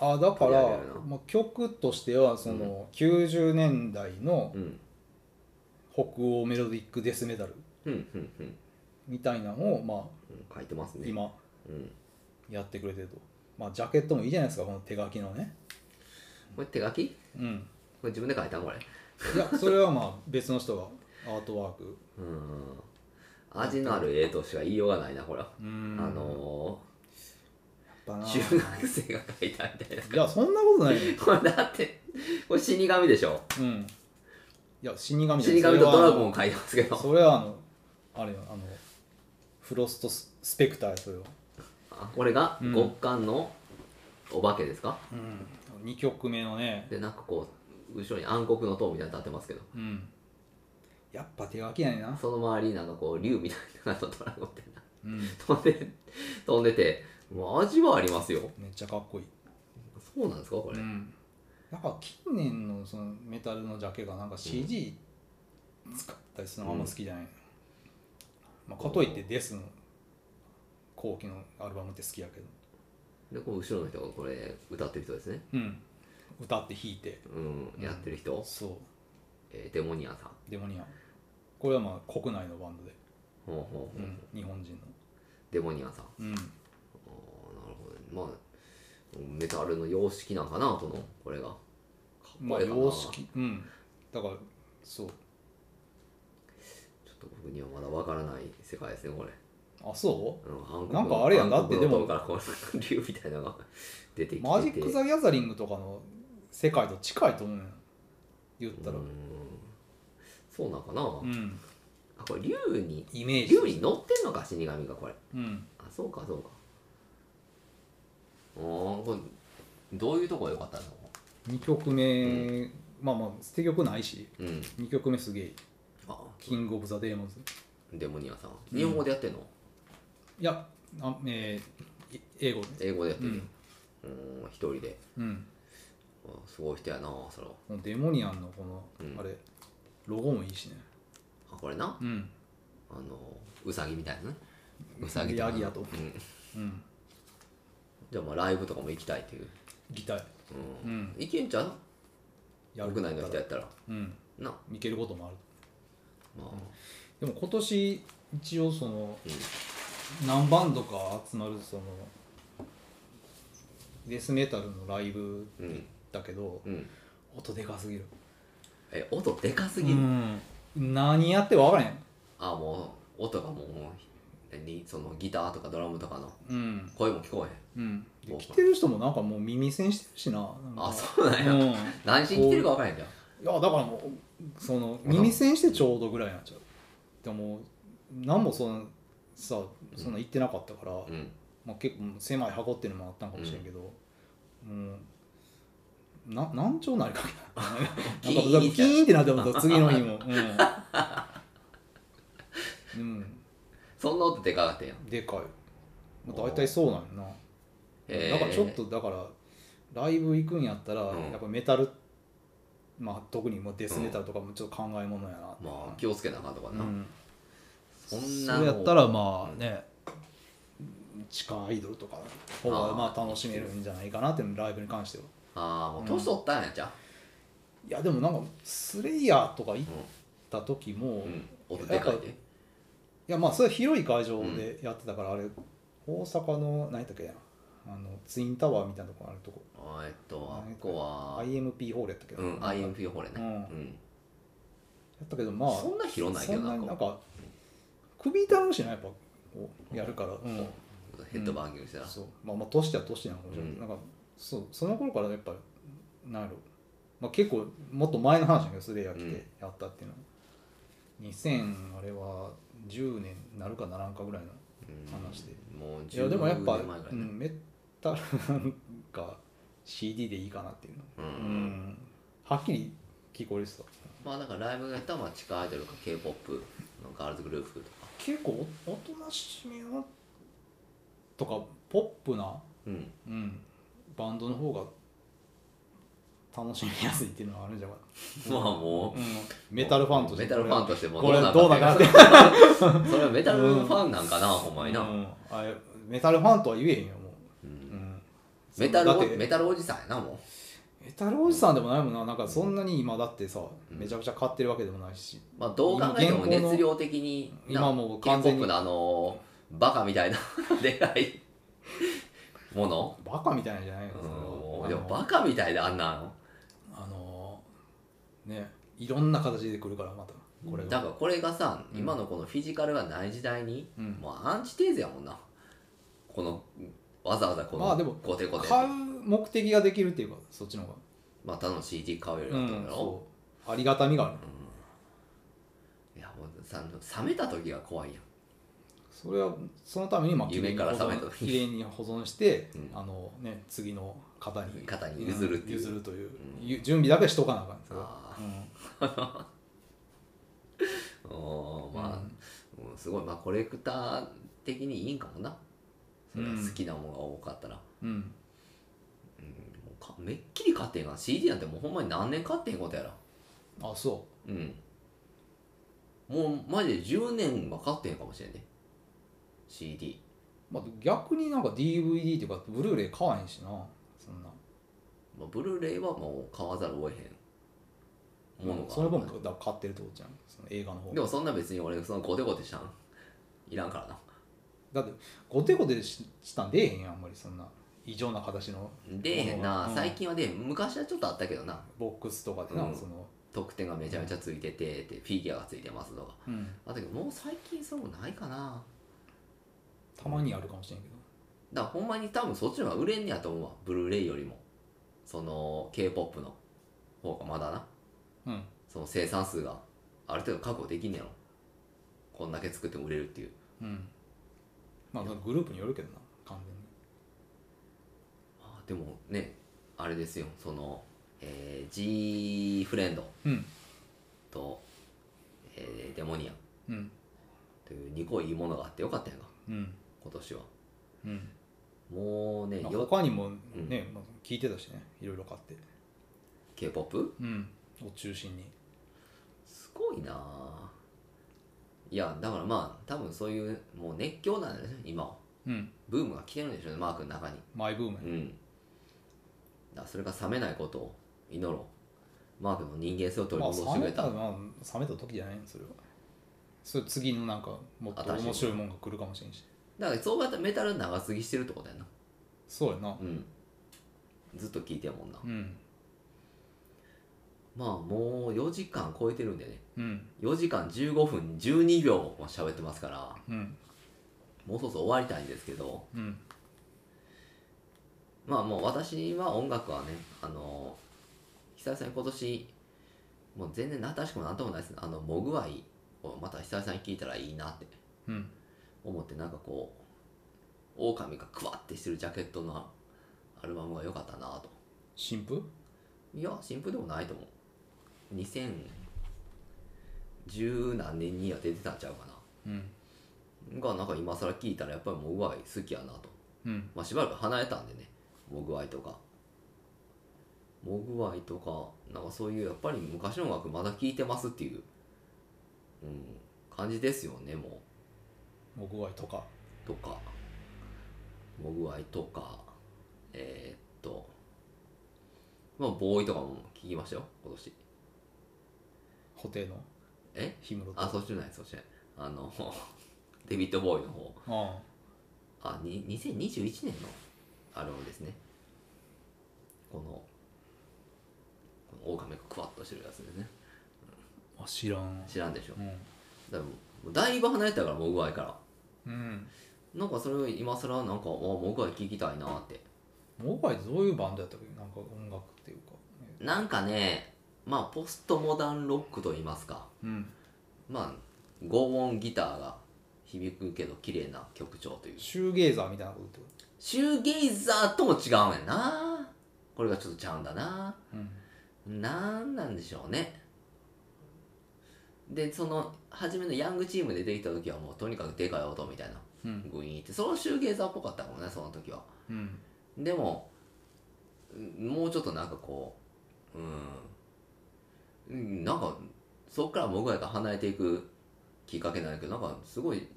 うあだから取り上げるな、まあ、曲としてはその、90年代ののうん北欧メロディックデスメタルうんうんうんみたいなのを、まうん書いてますあ、ね今うん、やってくれてると、まあ、ジャケットもいいじゃないですかこの手書きのねこれ手書きうんこれ自分で書いたんこれいやそれはまあ 別の人がアートワークうん味のある絵としか言いようがないなこれは、うんあのやっぱなー、中学生が描いたみたいない やそんなことないよ、これだってこれ死神でしょうん、いや死神じゃない死神とそれはドラゴンを描いてますけどそれはあのあれよあのフロストススペクターやそれは、あこれがうん極寒のお化けですか、うん、2曲目のね、でなんかこう後ろに暗黒の塔みたいなの立ってますけどうん、やっぱ手書きやねんな、その周りになんかこう竜みたいなのとドラゴンみたいな うん、飛んで飛んでてもう味はありますよめっちゃかっこいい、そうなんですかこれ、うん、やっぱ近年のそのメタルのジャケがなんか CG 使ったりするのがあんま好きじゃない、まあ、かといってデスの後期のアルバムって好きやけど、でこう後ろの人がこれ歌ってる人ですねうん、歌って弾いてうんやってる人、そえーデモニアンさんうデモニアンこれはまあ国内のバンドで、ほうほうう、ほうん日本人の、デモニアンさんあうん、ーなるほどまあメタルの様式なんかなこのこれがかっこまあいいかな、様ちょ式うんだからそうっと僕にはまだわからない世界ですねこれあそうんなんかあれやんだってで暗も黒の塔からこう竜みたいなのが出てきてうてマジック・ザ・ギャザリングとかの世界と近いと思うよ言ったらうーんそうなんかな、うんあこれ竜にイメージ竜に乗ってんのか死神がこれうんあそうかそうかあーこれどういうとこが良かったの2曲目まあまあ捨て曲ないしうん2曲目すげえあキングオブザデーモンズデモニアさんん日本語でやってんの、いやあえーい英語で英語でやってうるんうーん一人でうんあすごい人やなそれはこのデモニアンのこのうんあれロゴもいいしねあこれなうんあのうさぎみたいなねうさぎとかヤギやとうんうんじゃあまあライブとかも行きたいっていう、ギターううんん行けんちゃうやる国内の人やったらうんないけることもあるまあでも今年一応そのうん何バンドか集まるそのデスメタルのライブうんだけどうん音でかすぎるえ音でかすぎる、うん何やっても分からへんあもう音がもう何そのギターとかドラムとかのうん声も聞こうんでそうか来てる人もなんかもう耳栓してるしななんえへんかあそうなんや、うん、い何しに来てるか分からへんじゃんやだからもうその耳栓してちょうどぐらいになっちゃうでも何もそのさそんな行ってなかったから、うんまあ、結構狭い箱っていうのもあったんかもしれんけど、もうな難聴なりかけな なんかキーンってキーンってなっても次の日もうん、 そんな音でかかってんやんうん、でかい、まあ、大体そうなんやな、へえだからちょっとだからライブ行くんやったら、うんやっぱメタルまあ特にもうデスメタルとかもちょっと考えものやなって、まあ気をつけなあかんとかうな、んそんなそのうやったらまあね地下アイドルとかの方がまあ楽しめるんじゃないかなっていうのライブに関してはああもううん年取ったんやちゃいやでもなんかスレイヤーとか行っう、た時も、うんういん、音でかいでやまあそれは広い会場でやってたから、あれ大阪の何やったっけなあのツインタワーみたいなとこあるとこあーえっとあっこは IMP ホールやったっけど、うん、や IMF ホールね、ううんんったけどまあそんな広ないけそどんななになんこか首痛むしなやっぱこうやるから、うんうヘッドバンキングしたら、そうまあまあ年は年なのかもしれない、うんなんかそうその頃からやっぱなんやろ、まあ、結構もっと前の話だけどスレイヤー来てやったっていうのは、2000あれは10年なるかならんかぐらいのうん話でもう10いやでもやっぱ、年前ぐらういねん、メタルなんか CD でいいかなっていうの、うんうんはっきり聞こえてたまあだからライブがやったらまあ地下アイドルか k p o p のガールズグループとか、結構おおとなしめのとかポップなうん、うん、バンドの方が楽しみやすいっていうのはあるんじゃないまあもうう、ん、メタルファンとしてメタルファンとしてもこれんど うそれはメタルファンなんかな、ほんまにな、うんあれメタルファンとは言えへんよもうう、んうん、メタルだっおてメタルおじさんやなもメタルおじさんでもないもんななんかそんなに今だってさ、うんめちゃくちゃ買ってるわけでもないしう、まあ、どう考えても今現行の熱量的にな今もう完全に K-POP のあのバカみたいな でかいもの、バカみたいなんじゃないのうん、そでれもはバカみたいであんなのあのあのねいろんな形で来るからまたこれだがからこれがさ、うん今のこのフィジカルがない時代に、うんもうアンチテーゼやもんなこのわざわざこまあでのもコテコテ、ま買うあ、目的ができるっていうかそっちの方がただの CD 買うよりうだったんんだろ、そうありがたみがあるいやもうさ冷めた時が怖いやんそれはそのためにまあ夢から覚めたきれいに保存して、うんあのね次の方に方に譲るっていう譲るという、うんゆ準備だけはしとかなあかんそれはあうんあおーまあう、うんすごいまあコレクター的にいいんかもなそれは好きなものが多かったら、うんうんもうかめっきり買ってんが CD なんてもうほんまに何年買ってへんことやらあそうんもうマジで10年は買ってへんかもしれんね CD う、まあ、逆になんか DVD とかブルーレイ買わへんしなそんなまあ、ブルーレイはもう買わざるを得へんものがあるその分だから買ってるってことじゃんその映画の方でもそんな別に俺そのゴテゴテしたんいらんからなだってゴテゴテししたんでえへんやんあんまりそんな異常な形の出えへんな、うん最近は出えへん昔はちょっとあったけどなボックスとかでな、うんその、特典がめちゃめちゃついててってフィギュアがついてますとかうん、あだけどもう最近そうもないかなたまにあるかもしれんけどだからほんまに多分そっちの方が売れんねやと思うわブルーレイよりもその k p o p の方がまだなうんその生産数がある程度確保できんねやろこんだけ作っても売れるっていううんまあそのグループによるけどな完全にあでもねあれですよその、えー、G フレンドうんと、えーデモニアンうんという2個いいものがあってよかったやんかうん今年はうんもうねまあよ他にもね、まあ、聞いてたしねいろいろ買って k p o p うんを中心にすごいなあいやだからまあ多分そういうもう熱狂なんだよね今はうんブームが来てるんでしょうねマークの中にマイブームやうんだからそれが冷めないことを祈ろうマークの人間性を取りまあ戻してく冷れめた、た、まあ、冷めた時じゃないのそれはそれ次のなんかもっと面白いもんが来るかもしれんしだからそうやったらメタル長すぎしてるってことやなそうやなうんずっと聞いてるもんなうんまあもう4時間超えてるんでねうん4時間15分12秒も喋ってますからうんもうそろそろ終わりたいんですけどうんまあもう私は音楽はね、あの久々に今年、もう全然新しくもなんともないですね。あの、モグアイをまた久々に聴いたらいいなってうん思って、なんかこう、狼がクワってしてるジャケットのアルバムが良かったなと。新婦いや、新譜でもないと思う。2010何年には出てたんちゃうかうんな。が、なんか今更聴いたらやっぱりモグアイ好きやなと。うんまあ、しばらく離れたんでねモグアイとかモグアイとかなんかそういうやっぱり昔の音楽まだ聴いてますっていう、うん、感じですよねもモグワイとかうとかモグアイとかえーっとまあボーイとかも聴きましたよ今年布袋のえ氷室とあそっちじゃないそっちじゃないあの デビッド・ボーイの方ああに2021年のアルバムですねこのこのオオカミがクワッとしてるやつですねああ知らん知らんでしょうんだからもうだいぶ離れてたからもう具合からうんなんかそれを今更なんかあもう具合聴きたいなってモグワイってどういうバンドやったっけなんか音楽っていうかねなんかねまあポストモダンロックと言いますかうんまあ轟音ギターが響くけど綺麗な曲調というシューゲイザーみたいなことってこシューゲイザーとも違うんやなこれがちょっとちゃうんだなとうんなんなんでしょうねでその初めのヤングチームで出てきた時はもうとにかくでかい音みたいなうんグイーンってそのシューゲーザーっぽかったもんねその時はうんでもうんもうちょっとなんかこううんうんなんかそっからモグラが離れていくきっかけなんだけどなんかすごい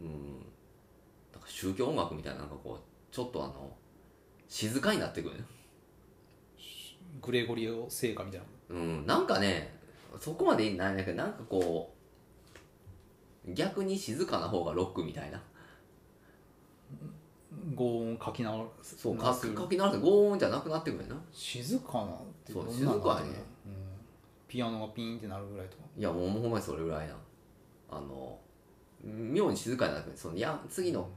うんなんか宗教音楽みたいななんかこうちょっとあの静かになってくるねグレゴリオ聖歌みたいなうん、なんかね、そこまでいいんじゃないんだけど、なんかこう、逆に静かな方がロックみたいな。轟音書き直すそう、なかす書き直して、ゴーンじゃなくなってくるよな。静かなってそうどんなん静かやなんだろねうんピアノがピーンってなるぐらいとかいや、もうほんまにそれぐらいな。あの、妙に静かになってくる。そのや次の、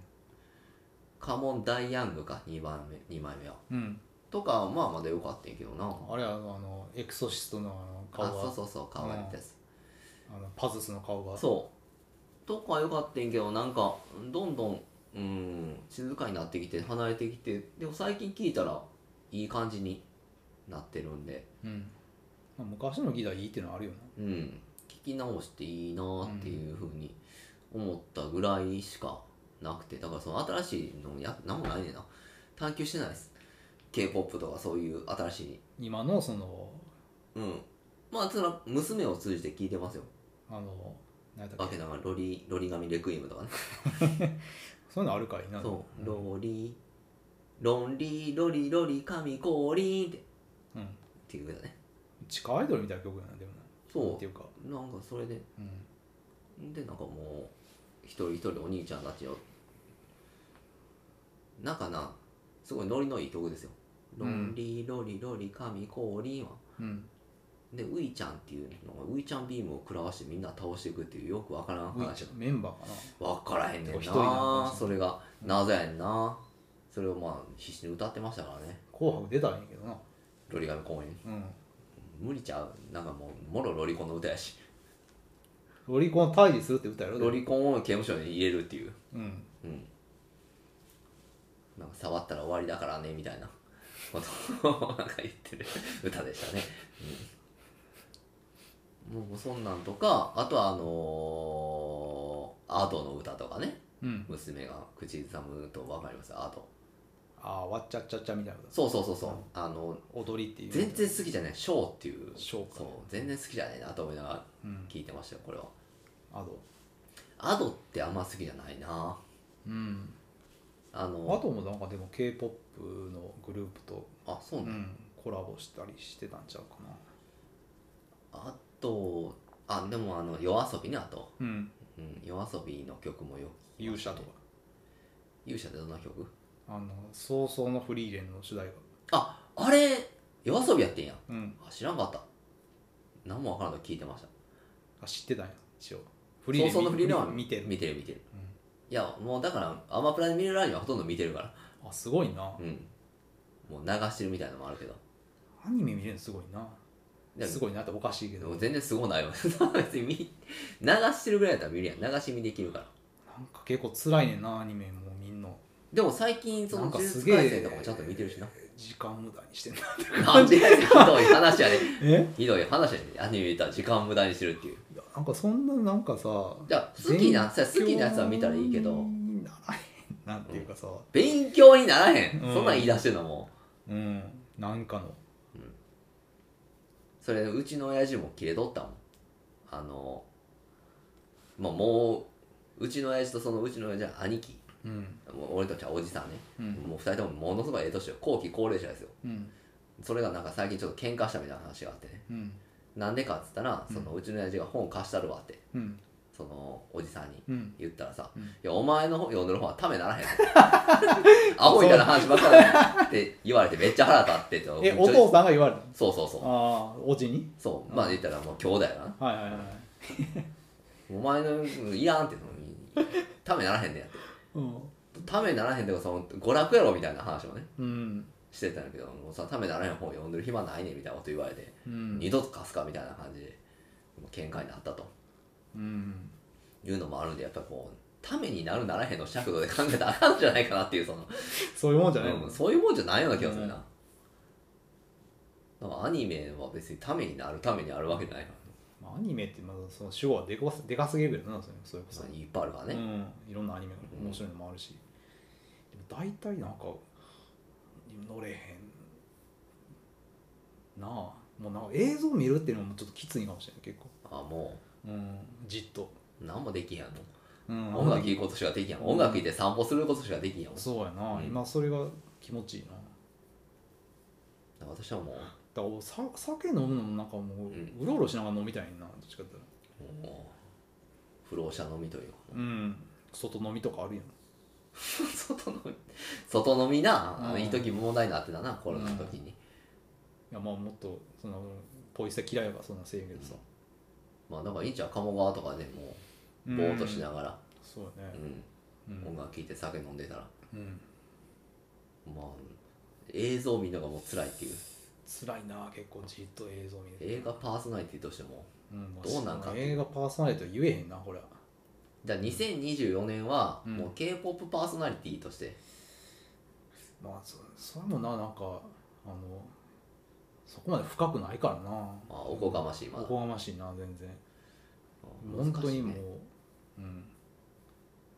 カモン・ダイ・ヤングか、2番目、二枚目は。うんとか、まあまだ良かったんやけどな。あれはあのエクソシストのあのあ、顔そがうそうそう、顔が似たやつ。あのパズスの顔がそうとか良かったんけどなんかどんどんうん静かになってきて離れてきてでも最近聞いたらいい感じになってるんでうんまあ昔のギターいいっていうのはあるよなうん聞き直していいなっていうふうに思ったぐらいしかなくてだからその新しいのやなんもないねんな探求してないです k p o p とかそういう新しい今のそのうんまあその娘を通じて聞いてますよあの何やったわっけけだからロリロリガミレクイエムとかねそういうのあるかいなそう、ロリロンリロリロリ神降臨ってっうんていう歌ね地下アイドルみたいな曲やなでもなそっていうかうなんかそれでうんでなんかもう一人一人お兄ちゃんたちをなんかなすごいノリのいい曲ですよ「ロンリロリロリ神降臨は」うんでウイちゃんっていうのがウイちゃんビームを食らわしてみんな倒していくっていうよくわからんウイ話ちゃんメンバーかな分からへんねん一人なんなかそれが謎やねんなそれをまあ必死に歌ってましたからね紅白出たらいいけどなロリガミ公演うん無理ちゃうなんかもうもろロリコンの歌やしロリコン退治するって歌やろロリコンを刑務所に入れるっていううんうんなんか触ったら終わりだからねみたいなことをなんか言ってる歌でしたね、うん、もうそんなんとかあとはあのー、アドの歌とかねうん娘が口ずさむと分かりますアドああわっちゃっちゃっちゃみたいなそうそうそうそう、うんあのこと踊りっていう全然好きじゃないショーっていうショーかそう全然好きじゃないなと思いながらうん聞いてましたよこれはアドアドってあんま好きじゃないなうんあアのドもなんかでも k p o p のグループと、あそううね、ん、コラボしたりしてたんちゃうかなあとあでもあの夜遊びねあと、うんうん、夜遊びの曲もよく聞き勇ました者ねとか勇者ってどんな曲あの早々のフリーレンの主題歌ああれ夜遊びやってんやうんあ知らんかった何もわからんと聞いてましたあ知ってたんや一応フそうそうのフリーレンは見てる見てる見てる、うんいやもうだからアマプラで見れるラインはほとんど見てるからあすごいなうんもう流してるみたいなのもあるけどアニメ見れるのすごいなでもすごいなっておかしいけでども全然すごないわ 別に見流してるぐらいだったら見るやん流し見できるからなんか結構辛いねんなアニメもみんなでも最近そのなんか呪す術げえ廻戦とかもちゃんと見てる しな時間無駄にしてんななんでやねんひどい話やねえひどい話やねアニメ見たら時間無駄にしてるっていういやなんかそんななんかさじゃあ好きなさ好きなやつは見たらいいけ勉強どにならへんなんていうかさ勉強にならへん、うんそんなん言い出してるのもうん、なんかのそれうちの親父も切れとったもんあのまあもううちの親父とそのうちの親父は兄貴うんもう俺とちゃうおじさんね、うんもう二人ともものすごいええ年よ後期高齢者ですようんそれがなんか最近ちょっと喧嘩したみたいな話があってねうんなんでかっつったらうんそのうちの親父が本貸したるわってうんそのおじさんにうん言ったらさ「うんいやお前の本読んでる本はためな らへん」アホみたいな話ばっかりだって言われてめっちゃ腹立ってってえお父んさんが言われたそうそうそうああおじにそうまあ言ったらもう兄弟やなはいはいはいお前のいらんってそのためならへんねやってうんためならへんってかその娯楽やろみたいな話をねうんしてたんだけどもうさためならへん本読んでる暇ないねみたいなこと言われてう二ん度と貸すかみたいな感じでもう喧嘩になったとうんいうのもあるんでやっぱりこうためになるならへんの尺度で考えたらあかんじゃないかなっていうその、そういうもんじゃないうんそういうもんじゃないような気がするな、なんかアニメは別にためになるためにあるわけじゃないかまあアニメってまあその主語はでかすでかすぎるけどなそれそれこらそ、そのいっぱいあるからね、うん、いろんなアニメが面白いのもあるし、でも大体なんか乗れへんなあもうなんか映像見るっていうのもちょっときついかもしれない結構、あもうん、じっと、う何もできんやんのうん音楽聴くことしかできんやん、音楽聴いて散歩することしかできんやん、だかそうやな、うん今それが気持ちいいなら私はもうだからさ酒飲むのもなんかもううんうろうろしながら飲みたいなどっちかって言ったらもう不老者飲みというかうん外飲みとかあるやん外飲み外飲みなあのうん一時問題になってたなコロナの時に、いやまあもっとそのポイ捨て嫌いやからそんなせえへんけどさ、まあだからいいんちゃう鴨川とかでもううぼーっとしながら、そうやね、うんうん音楽聴いて酒飲んでたらうん、まあ映像見るのがもう辛いっていう辛いな結構じっと映像見る映画パーソナリティとしてもうんまあどうなんかその映画パーソナリティは言えへんなこれはじゃあ2024年はうんもう k p o p パーソナリティとして、まあそそれもななんかあのそこまで深くないからな、まあ、おこがましいまおだこがましいな全難しいね然、本当にもう、うん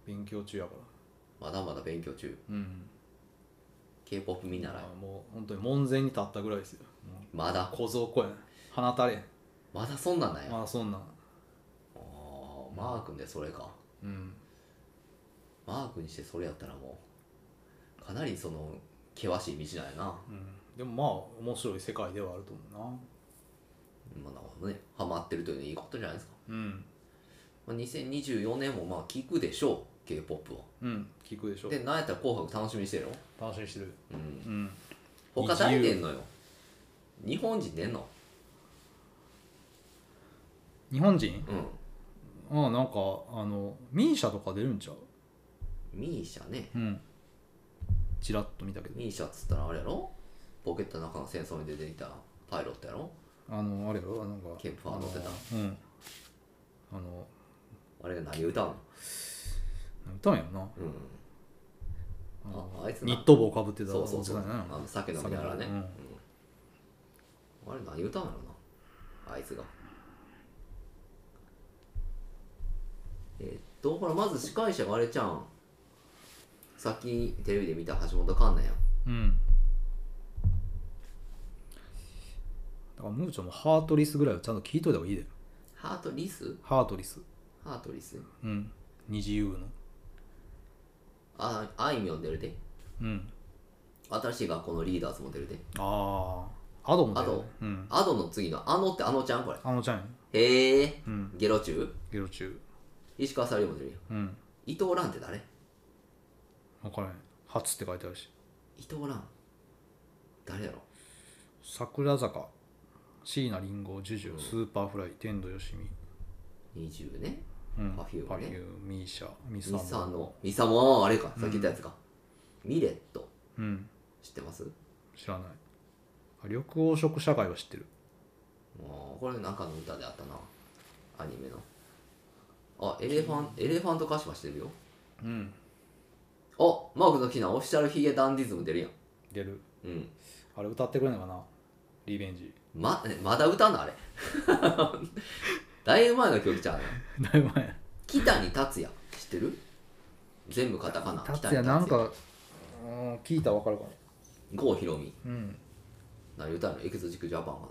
勉強中やかまだまだ勉強中らうん k p o p 見習いまあもう本当に門前に立ったぐらいですよもうまだ小僧こやね放たれへんまだそんなんなんや、あまあそんなんあーマー君でそれかうんマークにしてそれやったらもうかなりその険しい道なんやな、うんでもまあ面白い世界ではあると思まあ、なるほどねハマってるというのはいいことじゃないですか、うなうんまあ、2024年もまあ聞くでしょう k p o p をうん聞くでしょでなんやったら「紅白」楽しみにしてるよ、楽しみにしてるうん、うん他誰出んのよ日本人出んの日本人うんああなんかあのミーシャとか出るんちゃうミーシャねうんチラッと見たけどミーシャっつったらあれやろポケットの中の戦争に出てきたパイロットやろあのあれやろなんかケンプファー乗ってたあのうんあのあれが何歌うの歌うんやろなうんのああいつなニット帽かぶってたそうそうそう男やなあの酒飲みながらね酒飲みながあれ何歌うのやろなあいつがえっとほらまず司会者があれちゃんさっきテレビで見た橋本環奈やんうんだからムーチョもハートリスぐらいはちゃんと聞いといた方がいいでハートリスハートリスハートリスうん虹優のああいみょん出るでうん新しい学校のリーダーズも出るでああアドもだよねうんアドの次のあのってあのちゃんこれあのちゃんやへえうんゲロ中ゲロ中石川さゆりも出るようん伊藤蘭って誰伊分からへん初って書いてあるし藤蘭誰やろ桜坂椎名林檎ジュジュスーパーフライ天童よしみ20ねうんパフュームねパフュームミーシャミサミモサのミサもあれかさっき言ったやつか、ミレットうん知ってます知らないあ緑黄色社会は知ってるもうこれなんかの歌であったなアニメのあエレファンエレファント歌詞はしてるようんあマークのキナオフィシャルヒゲダンディズム出るやん出るうんあれ歌ってくれないかなリベンジ まえまだ歌うのあれ だいぶ前の曲ちゃうのだいぶ前北に達也知ってる全部カタカナ達也なんかうん聞いたら分かるかも郷ひろみうん何歌うのエキゾチックジャパンかな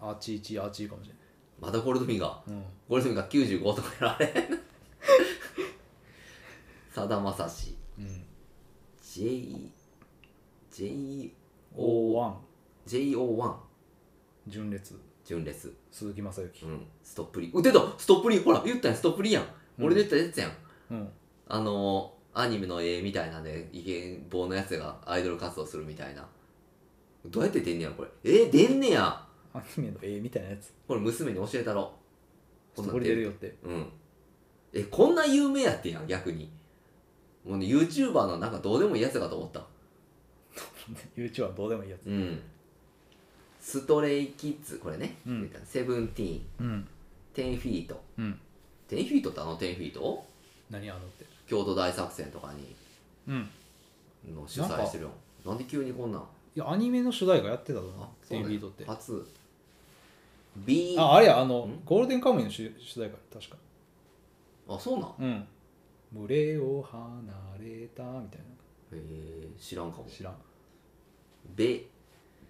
あっちいちあっちいかもしまたゴールドフィンガーれない、うん、ゴールドフィンガー95とかやられ さだまさしうん、 J J O1 JO1 純烈純烈鈴木雅之うんストップリンう出たストップリンほら言ったやんストップリンやん、うん俺で言ったやつやんうんあのーアニメの絵みたいなねイケボーのやつがアイドル活動するみたいなどうやって出んねやろこれえー、出んねやアニメの絵みたいなやつこれ娘に教えたろこそんなんこで出るよってうんえこんな有名やってんやん逆にもうね YouTuber のなんかどうでもいいやつかと思った YouTube はどうでもいいやつうんストレイキッズこれね、うん言ったセブンティーンうんテンフィートうんテンフィートってあのテンフィート何あのって京都大作戦とかにうんの主催してるよなんで急にこんなんいやアニメの主題歌やってたぞなあそうなんテンやビートって初 B ああれやあのんゴールデンカムイの主主題歌確かあそうなんへうん群れを離れたみたいえ知らんかもな知らんベ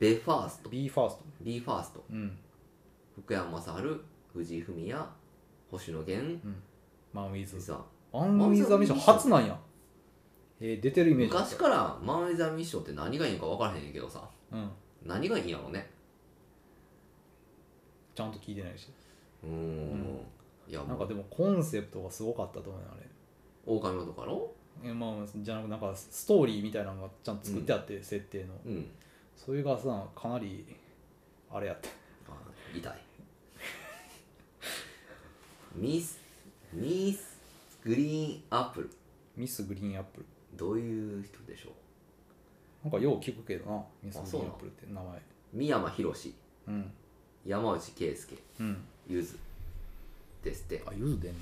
ベファースト b ファースト B ファーストうん福山雅治藤井フミヤ星野源マンウィズさアンウィザミッション初なんやえー、出てるイメージだった昔から「マン・ウィザ・ミッション」って何がいいのか分からへんねんけどさうん何がいいんやろうねちゃんと聞いてないしうーんいやもなんかうでもコンセプトがすごかったと思うよあれ狼のとかやろえまあじゃなくなんかストーリーみたいなのがちゃんと作ってあって、設定のうんそれがさかなりあれやったあ痛 いミスミスグリーンアップルミスグリーンアップルどういう人でしょうなんかよう聞くけどなミスあグそうリーなンアのップルって名前三山ひろしうん山内圭介うんゆずですってあゆずでんの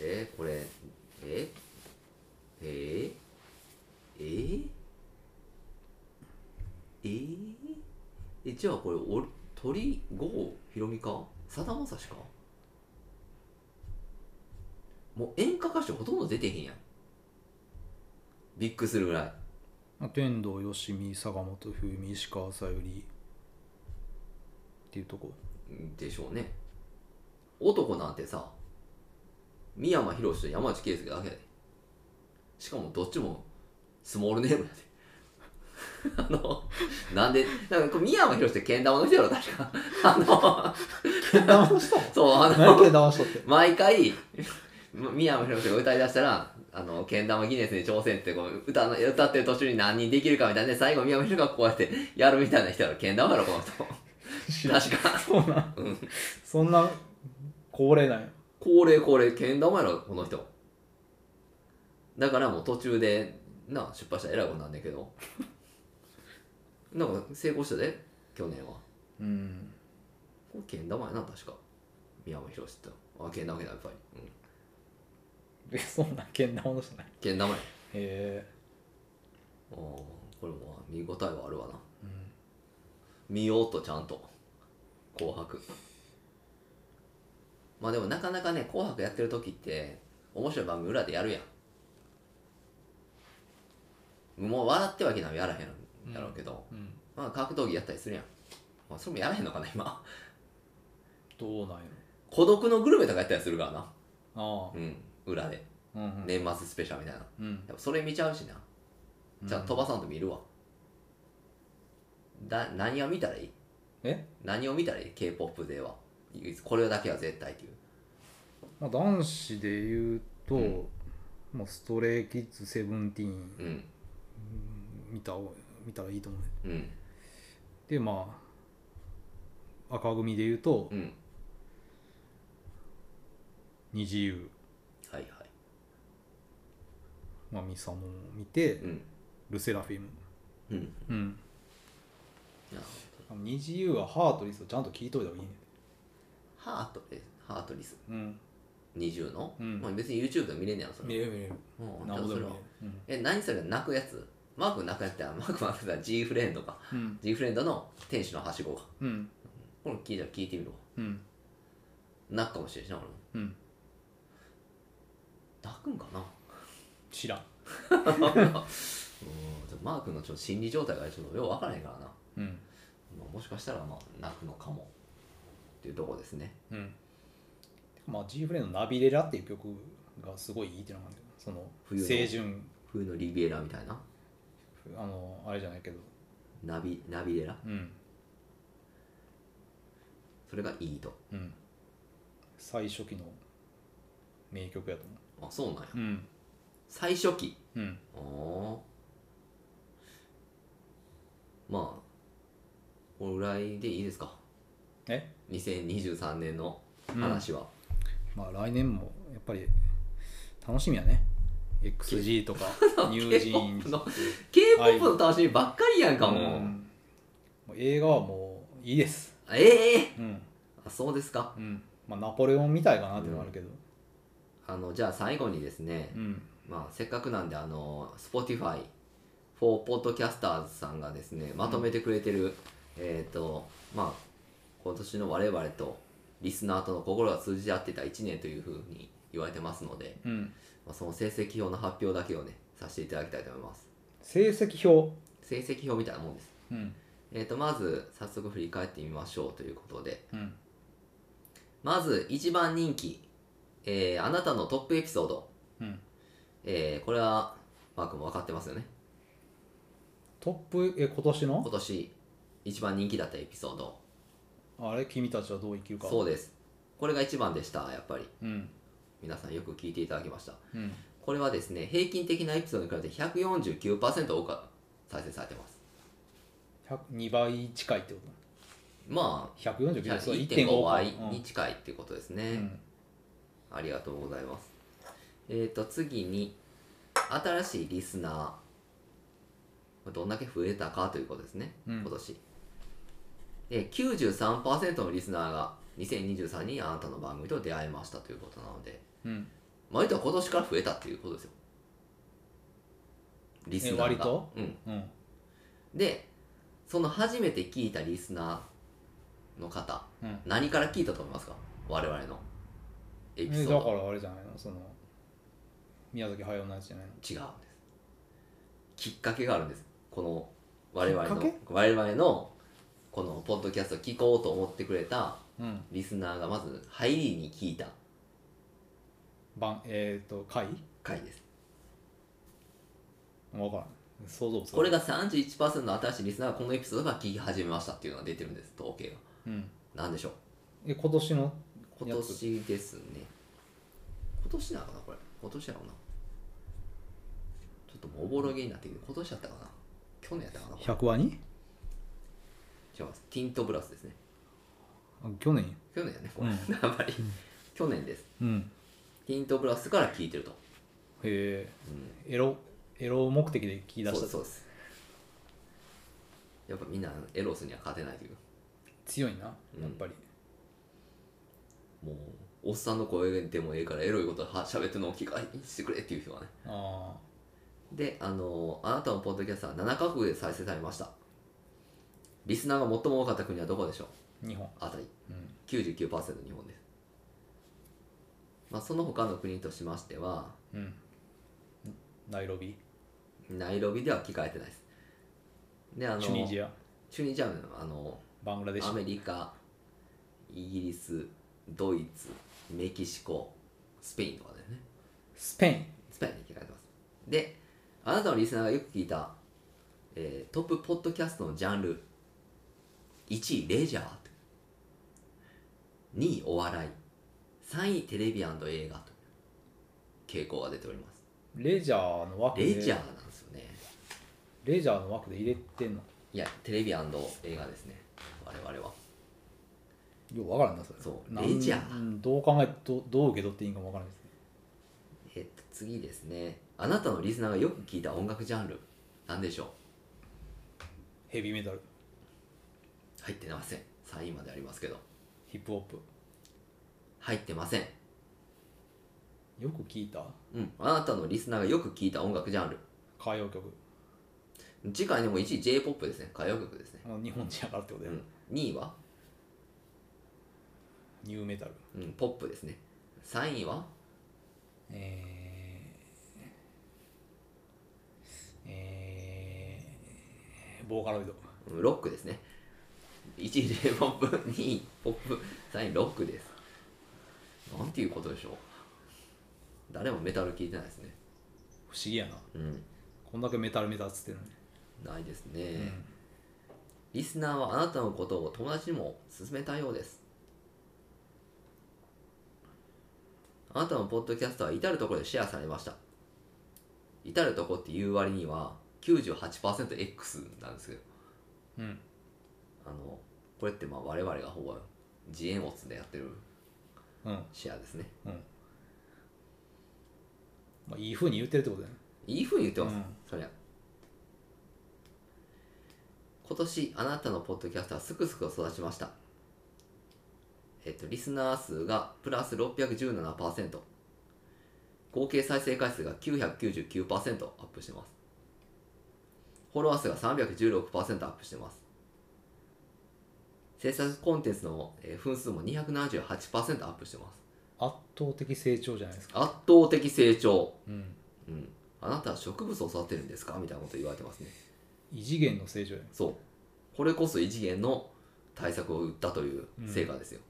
えー、これえー、えー、えー、えー、えじゃあこれお鳥郷ひろみかさだまさしかもう演歌歌手ほとんど出てへんやんびっくりするぐらいまあ天童よしみ坂本冬美石川さゆりっていうとこでしょうね男なんてさ三山ひろしと山内圭介だけやでしかもどっちもスモールネームやで あのなんでなんかこう三山ひろしってけん玉の人やろ確か あ騙しとのそうあの 何で騙しとって毎回三山ひろしが歌いだしたらあのけん玉ギネスに挑戦ってこう歌の歌ってる途中に何人できるかみたいなね最後三山ひろしがこうやってやるみたいな人やろけん玉やろこの人 知らん確かそうなん そんな恒例なんや高齢高齢けん玉やろこの人だからもう途中でな出版したら偉いことなんだけどなんか成功したで去年はうんこれけん玉やな確か宮本浩って言ったのあけん玉けん玉やっぱり、うん、えそんなけん玉の人ないけん玉やへあーこれも見応えはあるわなえ、うん、見ようとちゃんと紅白まあでもなかなかね紅白やってる時って面白い番組裏でやるやんもう笑ってはいけないやらへんやろうけど、うん、まあ格闘技やったりするやん、まあ、それもやらへんのかな今 どうなんや孤独のグルメとかやったりするからなろあうん裏であうんうん、年末スペシャルみたいなうんやっぱそれ見ちゃうしなじゃあうん飛ばさんと見るわ、だ何を見たらいいえ、何を見たらいい k p o p では唯一これだけは絶対っていうまあ、男子で言うと、うんまあ、ストレイキッズセブンティーンうん見た方見たらいいと思うねうんでまあ赤組で言うとうん二自由はいはいまあミサモン見て、うんルセラフィムうんうんいや二自由はハートリスをちゃんと聞いといた方がいいねハートリスハートリスうん20の、うんまあ、別に YouTube でも見れんねやろそ見れれる見れるうんじゃなあんぼそでれもは見れるえ何それ泣くやつマーク泣くやつやマーク泣くやつは G フレンドかうん G フレンドの天使のはしごかうんこれ聞いたら聞いてみるわうん泣くかもしれんしな俺もうん泣くんかな知らんうんでもマー君のちょっと心理状態がちょっとよう分からへんからな、まうんあ、もしかしたらまあ泣くのかもっていうとこですねうんまあ G フレンドの「ナビレラ」っていう曲がすごいいいっていうのがあるんだけどその冬の清純冬のリビエラみたいなあのあれじゃないけどナビナビエラうんそれがいいとうん最初期の名曲やと思あそうなんやううん最初期うんああまあこれぐらいでいいですかえ2023年の話は、まあ来年もやっぱり楽しみやね XG とかニュージーン K-POP の K-POP の楽しみばっかりやんかうもう、んもう映画はもういいですええうんあそうですかうんまあナポレオンみたいかなっていうのはあるけどあのじゃあ最後にですね、うんまあ、せっかくなんであの Spotify for Podcasters さんがですねまとめてくれてる、えっ、とまあ今年の我々とリスナーとの心が通じ合ってた1年というふうに言われてますので、うんまあ、その成績表の発表だけをねさせていただきたいと思います成績表成績表みたいなもんですうんえっ、とまず早速振り返ってみましょうということでうんまず一番人気、えーあなたのトップエピソード、うんえーこれはマークも分かってますよねトップえ今年の今年一番人気だったエピソードあれ君たちはどう生きるかそううですこれが一番でしたやっぱりうん皆さんよく聞いていただきましたうんこれはですね平均的なエピソードに比べて149%多く再生されてます2倍近いってことまあ149そう1.5倍うんに近いっていうことですね、うんありがとうございますえっ、と次に新しいリスナーどんだけ増えたかということですね、うん今年で93%のリスナーが2023にあなたの番組と出会いましたということなのでうんまあ、言うたら今年から増えたっていうことですよ。リスナーが。え割とうん。うんで、その初めて聞いたリスナーの方、うん何から聞いたと思いますか我々のエピソーえだかド。らあれじゃないのその宮崎駿のやつじゃないの違うんです。きっかけがあるんです。この我々きっのか、我々のこのポッドキャストを聞こうと思ってくれたうんリスナーがまず入りに聞いた番えっ、と回回です。分からん想像つかこれが31%の新しいリスナーがこのエピソードから聞き始めましたっていうのが出てるんです、統計が。うんなんでしょうえ今年の今年ですね今年なのかなこれ今年やろうなちょっともうおぼろげになってきて今年やったかな去年やったかなこれ100話に違いますティントブラスですねあ去年去年やねこれ、うん やっぱり去年ですうんティントブラスから聞いてると、へうん、えエロエロ目的で聞き出そしうでたすそうですやっぱみんなエロスには勝てないという強いなやうんっぱり、もうおっさんの声でもええからエロいことは喋ってるのを機会にしてくれっていう人はねあであのあなたのポッドキャストは7カ国で再生されましたリスナーが最も多かった国はどこでしょうあ日本あたりうん99%日本です、まあ、その他の国としましてはうんナイロビナイロビでは聞かれてないですであのチュニジアチュニジアのあのバングラデシアュメリカイギリスドイツメキシコスペインとかだよねスペインスペインに聞かれてますであなたのリスナーがよく聞いた、えートップポッドキャストのジャンル1位レジャー2位お笑い3位テレビ映画という傾向が出ておりますレジャーの枠でレジャーなんですよねレジャーの枠で入れてんのいやテレビ映画ですね我々はよくわからんなそれそうなんレジャーうんどう考えてどうどう受け取っていいんかもわからないですねえっと次ですねあなたのリスナーがよく聞いた音楽ジャンルなんでしょうヘビーメタル入ってません3位までありますけどヒップホップ入ってませんよく聞いたうんあなたのリスナーがよく聞いた音楽ジャンル歌謡曲次回でも1位 j p o p ですね歌謡曲ですね、あの日本人やからってことうで、ん、2位は、ニューメタルうん、ポップですね3位はえーえーボーカロイドうんロックですね1位 j p o p 2位ポップ3位ロックですなんていうことでしょう誰もメタル聞いてないですね不思議やなうんこんだけメタルメタルっつってるのに、ないですね、リスナーはあなたのことを友達にも勧めたようです。あなたのポッドキャストは至る所でシェアされました。至る所っていう割には 98%X なんですけど、うん、うん、あの、これってまあ我々がほぼ自演オツでやってるうんシェアですね。うんまあ、いいふうに言ってるってことだよねいい風に言ってます、うんそりゃ。今年あなたのポッドキャストはすくすく育ちました。えっと、リスナー数がプラス617%。合計再生回数が999%アップしてます。フォロワー数が316%アップしてます。制作コンテンツのえー分数も278%アップしてます。圧倒的成長じゃないですか圧倒的成長。うんうん、あなたは植物を育てるんですかみたいなこと言われてますね異次元の成長やねそうこれこそ異次元の対策を打ったという成果ですよ、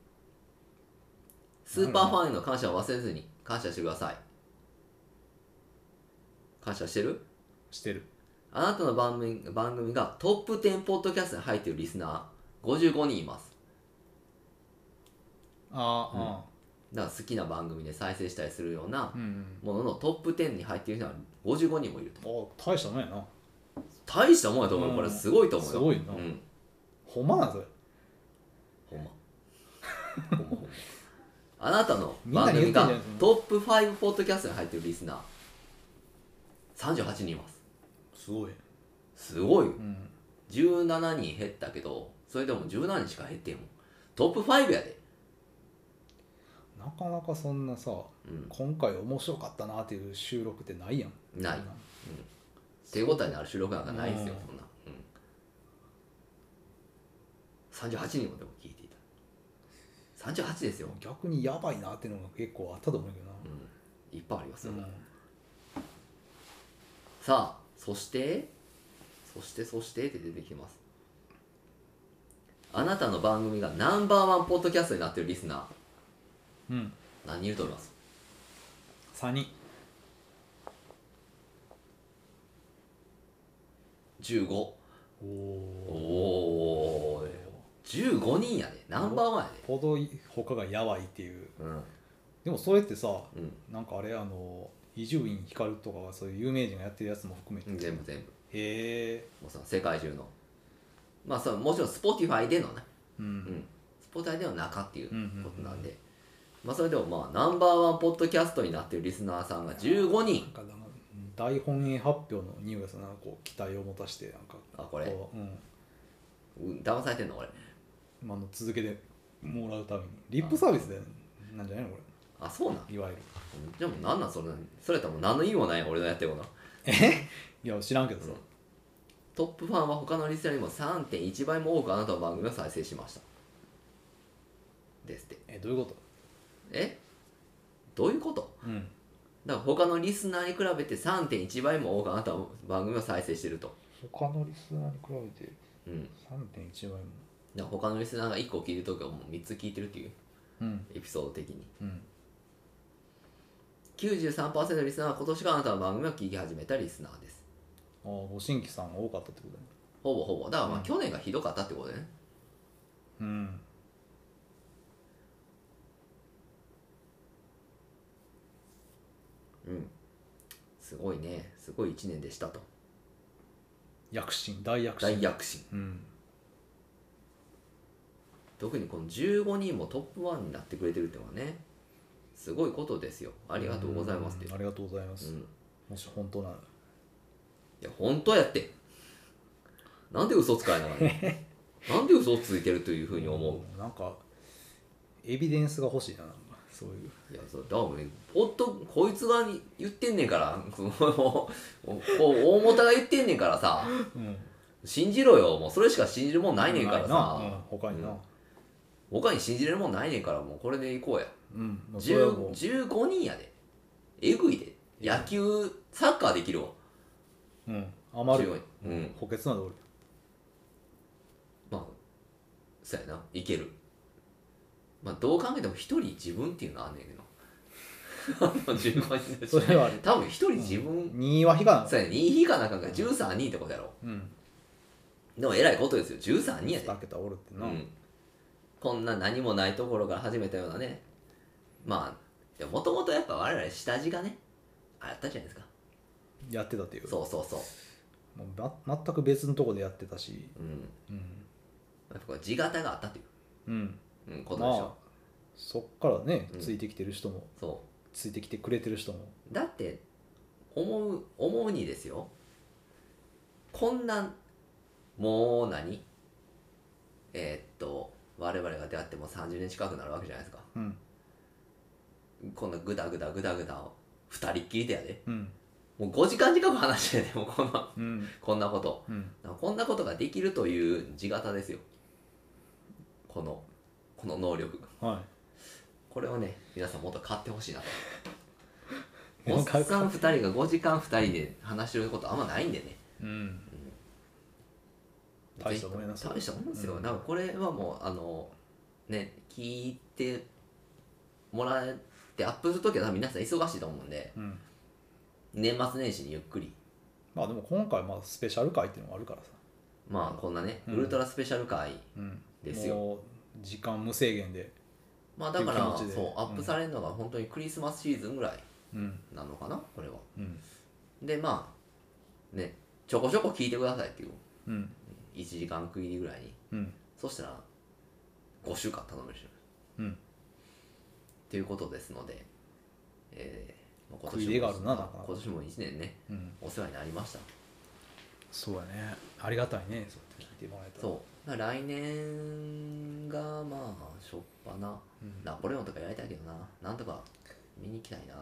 スーパーファンへの感謝を忘れずに感謝してください感謝してるしてるあなたの番組番組がトップ10ポッドキャストに入っているリスナー55人いますあだから好きな番組で再生したりするようなあうん、うんもののトップ10に入っている人は55人もいるとうん、あ大したもんやな大したもんやと思うよこれすごいと思うよ、すごいなうんほんまなんそれほんま。ほんまほんま。あなたのみんな番に言って組んじがゃないですかトップ5ポッドキャストに入ってるリスナー38人います。すごいすごいよ。うん17人減ったけど、それでも17人しか減ってんもん。トップ5やで。なかなかそんなさうん。今回面白かったなっていう収録ってないやんないそ手ん。応えのある収録なんかないですよう、んそんな。うん。38人もでも聞いていた。38ですよ。逆にやばいなっていうのが結構あったと思うけどな、うん。いっぱいありますよ。うんさあそしてそしてそしてって出てきますあなたの番組がナンバーワンポッドキャストになってるリスナうん、ー何人いると思います3人15おおおお15人やでナンバーワンやほど他がやばいっていうでうんでもそれってさうなんかあれあの伊集院光とかそういう有名人がやってるやつも含めて、んへ全部全部えもうさ世界中のまあそのもちろん Spotify でのねうん、うん、Spotify での中っていうことなんで、うまあそれでもまあナンバーワンポッドキャストになってるリスナーさんが15人なんかなんか大本営発表の匂いがさなんかこう期待を持たしてなんかあこれこう、うん、うん騙されてんの俺まあの続けてもらうためにリップサービスでなんじゃないのこあそうなんれいわゆるじゃあもうなんなんそれそれやったらもう何の意味もないやん俺のやってることいや知らんけどさ、トップファンは他のリスナーよりも3.1倍も多くあなたの番組を再生しましたですってえどういうことえどういうことうんだから他のリスナーに比べて3.1倍も多くあなたの番組を再生してると他のリスナーに比べてうんだか3.1倍もら他のリスナーが1個聞いてる時はもう3つ聞いてるっていううんエピソード的にうん93%のリスナーは今年からあなたの番組を聞き始めたリスナーですああご新規さんが多かったってことだねほぼほぼだからまあ、うん去年がひどかったってことねうんすごいねすごい1年でしたと躍進大躍進大躍進うん特にこの15人もトップ1になってくれてるってのはねすごいことですよあありがとうございますってありがとうございまうす、んいもし本当ならや本当やってなんで嘘つかれながら ねなんで嘘をついてるというふうに思うんなんかエビデンスが欲しいななんかそういうういやそうだからねほっとこいつが言ってんねんから そのこう大元が言ってんねんからさうん信じろよもうそれしか信じるもんないねんからないなうんさ、他にな他に信じれるもんないねんからもうこれでいこうやうん、まあそれはも10 15人やでえぐいで野球サッカーできるわう、うん、余る15人うん補欠までおるまあそうやないけるまあどう考えても一人自分っていうのはあんねんけど あの15人だしそれはある多分一人自分2位は引かなそうや2引かなあかんから13人ってことやろうんでもえらいことですよ13人やで2桁おるってうな、ん、こんな何もないところから始めたようなねまあもともとやっぱ我々下地がねあったじゃないですかやってたっていうそうそうそうもうま全く別のとこでやってたしうんうん、やっぱこれ地形があったというん、う、うん、こまとでしょ、あそっからねうんついてきてる人も、そついてきてくれてる人もうだって思う思うにですよこんなもう何えーっと我々が出会ってもう30年近くなるわけじゃないですかうんこんなグダグダグダグダ2人っきりでやでうんもう5時間近く話してねもうこんなうんこんなことうんこんなことができるという地形ですよこのこの能力はこれをね皆さんもっと買ってほしいなといおっさん2人が5時間2人で話してることあんまないんでねうん大したもんやなぜひ大したもんですよ、うんなんかこれはもうあのね聞いてもらってアップするときは多分皆さん忙しいと思うんでうん年末年始にゆっくりまあでも今回まあスペシャル回っていうのもあるからさ、まあこんなね、うんウルトラスペシャル回うん、ですよもう時間無制限で、まあだからってそいう気持ちでうアップされるのが本当にクリスマスシーズンぐらいうんなのかなこれはうんでまあねちょこちょこ聞いてくださいっていううん1時間区切りぐらいにうんそしたら5週間頼めるしうんということですので、えーまあ、食い入れがあるななかなか今年も1年ねうんお世話になりましたそうやねありがたいねそうやって聞いてもらえたらそうまあ来年がまあしょっぱなうんナポレオンとかやりたいけどななんとか見に行きたいな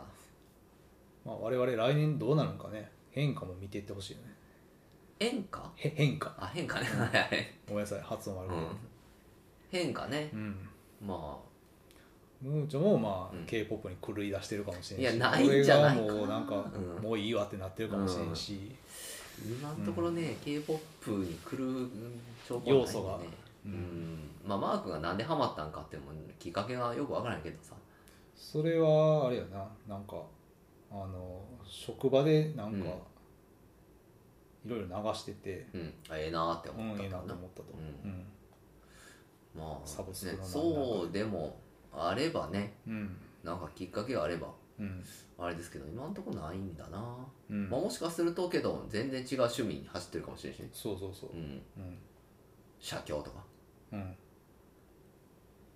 まあ、我々来年どうなるのかね変化も見ていってほしいよね演歌へ変化あ変化ね はいはいごめんなさい発音悪うくん変化ねうんまムーチョもまあ、うん k p o p に狂い出してるかもしれんしいやないんじゃないかな俺がもうなんか、うんもういいわってなってるかもしれんし、あ今のところね、K-POP に来る兆要素がねうんうんまあマークがなんでハマったんかっていうのもきっかけがよくわからないけどさそれはあれやななんかあの職場でなんか、いろいろ流してて、うんあええなってうん思、ったいいんだろうなと思ったと、うんまサブあ、スねクの、なんかそうでもあればねうんうんなんかきっかけがあればうんあれですけど今のところないんだな、うんまあ、もしかするとけど全然違う趣味に走ってるかもしれないしねそうそうそううんうん写経とかうん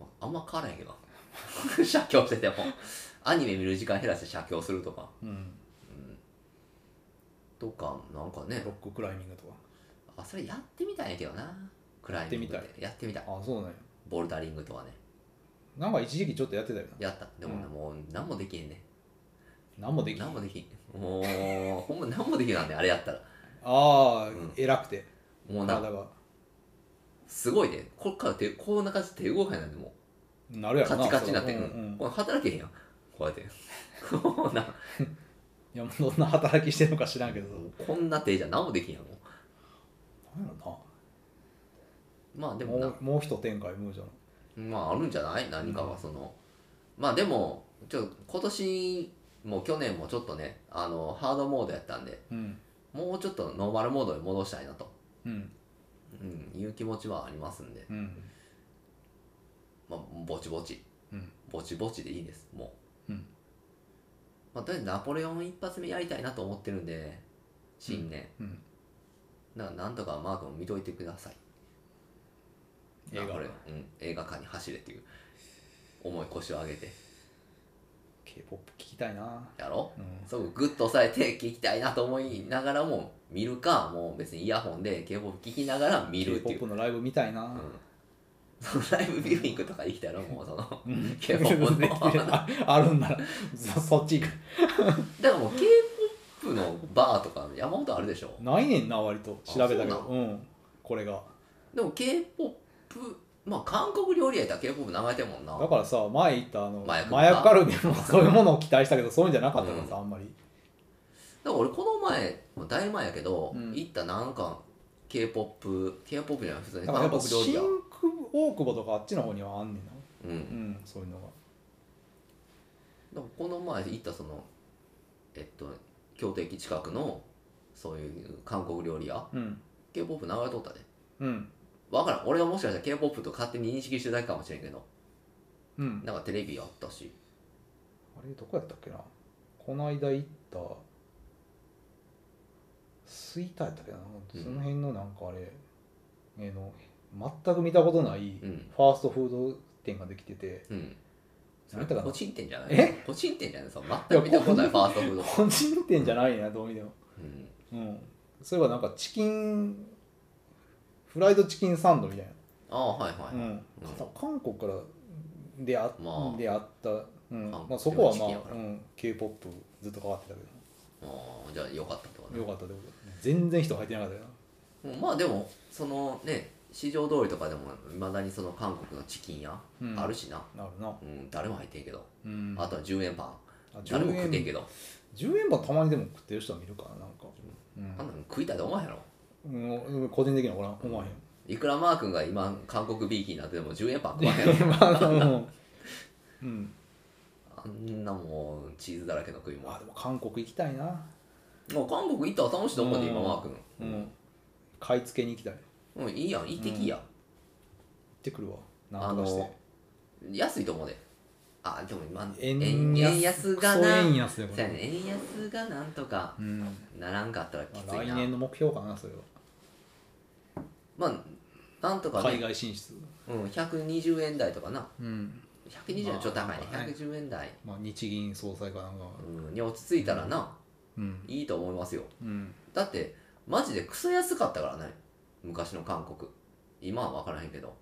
まああんま変わらへんけど な写経しててもアニメ見る時間減らして写経するとかうんとかなんかねロッククライミングとかあそれやってみたいんやけどなクライミングやってやってみたいあそうなんやボルダリングとかねなんか一時期ちょっとやってたよなやったでもね、うもう何もできへんね何もできん何あもできんもうほんま何もできなんであれやったらあー、うん偉くてもうな体がすごいねこっから手こんな感じで手動かへんなんでもなるうやカろなチカチになってそくれるは、うんうんこれ働けへんやんこうやって こんないやどんな働きしてるのか知らんけどなんやこんな手じゃ何もできへんやんもろうまあでなもなもうもう一展開ムーじゃんまああるんじゃない何かはその、まあでもちょっと今年も去年もちょっとねあのハードモードやったんでうんもうちょっとノーマルモードに戻したいなと、うんうん、いう気持ちはありますんで、うんまあ、ぼちぼちうんぼちぼちでいいですもう、うんまあ、とりあえずナポレオン一発目やりたいなと思ってるんで新年、うんななんとかマークも見といてください映画ナポレオンうん、映画館に走れっていう重い腰を上げて k p o p 聞きたいなやろうんそうグッと押さえて聞きたいなと思いながらも見るかもう別にイヤホンで k p o p 聞きながら見 k る p って o いう p のライブ見たいうんな、そのライブビューイングとかできたらもうその k p o p のだかあ あるんならそそっち行くらもう k p o p のバーとか山ほどあるでしょないねんな割と調べたけあどそううんこれがでも k p o p まあ韓国料理やったら k p o p 流れてるもんなだからさ前言ったあの麻薬麻薬カルビもそういうものを期待したけどそういうんじゃなかったからさ、あんまりだから俺この前もうだいぶ前やけど、うん行ったなんか k p o p k p o p じゃない普通にだからや韓っぱ国料理新や久保大久保とかあっちの方にはあんねんなうんうんそういうのがだからこの前行ったそのえっと京都駅近くのそういう韓国料理屋うん k p o p 流れとったでうん分からん俺がもしかしたら k p o p と勝手に認識してるだけかもしれんけどうんなんかテレビあったしあれどこやったっけなこの間行ったスイーターやったっけな、うんその辺のなんかあれえーの全く見たことないうんファーストフード店ができてて、うんそれなんていうかな個人店じゃないえ個人店じゃないその全く見たことないいやファーストフード、個人店じゃないなどう見てもうん、うん、そういえばなんかチキンフライドチキンサンドみたいああはいはな、い、うんか韓国からであ,、まあであった、う韓国んまあ、そこはまでもチキあ、ンやからうん、k p o p ずっと変わってたけああじゃあよかったってことどよねかったでも全然人入ってなかったようんまあでもそのね市場通りとかでもいまだにその韓国のチキン屋な、うん、あるしな、なるな、うん、誰も入ってんけど、うん、あとは10円パンあ誰も食ってん円けど10円パンたまにでも食ってる人は見るからなんか、あんなの食いたいと思わへんやろうんうん、個人的にはおらん思わへんいくらマー君が今韓国ビーキーになってても10円パン食わへんやろまあうん うん、あんなもうチーズだらけの食いまあ物でも韓国行きたいな、もう韓国行ったら楽しいと思うでうん今マー君うん、買い付けに行きたいうんいいやん行ってきや、行ってくるわなんとかして安いと思うであでも今円円円安がクなそソう円安やこやれ、ね円安がなんとかうんならんかったらきつまあい来な年の目標かなそれまあなんとはか海ね、外進出うん、120円台とかなうん120円はちょっと高いねまあね110円台、まあ日銀総裁かなんかはうん、に落ち着いたらなうんいいと思いますようんだってマジでクソ安かったからね昔の韓国今は分からへんけど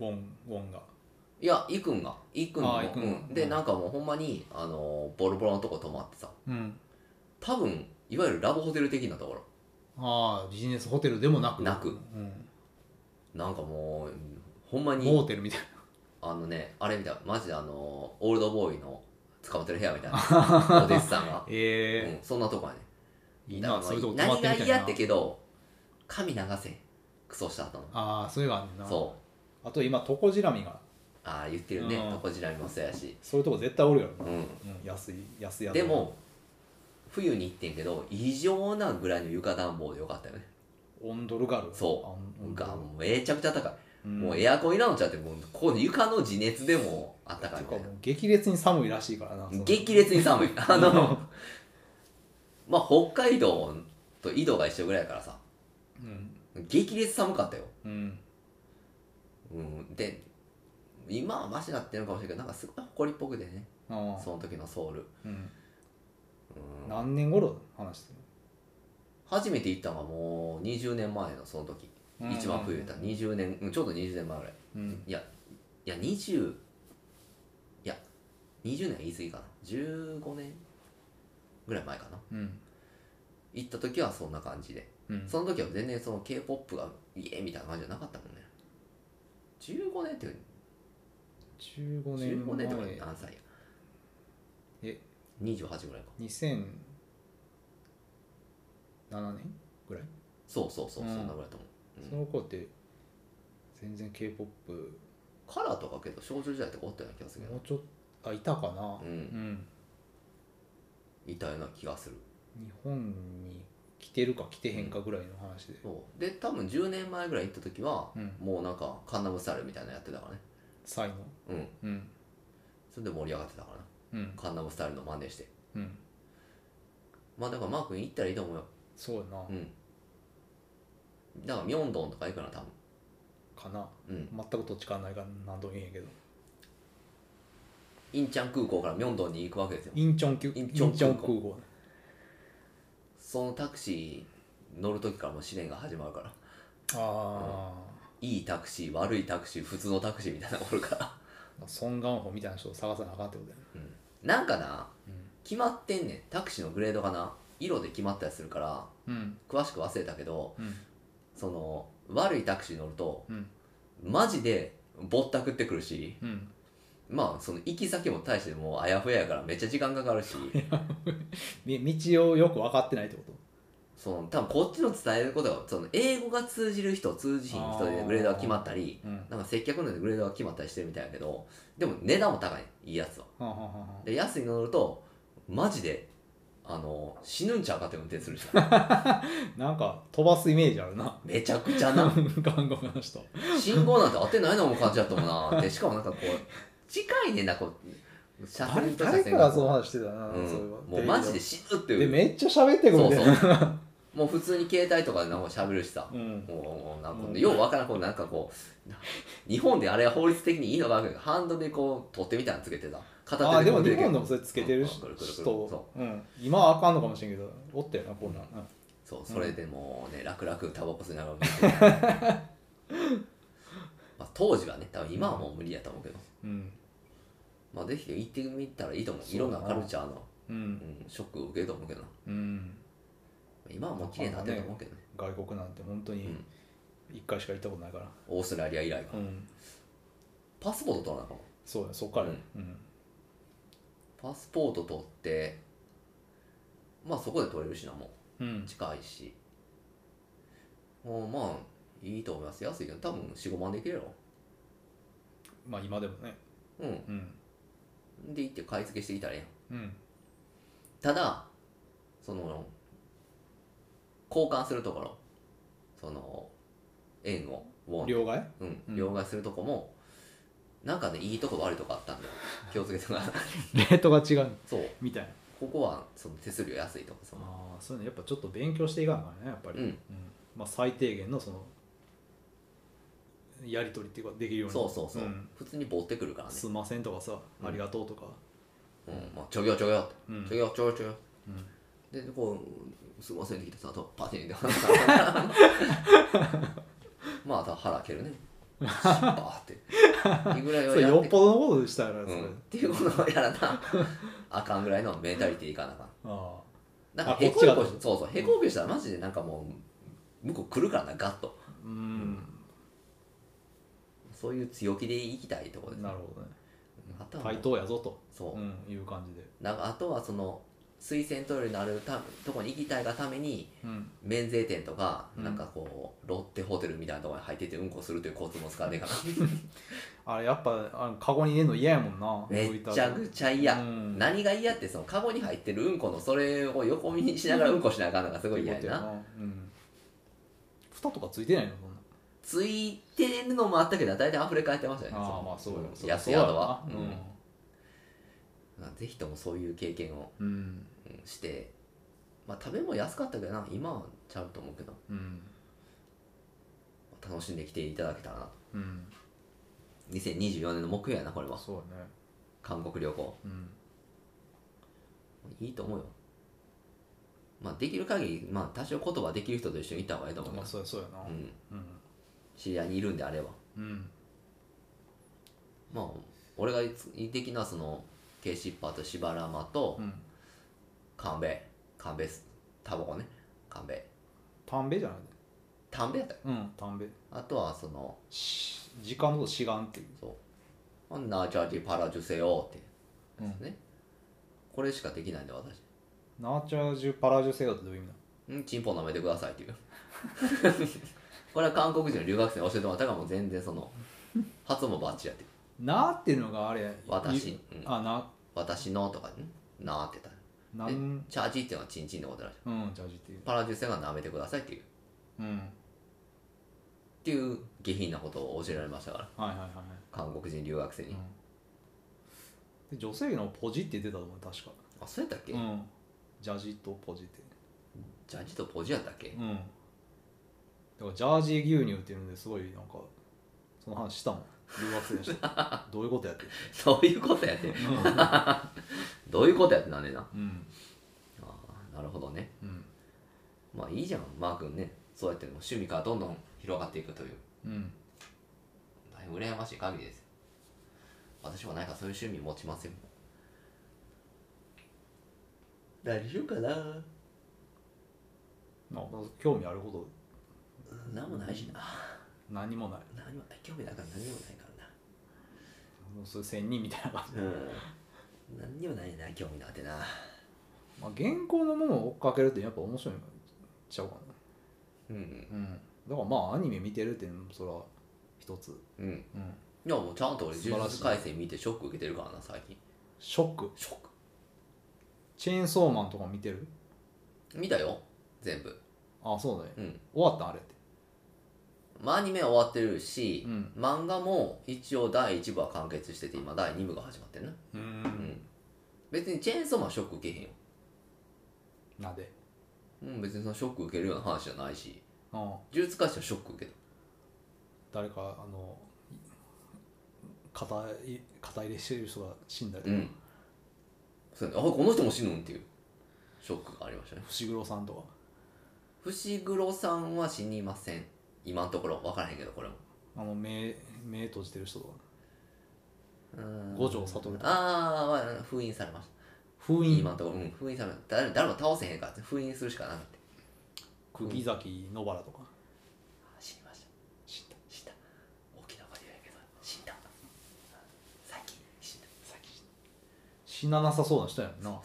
ウォンウォンがいや行くんが行くんもあー行くんうんでうんなんかもうほんまにあのーボロボロのとこ泊まってさうん多分いわゆるラブホテル的なところああビジネスホテルでもなくなくうん、なんかもうほんまにモーテルみたいあのねあれみたいマジであのーオールドボーイの捕まってる部屋み たいなお弟子さんがな、えうん、そんなとこやねえいいなだからそういうとこ泊ま何ってがみた嫌いっなてけど髪流せんクソした後のああそういうのがあんねんなそうあと今トコジラミがああ言ってるねうんトコジラミもそうやしそういうとこ絶対おるやろうな、んうん、安い安いやつでも冬に行ってんけど異常なぐらいの床暖房でよかったよねオンドルガルそあオンドがルガルもうめちゃくちゃ高い、うんもうエアコンいらんのちゃってもうこの床の地熱でもあったかていいうみかたもいなう激烈に寒いらしいからなその激烈に寒いあのまあ北海道と緯度が一緒ぐらいやからさうん激烈寒かったよ、うんうん、で今はマシになってるのかもしれんけどなんかすごい埃っぽくてねああその時のソウル、うんうん、何年頃の話して初めて行ったのがもう20年前のその時る一番冬だった20年うんちょうど20年前ぐらいうんいやいや20いや20年は言い過ぎかな15年ぐらい前かなうん行った時はそんな感じでうんその時は全然その k p o p がイエーみたいな感じじゃなかったもんね15年って15年15前年ってこれ何歳やえ28ぐらいか2007年ぐらい、そうそうそう、うそんんなぐらいだと思う、うんその頃って全然 k p o p もカラーとかけど少女時代とかおったような気がするけどうちょっとあいたかなううんんいたような気がする日本に来てるか来てへんかぐらいの話で、そうで多分10年前ぐらい行った時は、うんもうなんかカンナムスタイルみたいなのやってたからねサイのうんうんそれで盛り上がってたからなうんカンナムスタイルの真似してうんまあだからマー君行ったらいいと思うよそうやな、うんだからミョンドンとか行くな多分かなうん全く土地勘ないから何度も言えへんけどインチャン空港からミョンドンに行くわけですよインチョン空インチョン空港イン空港そのタクシー乗る時からもう試練が始まるからあいいタクシー悪いタクシー普通のタクシーみたいなのおるから あソン・ガンホみたいな人を探さなあかんってことやなんかなな決まってんねんタクシーのグレードがな色で決まったりするからうん詳しく忘れたけどうんその悪いタクシー乗るとうんマジでぼったくってくるしうんまあその行き先も大してもうあやふややからめっちゃ時間かかるし み道をよく分かってないってことその多分こっちの伝えることがその英語が通じる人通じひん人でグレードが決まったりうんはなんか接客のでグレードが決まったりしてるみたいやけどでも値段も高いねんいいやつはあはあはあはあで安いの乗るとマジであの死ぬんちゃうかって運転するしなんか飛ばすイメージあるな めちゃくちゃガなンゴの人信号なんて当てないのも感じだったもんなでしかもなんかこう近いねんなこう車あれ線と車誰線かががその話してたな、うんそういえばもうマジで死ぬっていでうめっちゃ喋ってくるねそうそう もう普通に携帯とかでなんか喋るしさ、うんもうもうなんか、うんようわからんこうなんかこう日本であれは法律的にいいのかわかんないけどハンドルにこう取ってみたいなのつけてた片手であでこもう出日るけど本でもそれつけてるうんくるくるくる人そ、うん、今はあかんのかもしれんけどおったよなこんなん、うんそうそれでもうね、楽々タバコ吸いながら運転してた まあ当時はね多分今はもう無理やと思うけど、うんまあ、ぜひ行ってみたらいいと思ういそろうんだななカルチャーの、ううんん、ショックを受けると思うけどなうん、今はもう綺麗になってると思うけどね外国なんて本当にうん1回しか行ったことないから、オーストラリア以来は、うん、パスポート取らなあかんもんそうやそっからやうんパスポート取ってまあそこで取れるしなもうん、う近いしもうまあいいと思います安いけど多分45万でいけるやろまあ今でもねううんんで行って買い付けしてきたらええやんうんただその交換するところその円をウォン両替うんうん両替するとこもなんかねいいとこ悪いとこあったん だよ気をつけてくださいレートが違うそうみたいなここはその手数料安いとかそのああそういうのやっぱちょっと勉強していかんからねやっぱり、うんまあ、最低限のそのやり取りっていうかできるようにそうそうそう、ん普通にボってくるからねすんませんとかさ、うんありがとうとかうんまあ、ちょぎょちょぎょってうんちょぎょちょぎょちょぎょうんでこうすいませんって来てさあとパチンって まあた腹開ける ねバーっていいぐらいそはれやよっってぽどのことでしたよね、うそれん、っていうことをやらなあかんぐらいのメンタリティーいかなあかんあなんかあへここっちへがこしそうそうへこへこしたらマジでなんかもう向こう来るからなガッとあうん、そういう強気でいきたいところですなるほどねあとはもう対等やぞと、、そううんいう感じで、なんかあとはその推薦トイレのあるたとこに行きたいがためにうん、免税店とか、うんなんかこうロッテホテルみたいなところに入っててうんこするという交通も使わねえ かなあれやっぱあのカゴに入れんの嫌やもんなめっちゃいくちゃ嫌、うん何が嫌ってそのカゴに入ってるうんこのそれを横見にしながらうんこしなあかんのがすごい嫌やなうん、蓋とかついてないのそんなついてるのもあったけど大体溢れ返ってましたよねああのまあそうよ、んそりゃ安そいうや宿ろは、なうんぜひともそういう経験をうん、うんうんしてまあ食べも安かったけどな今はちゃうと思うけどうん楽しんできていただけたらなとうん、 2024年の目標やなこれはそうやね、韓国旅行うん、いいと思うよまあできる限りまあ多少言葉できる人と一緒に行った方がいいと思うけまどあそうやそうやなうんうん知り合いにいるんであればうんまあ俺がいつい的なそのケイシッパーとシバラマとうんカンベカンベスタバコねカンベ短兵衛じゃないタンベやったようん短兵衛あとはそのし時間のこと志願っていうそうナーチャージパラジュセヨーってうんやつね、これしかできないんで私ナーチャージュパラジュセヨってどういう意味なのうんチンポ舐めてくださいっていう これは韓国人の留学生に教えてもらったからもう全然そ の発音もバッチリやってなーっていうのがあれ私いうんあな私のとかねなーってたなでんチャージっていうのはチンチンのことらしいうんジャージっていうパラジュセヨーが舐めてくださいっていうっうんていう下品なことを教えられましたからはいはいはいはい韓国人留学生に、で女性のポジって出たと思う確かあそうやったっけ、うんジャージとポジってジャージとポジやったっけ、 うんだからジャージー牛乳っていうのですごいなんかその話したもん留学生でしたどういうことやってるそういうことやって どういうことやってなんねんなうんあーなるほどねうんまあいいじゃんマー君ねそうやってもう趣味からどんどん広がっていくといううん大変羨ましい限りですよ私もなんかそういう趣味持ちますよ何しようかなまあ興味あること何もないしな何もない何も興味なんか何にもないからなもうそれ千人みたいな 感じ、うん何にもないな興味なんてなまあ、現行のものを追っかけるってやっぱ面白いのちゃうかうんなうんだからまあアニメ見てるっていうのもそれは一つうんうんいやもうちゃんと俺素晴呪らしい術廻戦見てショック受けてるからな最近ショックショックチェーンソーマンとか見てる見たよ全部あそうだねうん終わったんあれってまあアニメは終わってるし、うん漫画も一応第1部は完結してて今第2部が始まってるなううんん別にチェーンソーマンはショック受けへんよなんでうん別にそのショック受けるような話じゃないしうん呪術廻戦はショック受けた誰かあの肩い肩入れしてる人が死んだりとうか、んそうやねあこの人も死ぬんっていうショックがありましたね伏黒さんとか伏黒さんは死にません今のところ分からへんけどこれもあの目目閉じてる人とかうん五条悟とかあーまあ封印されました封印今のところ、うん、封印され誰誰も倒せへんから封印するしかなくて釘崎野原とか死にました死んだ死んだ大きな声で言うけど死んだ最近死んだ最近死ななさそうな人やんなそう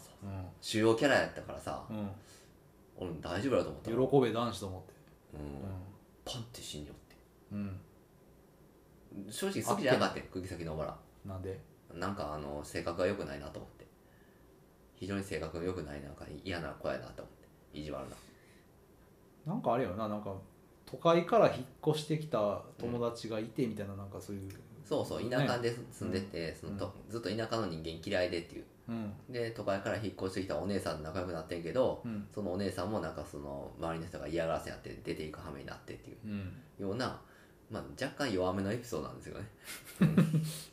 主要キャラやったからさうん、うん俺も大丈夫だと思ったの喜べ男子と思ってうんパンって死んじゃっうん、うん、て正直好きじゃなかったよ釘崎のばらなんでなんかあの性格が良くないなと思って非常に性格が良くないなんか嫌な子やなと思って意地悪ななんかあれよななんか都会から引っ越してきた友達がいてみたいななんかそういうそうそう田舎で住んでて、そのとうずっと田舎の人間嫌いでっていううんで都会から引っ越してきたお姉さんと仲良くなってんけどうんそのお姉さんもなんかその周りの人が嫌がらせになって出ていく羽目になってっていううんような、まあ、若干弱めのエピソードなんですよね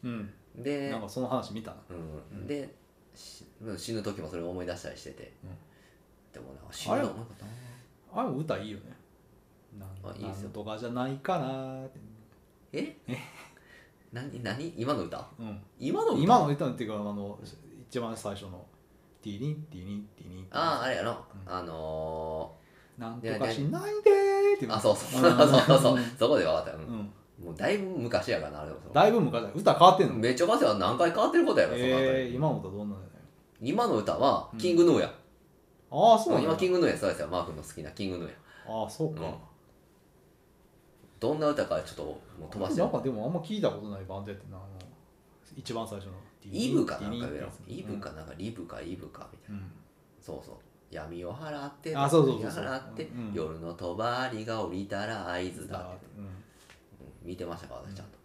うん でなんかその話見たなううんん、でし死ぬ時もそれを思い出したりしてて、うんでもな死ぬの思わなかったなあれも歌いいよねなんあいいですよなんとかじゃないかなーってえ何何今の歌うん今の歌今の歌っていうかあの一番最初の「ティリンティリンティリン」あああれやろ、うんあのなんとかしないでーってー、あそうそう そうそうそうそうそこで分かった、うんうんもうだいぶ昔やからなあれもだいぶ昔だ歌変わってんのめっちゃ昔は何回変わってることやから、その辺えりー、今の歌どんなんやね今の歌はうんキングヌーや、ああそうなん今だキングヌーやそうですよマー君の好きなキングヌーやああそうか、うんどんな歌かちょっともう飛ばしてなんかでもあんま聞いたことないバンドやってんなあの一番最初の「イブかなんかややろイブかなんかリブかイブかみたいな、うんそうそう闇を払ってあそうそうそうそう闇を払って、うん夜の帳が降りたら合図だって、うんうん見てましたから私ちゃんと、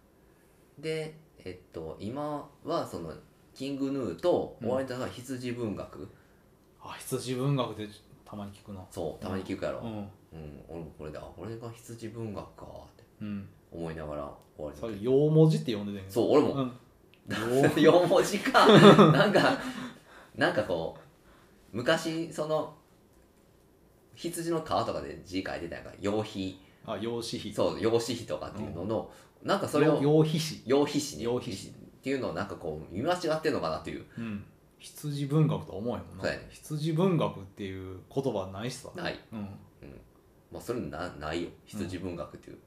でえっと今はそのキングヌーとうん終わりたのは羊文学、あ羊文学でたまに聞くなそうたまに聞くやろ、ううんん俺もこれであこれが羊文学かってうん思いながら終わりそれの洋文字って呼んでたんやけどそう俺うもん 4文字かなんかなんかこう昔その羊の皮とかで字書いてたやんか羊皮あ、養子費。そう、養子費とかっていうのの、なんかそれよを養費費。養皮紙に養皮紙っていうのをなんかこう見間違ってんのかなっていううん、羊文学とは思わへんもんな、そうやね羊文学っていう言葉ないしさ、ない、うん、まあ、それなないよ羊文学っていう、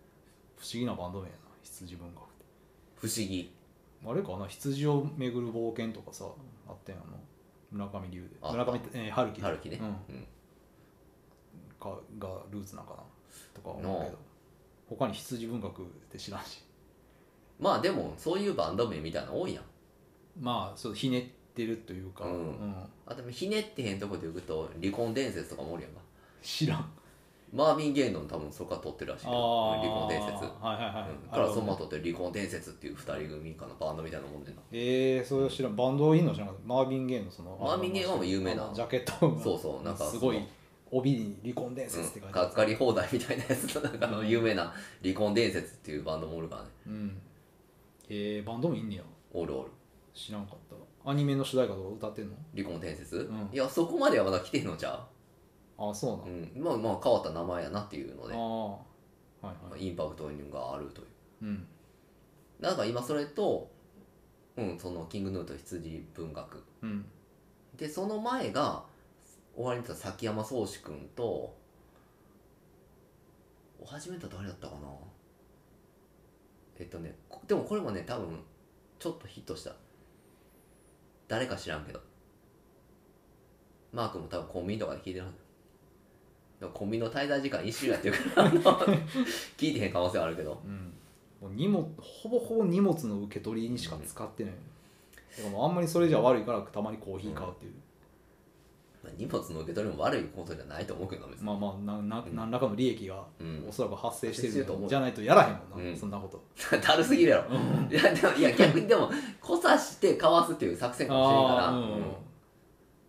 不思議なバンド名やな羊文学って不思議あれかな羊をめぐる冒険とかさあったやんあの村上龍であ村上、えー、春樹で春樹ね、うん、うんかがルーツなんかなとか思うけど他に羊文学って知らんしまあでもそういうバンド名みたいなの多いやんまあそうひねってるというか、うんあでもひねってへんとこでいくと離婚伝説とかもおるやんか知らんマーヴィン・ゲインの多分そこから撮ってるらしいけどうん離婚伝説、はいはいはい、うん、からそのまあま撮ってる離婚伝説っていう二人組かのバンドみたいなもんでなえー、それは知らんバンドいいの知らんかったマービン・ゲイのそのマーヴィンゲイはもう有名なあのジャケットがそうそうなんかすごいその帯に離婚伝説ってう書ん、いてがあっかり放題みたいなやつの中のうん有名な離婚伝説っていうバンドもおるからねるうんえー、バンドもいんねやおるおる知らんかったアニメの主題歌とか歌ってんの離婚伝説、んいやそこまではまだ来てんのじゃああそうなのう、、うん、まあまあ変わった名前やなっていうので、ああはいまはあいインパクトがあるといううんなんか今それと、うん、そのキングヌーと羊文学うんでその前が終わりに出た崎山壮志君とお始めた誰だったかなえっとねこでもこれもね多分ちょっとヒットした誰か知らんけどマークも多分コンビニとかで聞いてるはずでもコンビニの滞在時間一週やってる からあの聞いてへん可能性はあるけどうんもう荷物ほぼほぼ荷物の受け取りにしか使ってない、だからもうあんまりそれじゃ悪いからたまにコーヒー買うっていう、まあ荷物の受け取りも悪いことじゃないと思うけど別にまあまあななうん何らかの利益がうんおそらく発生して発生してるると思うじゃないとやらへんもんな、うんそんなこと だるすぎるやろいやでもいや逆にでもこさしてかわすっていう作戦かもしれんから、あーうんだか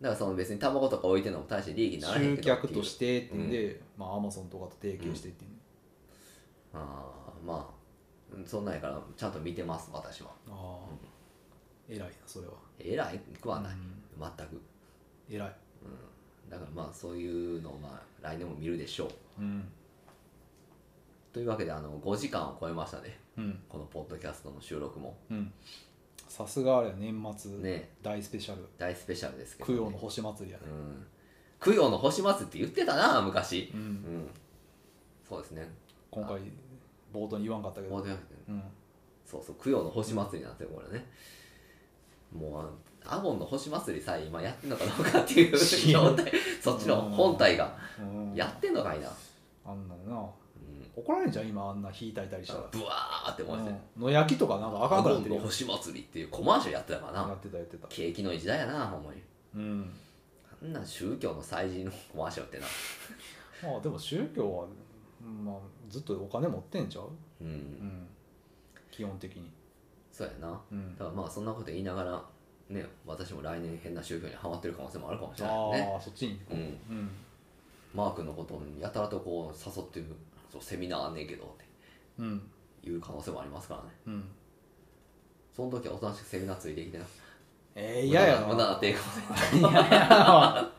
らその別にタバコとか置いてんのも大して利益にならへうんん集けど客とてしてっていうんで、まあアマゾンとかと提携してっていう、ああまあうんそんなんやからちゃんと見てます私はああ偉いなそれは偉くはない、うん全く偉いだからまあそういうのをまあ来年も見るでしょううんというわけであの5時間を超えましたねうんこのポッドキャストの収録もうんさすがあれや年末、ね大スペシャル大スペシャルですけど、供ね、養の星祭りやね、うん供養の星祭って言ってたな昔うんうんそうですね今回冒頭に言わんかったけもどう、ねうん、そうそう供養の星祭りなんですよこれねもうあアゴンの星祭りさえ今やってんのかどうかっていう知らん 状態そっちの本体がうんやってんのかいな、あんなのうなん、怒られんじゃん今あんな火炊いたりしたら、ブワーって思っててうん野焼きとかなんかア赤くなゴっンてるのよ星祭りっていうコマーシャルやってたからやなってたやってた景気のいい時代やなほんまにうんあんな宗教の祭事の コマーシャルってなまあでも宗教は、まあ、ずっとお金持ってんちゃう、うん、うん、基本的に、そうやなうん、だからまあそんなこと言いながらね私も来年変な宗教にハマってる可能性もあるかもしあれないよねあそっちにうんうんマー君のことをやたらとこう誘ってるそうセミナーあんねんけどっうんていう可能性もありますからねうんその時はおとなしくセミナーついてきてなえー、嫌や無駄なな抵抗嫌 やな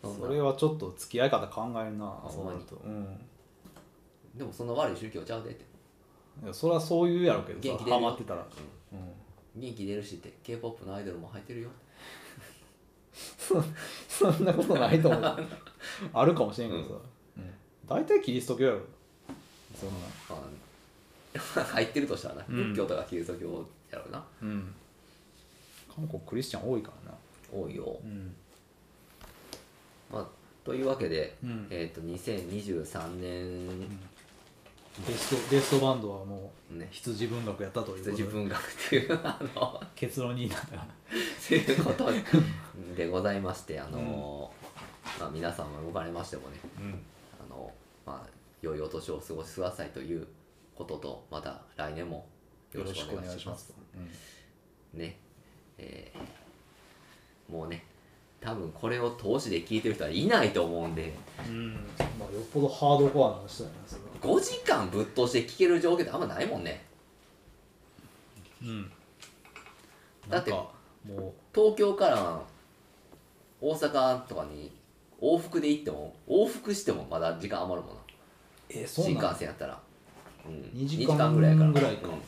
そんなそれはちょっと付き合い方考えるなあそうなるとうんでもそんな悪い宗教ちゃうでっていやそれはそういうやろうけ元気どさ出るハよマってたら、うん、元気出るしって k p o p のアイドルも入ってるよそそんなことないと思う あるかもしれんけどさ、うん大体キリスト教やろそんなまあ入ってるとしたらなうん仏教とかキリスト教やろうな、うん韓国クリスチャン多いからな多いよ、うんまあ、というわけで、うんえっ、と2023年ベストベストバンドはもうね羊文学やったということ羊で文学っていう あの結論になったからということでございましてあの、まあ、皆さんも動かれましてもねうんあの、まあ、良いお年をお過ごしくださいということとまた来年もよよろろししくくおお願い願いししまますすねえーもうね多分これを投資で聞いてる人はいないと思うんでうん、まあ、よっぽどハードコアな人やなそれは5時間ぶっ通して聞ける状況ってあんまないもんねうんだってなんかも東京から大阪とかに往復で行っても往復してもまだ時間余るもんなうえそう新な幹の線やったら、うん、二時間二時間ぐらいやからぐらいかうん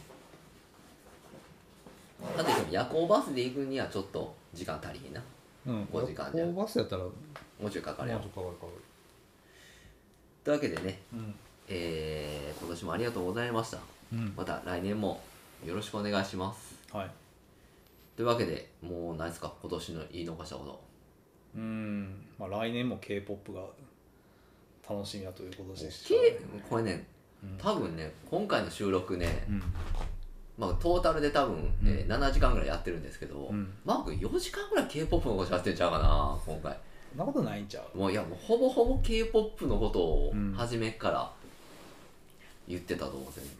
夜行バスで行くにはちょっと時間足りひんなうん5時間じゃ夜行バスやったらもうもうちょいかちょかっるとよかかるかかというわけでね、るうんえー今年もありがとうございましたうんまた来年もよろしくお願いしますはいというわけでもう何ですか今年の言い逃したことうんまあ来年も k p o p が楽しみだということですし K これねうん多分ね今回の収録ねう、んまあ、トータルで多分、うんえー7時間ぐらいやってるんですけど、うんマー君4時間ぐらい k p o p のことやってんちゃうかな今回そんなことないんちゃうもういやもうほぼほぼ k p o p のことをうん初めから言ってたと思うんですよね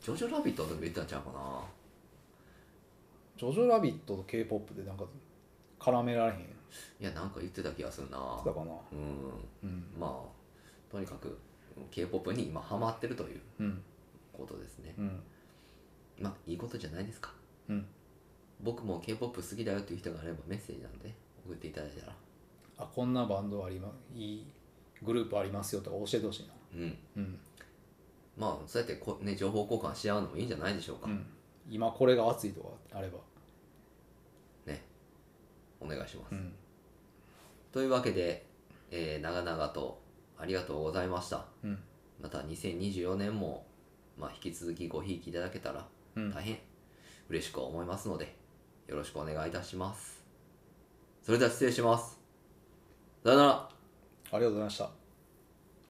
ジョジョラビット」とか言ってたんちゃうかなジョジョラビットと k p o p でなんか絡められへんやいやなんか言ってた気がするなつだかうなんうんまあとにかく k p o p に今ハマってるといううんことですねうんまあいいことじゃないですかうん僕も k p o p 好きだよっていう人があればメッセージなんで送っていただいたらあこんなバンドありますいいグループありますよとか教えてほしいなうんうん、まあそうやってこ、ね、情報交換し合うのもいいんじゃないでしょうか、うん、今これが熱いとかあればねお願いします、うんというわけで、えー長々とありがとうございましたうんまた2024年も、まあ、引き続きごひいきいただけたらうん大変嬉しく思いますのでよろしくお願いいたしますそれでは失礼しますさよならありがとうございました